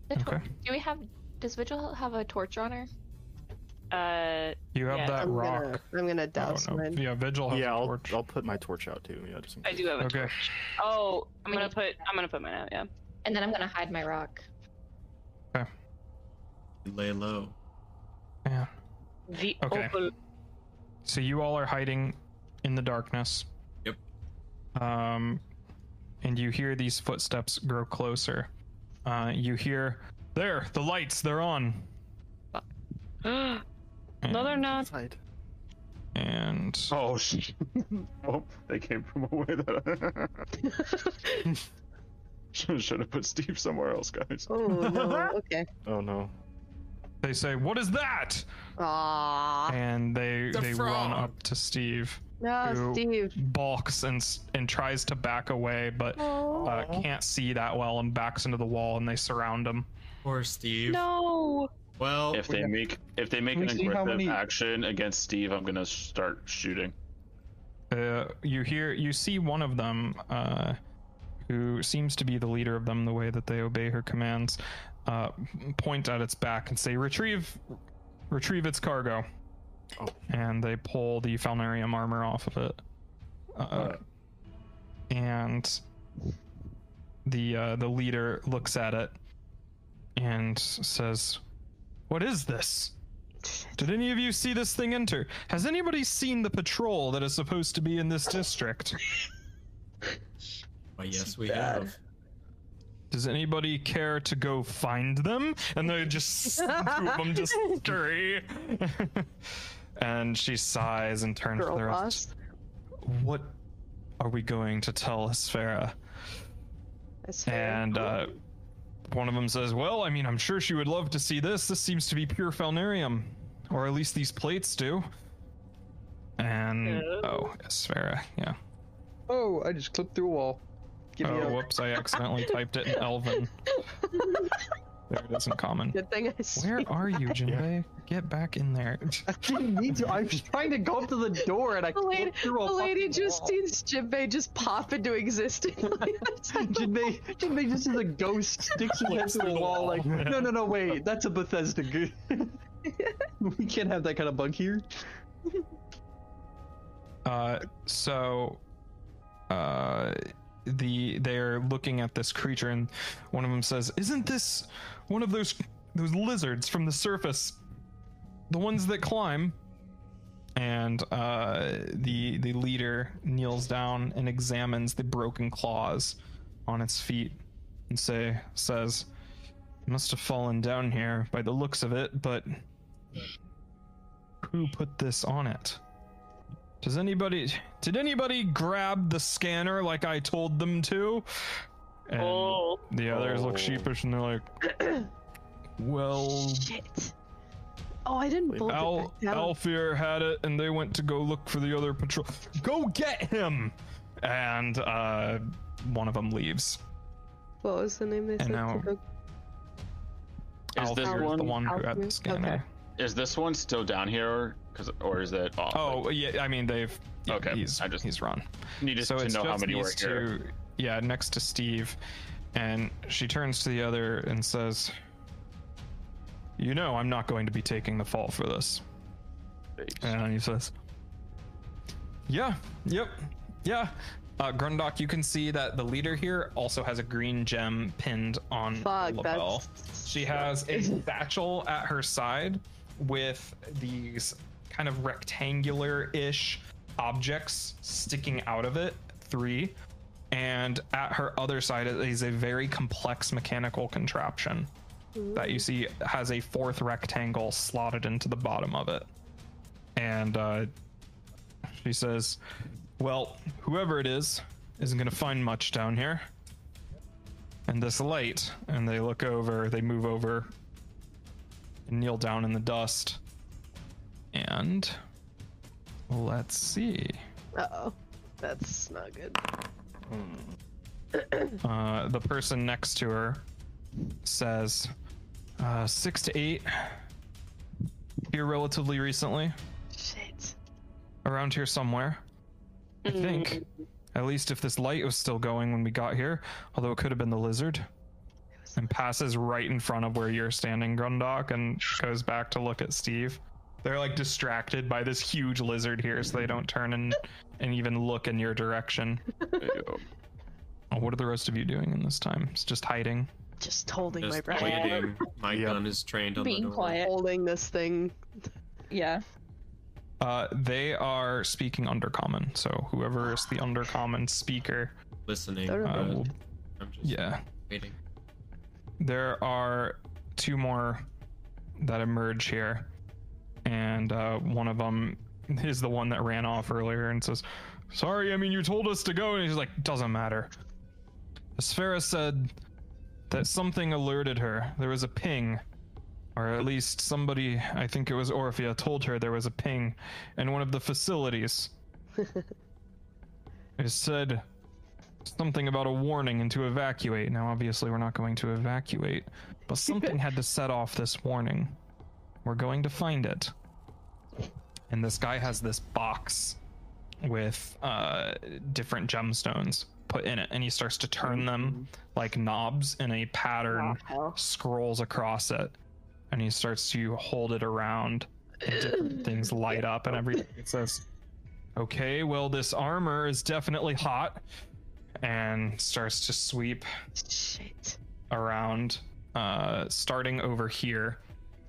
S10: The tor-
S2: Okay.
S10: Do we have? Does Vigil have a torch on her?
S7: Uh,
S2: You have
S7: Yeah.
S2: that
S6: I'm
S2: rock.
S6: gonna I'm gonna
S2: I
S6: douse
S2: don't know.
S6: mine.
S2: Yeah, Vigil has
S9: Yeah,
S2: a
S9: I'll,
S2: torch.
S9: I'll put my torch out too. Yeah, just in
S7: I
S9: case.
S7: do have a.
S2: Okay.
S7: Oh, I'm
S10: We
S7: gonna
S10: need-
S7: put. I'm gonna put mine out. Yeah.
S10: And then I'm gonna hide my rock.
S5: Lay low.
S2: Yeah.
S7: The
S2: Okay.
S7: opal.
S2: So you all are hiding in the darkness.
S5: Yep.
S2: Um, and you hear these footsteps grow closer. Uh, you hear there the lights. They're on.
S7: no,
S2: And,
S7: they're not.
S9: Outside.
S2: And
S4: Oh, sh- oh, they came from away. That should have put Steve somewhere else, guys.
S6: Oh no. Okay.
S9: Oh no.
S2: they say, "What is that?"
S6: Ah.
S2: And they
S5: The
S2: they run
S5: frog.
S2: up to Steve,
S6: No,
S2: Ew.
S6: Steve.
S2: balks and s- and tries to back away, but uh, can't see that well and backs into the wall, and they surround him.
S5: Poor Steve.
S7: No.
S5: Well,
S4: If they make if they make
S3: Can
S4: an
S3: we see how
S4: aggressive
S3: many-
S4: action against Steve, I'm gonna start shooting.
S2: Uh, you hear, you see one of them, uh, who seems to be the leader of them, the way that they obey her commands, uh, point at its back and say, "Retrieve, retrieve its cargo,"
S9: Oh.
S2: and they pull the Falnarium armor off of it, uh,
S9: Uh.
S2: and the uh, the leader looks at it and says, "What is this?" Did any of you see this thing enter? Has anybody seen the patrol that is supposed to be in this district?
S5: why, yes, we have.
S2: Does anybody care to go find them? And they just two of them just scurry. and she sighs and turns to
S6: Girl
S2: the rest.
S6: boss.
S2: What are we going to tell Asphera?
S6: That's fair.
S2: And uh, one of them says, "Well, I mean, I'm sure she would love to see this. This seems to be pure Falnarium, or at least these plates do." And oh, Sphera, yeah.
S3: Oh, I just clipped through a wall. Give me
S2: Oh,
S3: a
S2: whoops! I accidentally typed it in Elven. There it is in common.
S6: Good thing I speak.
S2: Where are you, Jinbei? Get back in there.
S3: I didn't need to. I was trying to go up to the door and I
S6: The lady,
S3: clipped through a
S6: the lady
S3: fucking
S6: just
S3: wall.
S6: sees Jinbei just pop into existence. Like, that's how
S3: Did they? Did they just as a ghost sticks his head to the wall? Like, no, no, no, wait. That's a Bethesda. Good. we can't have that kind of bug here.
S2: Uh, so, uh, the they're looking at this creature, and one of them says, "Isn't this one of those those lizards from the surface, the ones that climb?" And uh, the the leader kneels down and examines the broken claws on its feet, and say says, "Must have fallen down here by the looks of it, but." Who put this on it? Does anybody did anybody grab the scanner like I told them to? And
S7: Oh.
S2: the others look
S9: Oh.
S2: sheepish and they're like Well
S6: Shit. Oh, I didn't bolt
S2: Al
S6: it back down.
S2: Alfier had it and they went to go look for the other patrol. Go get him and uh one of them leaves.
S6: What was the name they said?
S2: now-
S6: to go-
S4: Is this
S2: Alfear's the
S4: one-
S2: one who had
S6: Alfear?
S2: the scanner.
S6: Okay.
S4: Is this one still down here, 'Cause- or is it off?
S2: Oh yeah, I mean they've yeah,
S4: Okay,
S2: he's
S4: I just-
S2: he's run.
S4: needed to know how many were
S2: these
S4: here.
S2: two- Yeah, next to Steve, and she turns to the other and says, "You know, I'm not going to be taking the fall for this." And he says, "Yeah, yep, yeah." Uh, Grundok, you can see that the leader here also has a green gem pinned on
S6: Fuck,
S2: the lapel.
S6: that's.
S2: She has a satchel at her side with these kind of rectangular ish objects sticking out of it, three. And at her other side is a very complex mechanical contraption that you see has a fourth rectangle slotted into the bottom of it. And uh, she says, Well, whoever it is isn't going to find much down here and this light and they look over they move over and kneel down in the dust and let's see
S6: Uh oh. That's not good.
S9: Hmm.
S2: uh, the person next to her says uh, six to eight here relatively recently
S6: Shit.
S2: around here somewhere i
S6: Mm,
S2: think at least if this light was still going when we got here although it could have been the lizard and passes right in front of where you're standing, Grundok, and goes back to look at Steve. They're like distracted by this huge lizard here, so they don't turn and and even look in your direction.
S4: Ew.
S2: Oh, what are the rest of you doing in this time? It's just hiding.
S6: Just holding my
S5: Just
S6: breath.
S5: waiting. My
S9: Yep.
S5: gun is trained on the
S7: Being
S5: door.
S7: quiet.
S6: Holding this thing.
S7: Yeah.
S2: Uh, they are speaking undercommon, so whoever is the undercommon speaker,
S5: Listening.
S6: They're
S2: uh,
S5: but
S2: will-
S5: I'm just
S2: yeah.
S5: waiting.
S2: There are two more that emerge here, and uh, one of them is the one that ran off earlier and says, "Sorry, I mean you told us to go," and he's like, "Doesn't matter." Sphera said that something alerted her. There was a ping, or at least somebody, I think it was Orphea, told her there was a ping in one of the facilities. it said something about a warning and to evacuate. Now, obviously, we're not going to evacuate, but something had to set off this warning. We're going to find it. And this guy has this box with uh, different gemstones put in it, and he starts to turn them like knobs in a pattern, scrolls across it, and he starts to hold it around. And different things light up and everything. It says, "Okay, well, this armor is definitely hot." and starts to sweep
S6: Shit.
S2: around, uh, starting over here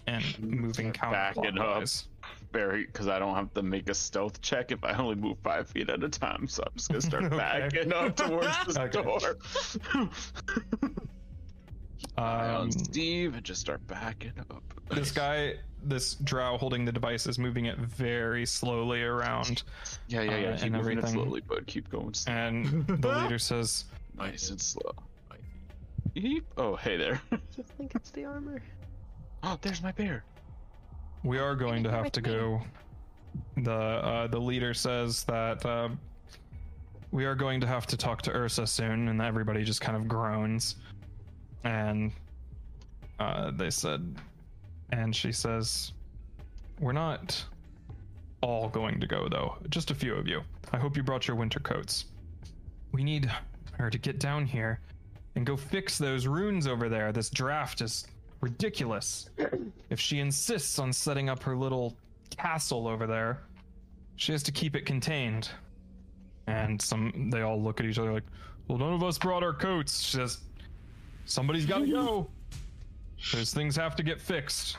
S2: and moving
S4: Back it up.
S2: counterclockwise.
S4: Very, because I don't have to make a stealth check if I only move five feet at a time. So I'm just gonna start
S2: Okay.
S4: backing up towards the
S2: Okay.
S4: door. Eye
S2: Um,
S4: on Steve and just start backing up.
S2: this guy, this drow holding the device, is moving it very slowly around,
S4: Yeah, yeah, yeah.
S2: uh,
S4: keep
S2: and
S4: moving it
S2: everything.
S4: slowly, bud. Keep going s-
S2: and the leader says,
S4: nice and slow. Yeep. Oh, hey there.
S6: Just think it's the armor.
S4: Oh, there's my bear.
S2: "We are going to have to go." The uh, the leader says that uh, we are going to have to talk to Ursa soon, and everybody just kind of groans. And uh, they said, and she says, We're not all going to go, though. Just a few of you. I hope you brought your winter coats. We need her to get down here and go fix those runes over there. This draft is ridiculous. if she insists on setting up her little castle over there, she has to keep it contained. And some they all look at each other like, Well, none of us brought our coats. She says, Somebody's gotta go. Those things have to get fixed.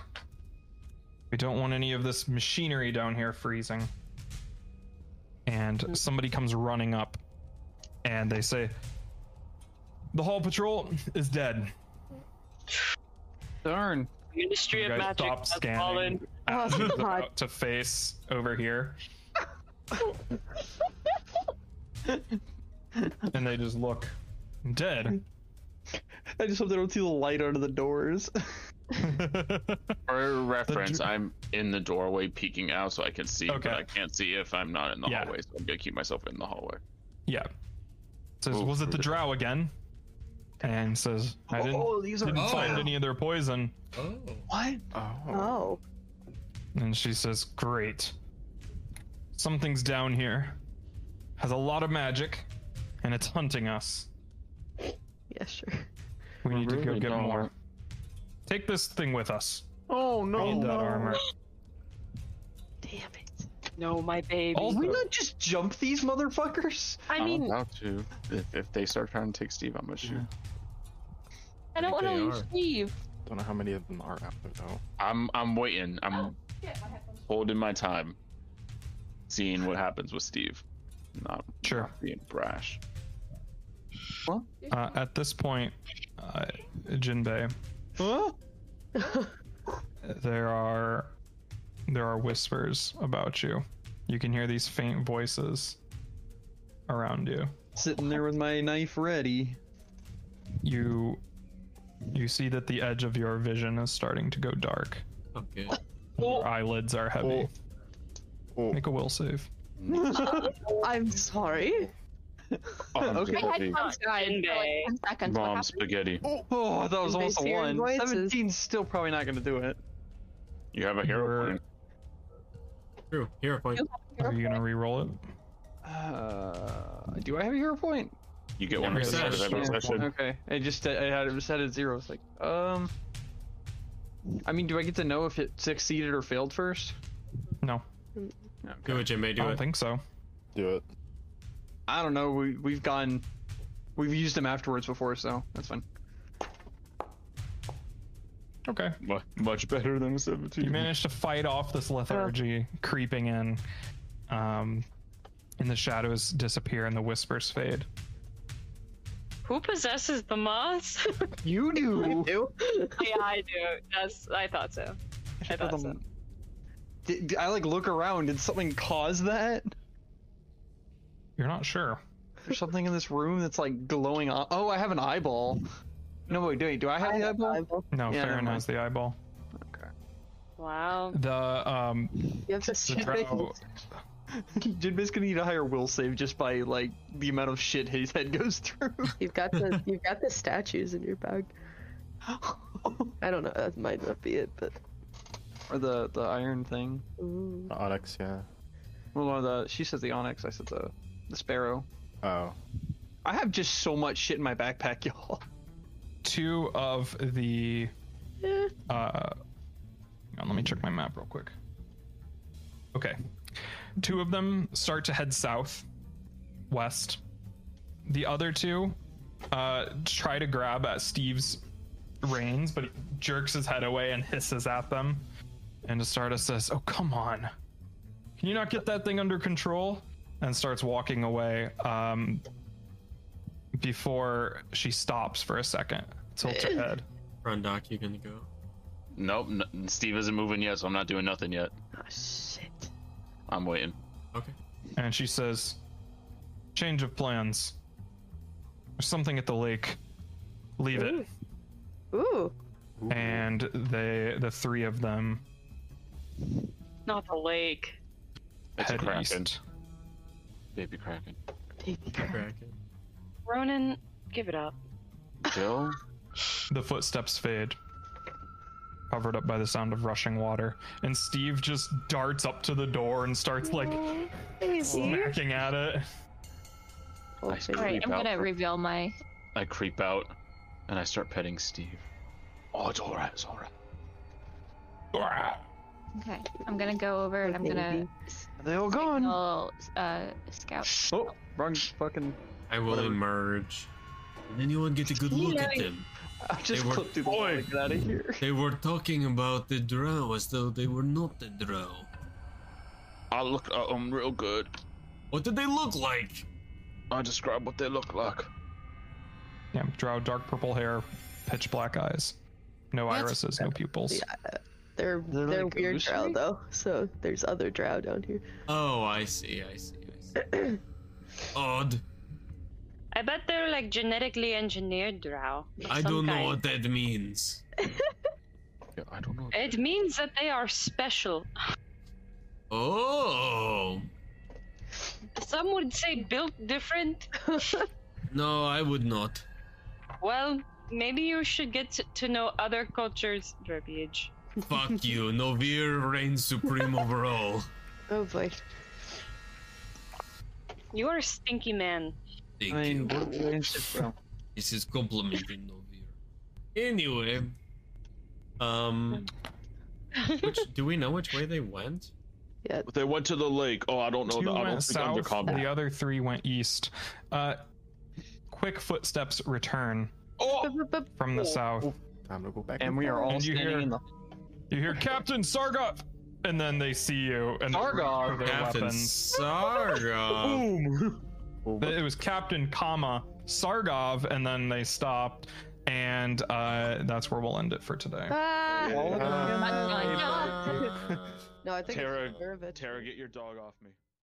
S2: We don't want any of this machinery down here freezing. And somebody comes running up and they say, The Hall Patrol is dead.
S3: Darn.
S7: Ministry
S2: You
S7: of
S2: guys
S7: Magic
S2: stop
S7: has
S2: scanning.
S7: fallen.
S2: as
S6: Oh,
S2: he's
S6: God.
S2: about to face over here. and they just look dead.
S3: I just hope they don't see the light under the doors.
S4: For reference,
S2: dr-
S4: I'm in the doorway peeking out so I can see,
S2: Okay.
S4: but I can't see if I'm not in the
S2: Yeah.
S4: hallway. So I'm gonna keep myself in the hallway.
S2: yeah. Says,
S4: Oh,
S2: was it the drow again? And says, I didn't,
S3: oh, these are
S2: didn't find
S5: Oh.
S2: any of their poison.
S5: Oh.
S3: what?
S9: Oh.
S6: Oh.
S2: And she says, Great. Something's down here. Has a lot of magic, and it's hunting us.
S6: Yeah, sure.
S2: We need to go
S4: really
S2: get
S4: don't
S2: more.
S4: want-
S2: Take this thing with us.
S3: Oh
S2: We
S3: no!
S2: need that armor.
S6: Damn it.
S7: No, my baby.
S2: Also-
S3: we not Oh, just jump these motherfuckers?
S10: I
S4: I'm
S10: mean,
S4: about to. If, if they start trying to take Steve, I'm gonna shoot.
S10: I don't want to
S5: they
S10: lose
S5: are.
S10: Steve.
S9: Don't know how many of them are out there though.
S4: I'm I'm waiting. I'm
S10: Oh, Shit, my headphones.
S4: holding my time, seeing what happens with Steve. Not
S2: Sure.
S4: being brash.
S2: Uh, at this point, uh, Jinbei,
S3: Huh?
S2: there are there are whispers about you. You can hear these faint voices around you.
S3: Sitting there with my knife ready.
S2: You you see that the edge of your vision is starting to go dark.
S5: Okay.
S2: Your eyelids are
S9: Oh.
S2: heavy.
S9: Oh.
S2: Make a will save.
S6: I'm sorry.
S4: Bomb
S3: Okay.
S10: My
S4: spaghetti.
S10: headphones died for like
S7: Jinbei.
S10: 10 seconds. What
S4: Bomb
S10: happened?
S4: spaghetti.
S3: Oh, I thought it was
S6: They
S3: almost a
S6: see our
S3: one.
S6: voices.
S3: 17's still probably not gonna do it.
S4: You have a hero
S2: You're-
S4: point.
S5: True. Hero point.
S2: Are you gonna re-roll it?
S3: Uh, do I have a hero point?
S4: You get one at the start of every
S5: Every
S4: session.
S3: Okay, I just I had it set at zero. It's like, um, I mean, do I get to know if it succeeded or failed first?
S2: No,
S5: Do it, Jinbei.
S2: I
S5: Do
S2: don't
S5: it.
S2: think so.
S9: Do it.
S3: I don't know. We we've gone, we've used them afterwards before, so that's fine.
S2: Okay.
S4: Mu- Much better than a 17.
S2: You manage to fight off this lethargy creeping in, um, and the shadows disappear and the whispers fade.
S7: Who possesses the moths?
S3: You do.
S7: yeah, I do. That's. I thought so. I thought so.
S3: Did, did I like look around. Did something cause that?
S2: You're not sure.
S3: There's something in this room that's like glowing. On- oh, I have an eyeball. No, wait, wait. Do I have the eyeball?
S2: No,
S3: Yeah,
S2: Farron
S3: never
S2: has the eyeball.
S7: Wow.
S2: The um,
S6: You have to
S2: the drow,
S3: Jinbei's gonna need a higher will save just by like the amount of shit his head goes through.
S6: You've got the you've got the statues in your bag. I don't know. That might not be it, but
S3: or the the iron thing.
S6: ooh.
S9: The onyx, yeah.
S3: Well, no, the she says the onyx. I said the the sparrow.
S9: Oh.
S3: I have just so much shit in my backpack, y'all.
S2: two of the
S6: Eh,
S2: uh, hang on, let me check my map real quick. Okay, two of them start to head south, west. The other two uh, try to grab at Steve's reins, but he jerks his head away and hisses at them. And Astarta says, "Oh come on, can you not get that thing under control?" And starts walking away. Um, before she stops for a second, tilts her
S6: Eh.
S2: head.
S5: Rundock, you gonna go?
S4: Nope. N- Steve isn't moving yet, so I'm not doing nothing yet.
S6: oh, shit.
S4: I'm waiting.
S5: Okay.
S2: and she says, "Change of plans. There's something at the lake. Leave it."
S6: Ooh.
S2: And they, the three of them,
S7: Not the lake.
S4: It's a
S2: head
S4: kraken.
S2: east.
S4: Baby kraken.
S6: Baby girl.
S5: Kraken.
S7: Ronan, give it up.
S4: Bill?
S2: The footsteps fade, covered up by the sound of rushing water. And Steve just darts up to the door and starts like smacking at it.
S6: Oh,
S4: I see.
S6: baby.
S10: All right, I'm
S4: Creep out
S10: gonna
S4: for-
S10: reveal my.
S4: I creep out and I start petting Steve. Oh, it's alright, it's alright.
S10: Okay, I'm gonna go over and I'm gonna
S6: Maybe.
S10: s-
S3: They all gone.
S10: signal uh, scout.
S3: Oh, wrong fucking.
S5: I will
S3: Whatever.
S5: emerge. Did anyone get a good look at
S7: Yay.
S5: them?
S3: I just
S5: They were-
S3: clipped through the wall to get out of here.
S5: They were talking about the drow as though they were not the drow.
S4: I look at them real good.
S5: What did they look like?
S4: I describe what they look like.
S2: Yeah, drow, dark purple hair, pitch black eyes, no irises, no pupils.
S6: uh, They're
S3: They're
S6: they're,
S3: like
S6: weird drow
S3: ghostly?
S6: though, so there's other drow down here.
S5: Oh, I see, I see, I see. Odd.
S7: I bet they're like genetically engineered drow. of
S5: I
S7: some
S5: don't know
S7: kind.
S5: what that means.
S4: Yeah, I don't know.
S7: It means that they are special.
S5: Oh.
S7: Some would say built different.
S5: No, I would not.
S7: Well, maybe you should get to, to know other cultures' verbiage.
S5: Fuck you. Novir reigns supreme over all.
S6: Oh boy.
S7: You are a stinky man.
S5: Thank
S3: I mean,
S5: you.
S3: we're, we're in shit, bro.
S5: This is complimenting Novir. Anyway. Um. Which, do we know which way they went?
S6: Yeah.
S4: They went to the lake. Oh, I don't know.
S2: Two
S4: I don't
S2: went
S4: think under
S2: south,
S4: combat.
S2: the other three went east. Uh, quick footsteps return
S4: Oh,
S6: Bup,
S2: from the south.
S9: Time to go back.
S3: And we are all
S2: And you
S3: standing
S2: hear-
S3: in the.
S2: You hear Captain Sargoff, and then they see you and they reach
S3: Sargoff?
S2: for their
S5: Captain
S2: weapons.
S5: Sarga.
S2: It was Captain, comma Sargov, and then they stopped, and uh, that's where we'll end it for today.
S6: bup. Ah!
S9: Uh,
S6: No, I think
S4: Tara-
S6: it's Tara,
S4: Tara, get your dog off me.